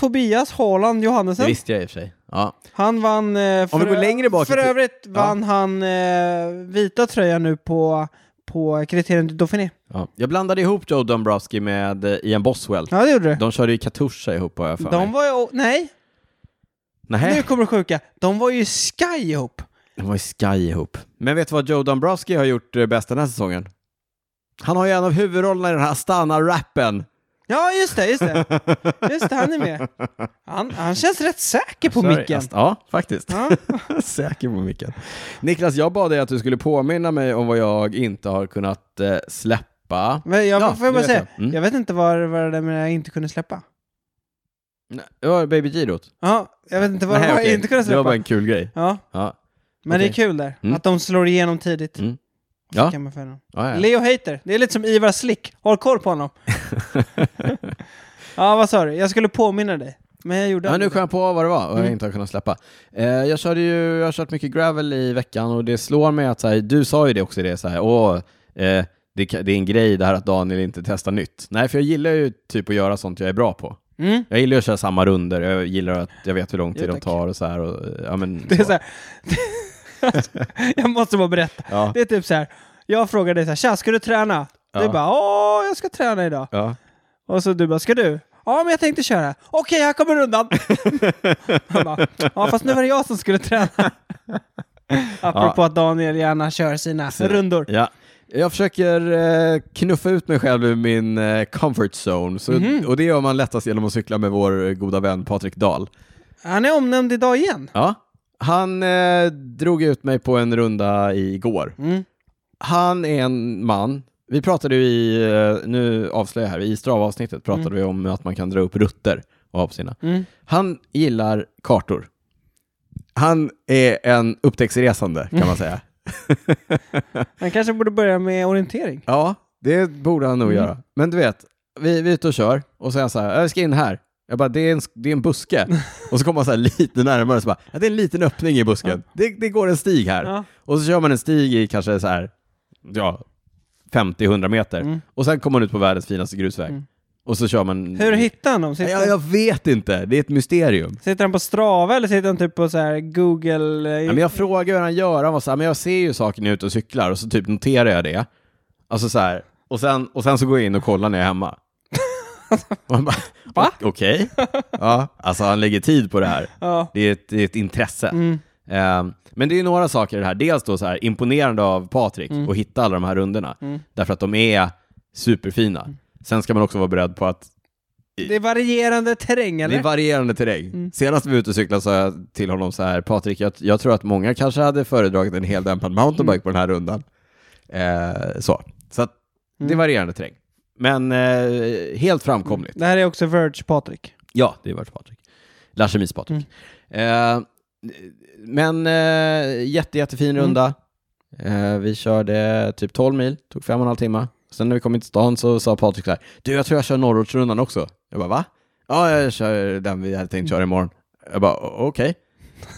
[SPEAKER 2] Tobias Haaland
[SPEAKER 1] det
[SPEAKER 2] Johannesen.
[SPEAKER 1] visste jag i och för sig. Ja.
[SPEAKER 2] Han vann... eh,
[SPEAKER 1] Om vi
[SPEAKER 2] för-
[SPEAKER 1] går längre bak i
[SPEAKER 2] För
[SPEAKER 1] tid-
[SPEAKER 2] övrigt
[SPEAKER 1] Ja.
[SPEAKER 2] vann han eh, vita tröjan nu på, på kriteriet Dauphiné.
[SPEAKER 1] Ja. Jag blandade ihop Joe Dombrowski med eh, Ian Boswell.
[SPEAKER 2] Ja, det gjorde du.
[SPEAKER 1] De körde ju Katusha ihop har jag för
[SPEAKER 2] De
[SPEAKER 1] mig.
[SPEAKER 2] var ju... Nej, nu
[SPEAKER 1] Nej,
[SPEAKER 2] kommer det sjuka. De var ju Sky ihop.
[SPEAKER 1] de var ju Sky ihop. Men vet du vad Joe Dombrowski har gjort eh, bäst den här säsongen? Han har ju en av huvudrollerna i den här Astana-rappen.
[SPEAKER 2] Ja, just det, just det. Just det, han är med. Han, han känns rätt säker på
[SPEAKER 1] Sorry,
[SPEAKER 2] micken.
[SPEAKER 1] Ast- Ja, faktiskt.
[SPEAKER 2] Ja.
[SPEAKER 1] [LAUGHS] Säker på micken. Niklas, jag bad dig att du skulle påminna mig om vad jag inte har kunnat eh, släppa.
[SPEAKER 2] Men
[SPEAKER 1] [LAUGHS]
[SPEAKER 2] jag,
[SPEAKER 1] Ja,
[SPEAKER 2] får jag bara
[SPEAKER 1] nu vet
[SPEAKER 2] säga,
[SPEAKER 1] jag. Mm.
[SPEAKER 2] jag vet inte vad vad det där med jag inte kunde släppa.
[SPEAKER 1] Nej, Det var Baby Girot.
[SPEAKER 2] Ja, jag vet inte vad
[SPEAKER 1] Nej,
[SPEAKER 2] vad
[SPEAKER 1] okej.
[SPEAKER 2] jag inte kunde
[SPEAKER 1] Det var bara
[SPEAKER 2] släppa.
[SPEAKER 1] en kul grej.
[SPEAKER 2] Ja,
[SPEAKER 1] Ja.
[SPEAKER 2] men det är
[SPEAKER 1] Okej.
[SPEAKER 2] kul där,
[SPEAKER 1] Mm.
[SPEAKER 2] att de slår igenom tidigt.
[SPEAKER 1] Mm.
[SPEAKER 2] Så
[SPEAKER 1] Ja.
[SPEAKER 2] kan man följa dem.
[SPEAKER 1] Ja, ja.
[SPEAKER 2] Leo Hater, det är lite som Ivar Slick, håll koll
[SPEAKER 1] [LAUGHS]
[SPEAKER 2] på honom. ja, vad sa du? Jag skulle påminna dig, men jag gjorde
[SPEAKER 1] Ja, nu
[SPEAKER 2] aldrig
[SPEAKER 1] kom jag på vad det var och jag
[SPEAKER 2] Mm.
[SPEAKER 1] inte har kunnat släppa. Eh, jag, körde ju, jag har kört mycket gravel i veckan och det slår mig att så här, du sa ju det också, det, så här, Åh, eh, det, ka- det är en grej det här att Daniel inte testar nytt. Nej, för jag gillar ju typ att göra sånt jag är bra på.
[SPEAKER 2] det. Mm.
[SPEAKER 1] Jag gillar ju att köra samma runder. jag gillar att jag vet hur lång tid
[SPEAKER 2] Jo,
[SPEAKER 1] de
[SPEAKER 2] tack.
[SPEAKER 1] tar och så här. Och, eh, ja, men,
[SPEAKER 2] [LAUGHS] Det är så här. [LAUGHS] jag måste bara berätta.
[SPEAKER 1] Ja.
[SPEAKER 2] Det är typ så här. Jag frågar dig så här, tja, ska du träna?
[SPEAKER 1] Ja.
[SPEAKER 2] Du bara, åh, jag ska träna idag.
[SPEAKER 1] [LAUGHS] Ja.
[SPEAKER 2] Och så du bara, ska du? Ja, men jag tänkte köra. Okej, här kommer
[SPEAKER 1] [LAUGHS]
[SPEAKER 2] rundan. [LAUGHS] Han bara, ja, fast nu var det jag som
[SPEAKER 1] [LAUGHS]
[SPEAKER 2] skulle träna. Apropå att Daniel gärna kör sina rundor.
[SPEAKER 1] Ja. Jag försöker eh, knuffa ut mig själv ur min eh, comfort zone. Så,
[SPEAKER 2] Mhm.
[SPEAKER 1] Och det gör man lättast genom att cykla med vår eh, goda vän Patrik Dahl.
[SPEAKER 2] Han är omnämnd idag igen.
[SPEAKER 1] Ja. Han eh, drog ut mig på en runda i- igår.
[SPEAKER 2] Mm.
[SPEAKER 1] Han är en man. Vi pratade ju i, eh, nu avslöjar jag här, i Strava-avsnittet pratade vi om att man kan dra upp rutter och ha på sina.
[SPEAKER 2] Mm.
[SPEAKER 1] Han gillar kartor. Han är en upptäcktsresande kan
[SPEAKER 2] Mm.
[SPEAKER 1] man säga.
[SPEAKER 2] Han kanske borde börja med orientering.
[SPEAKER 1] Ja, det borde han nog
[SPEAKER 2] Mm.
[SPEAKER 1] göra. Men du vet, vi, vi är ute och kör och så är han så här, jag ska in här. Jag bara, det är en, sk- det är en
[SPEAKER 2] [LAUGHS]
[SPEAKER 1] buske. och så kommer han så här lite närmare och så bara, ja, det är en liten öppning i busken. Det, det går en stig här.
[SPEAKER 2] Ja.
[SPEAKER 1] Och så kör man en stig i kanske så här, ja, 50-100 meter.
[SPEAKER 2] Mm.
[SPEAKER 1] Och sen kommer man ut på världens finaste grusväg. Och så kör man...
[SPEAKER 2] Hur hittar han dem? Sitter,
[SPEAKER 1] Mm. Ja, jag vet inte, det är ett mysterium.
[SPEAKER 2] sitter han på Strava eller sitter han typ på så här Google? eh,
[SPEAKER 1] Ja, men jag frågade hur han gör, han var så här, men jag ser ju saker när jag är ute och cyklar och så typ noterar jag det. Alltså så här, och sen, och sen så går jag in och kollar när jag är hemma. Och man bara,
[SPEAKER 2] Va?
[SPEAKER 1] "O- Okej. Ja, alltså han lägger tid på det här.
[SPEAKER 2] ja.
[SPEAKER 1] Det är ett, det är ett intresse. Ehm, men det är ju några saker i det här. Dels då så här, imponerande av Patrik att hitta alla de här rundorna. Därför att de är superfina. Sen ska man också vara beredd på att
[SPEAKER 2] Det är varierande terräng
[SPEAKER 1] det
[SPEAKER 2] eller?
[SPEAKER 1] är varierande terräng. Senast vi var ute och cyklade sa jag till honom så här, Patrik, jag, jag tror att många kanske hade föredragit en heldämpad mountainbike på den här rundan. Eh, så så att, det är varierande terräng. Men eh, helt framkomligt.
[SPEAKER 2] Det här är också Verge Patrik.
[SPEAKER 1] Ja, det är vart Patrik. Lasse Mis Patrik.
[SPEAKER 2] Mm.
[SPEAKER 1] Eh, men eh, jätte, jättefin runda. Eh, vi körde typ 12 mil, tog fem och en halv timme. Sen när vi kom in till stan så sa Patrik så här, du jag tror jag kör norrortsrundan också. Jag bara va? Ja, jag kör den vi hade tänkt köra imorgon. Jag bara "O- okej.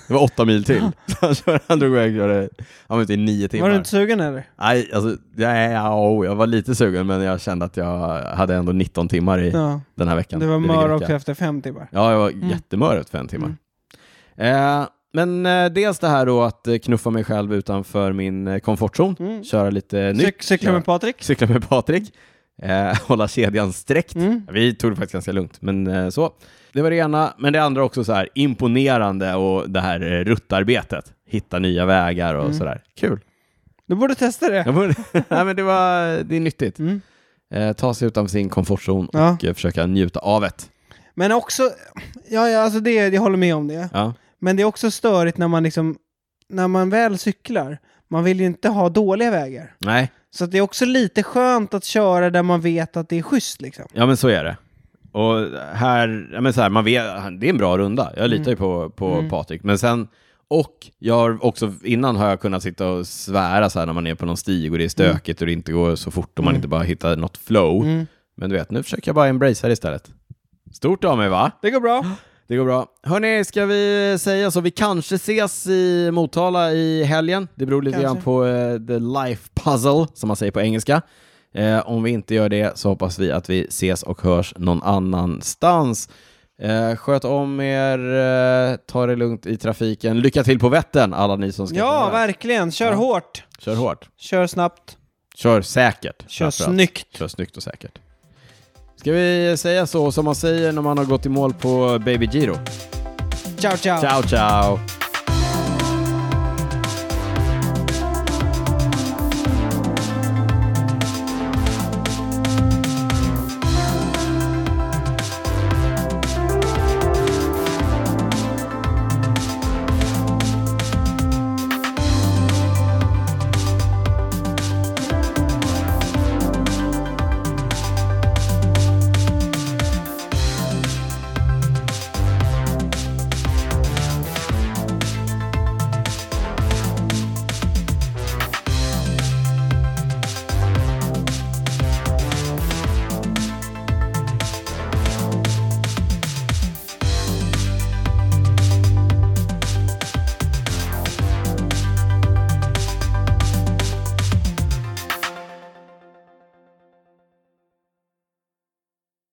[SPEAKER 1] Det var åtta mil
[SPEAKER 2] [LAUGHS]
[SPEAKER 1] till. Så han, kör, han drog iväg och körde, han var ute i nio timmar.
[SPEAKER 2] Var du inte sugen eller?
[SPEAKER 1] Nej, alltså, nej, ja, jag var lite sugen men jag kände att jag hade ändå 19 timmar i
[SPEAKER 2] Ja.
[SPEAKER 1] den här veckan.
[SPEAKER 2] Du var
[SPEAKER 1] Det fick
[SPEAKER 2] mör
[SPEAKER 1] räcka.
[SPEAKER 2] också efter fem timmar.
[SPEAKER 1] Ja, jag var
[SPEAKER 2] Mm.
[SPEAKER 1] jättemör efter fem timmar. Eh, men eh, dels det här då att eh, knuffa mig själv utanför min eh, komfortzon,
[SPEAKER 2] Mm.
[SPEAKER 1] köra lite nytt,
[SPEAKER 2] Cyk- cykla med Patrik.
[SPEAKER 1] cykla med Patrik, eh, [LAUGHS] hålla kedjan sträckt.
[SPEAKER 2] Mm.
[SPEAKER 1] Vi tog det faktiskt ganska lugnt, men eh, så. Det var det ena, men det andra också så här imponerande och det här eh, ruttarbetet. Hitta nya vägar
[SPEAKER 2] Mm.
[SPEAKER 1] och sådär. Kul.
[SPEAKER 2] Du borde testa det.
[SPEAKER 1] [LAUGHS] Jag borde, nej, men det, var, det är nyttigt.
[SPEAKER 2] Mm.
[SPEAKER 1] eh, ta sig utanför sin komfortzon
[SPEAKER 2] Ja.
[SPEAKER 1] och eh, försöka njuta av det.
[SPEAKER 2] Men också, ja, ja alltså det, jag håller med om det.
[SPEAKER 1] Ja.
[SPEAKER 2] Men det är också störigt när man liksom, när man väl cyklar, man vill ju inte ha dåliga vägar.
[SPEAKER 1] Nej,
[SPEAKER 2] Så att det är också lite skönt att köra där man vet att det är schysst liksom.
[SPEAKER 1] ja men så är det. Och här, ja, men så här man vet, det är en bra runda. Jag litar ju på, på Patrik. Men sen, och jag har också, innan har jag kunnat sitta och svära så här när man är på någon stig och det är stökigt och det inte går så fort och man inte bara hittar något flow. Men du vet, nu försöker jag bara embracea det istället. Stort av mig va?
[SPEAKER 2] Det går bra.
[SPEAKER 1] [GASPS] Det går bra. Hörni, ska vi säga så? Vi kanske ses i Motala i helgen. Det beror lite
[SPEAKER 2] Kanske.
[SPEAKER 1] grann på eh, the life puzzle, som man säger på engelska. Eh, om vi inte gör det så hoppas vi att vi ses och hörs någon annanstans. Eh, sköt om er, eh, ta det lugnt i trafiken. Lycka till på Vättern, alla ni som ska
[SPEAKER 2] Ja,
[SPEAKER 1] köra.
[SPEAKER 2] verkligen. Kör hårt.
[SPEAKER 1] Kör hårt.
[SPEAKER 2] Kör snabbt.
[SPEAKER 1] Kör säkert.
[SPEAKER 2] Kör
[SPEAKER 1] framförallt.
[SPEAKER 2] snyggt.
[SPEAKER 1] Kör snyggt och säkert. Ska vi säga så som man säger när man har gått i mål på Baby Giro?
[SPEAKER 2] Ciao, ciao.
[SPEAKER 1] Ciao, ciao!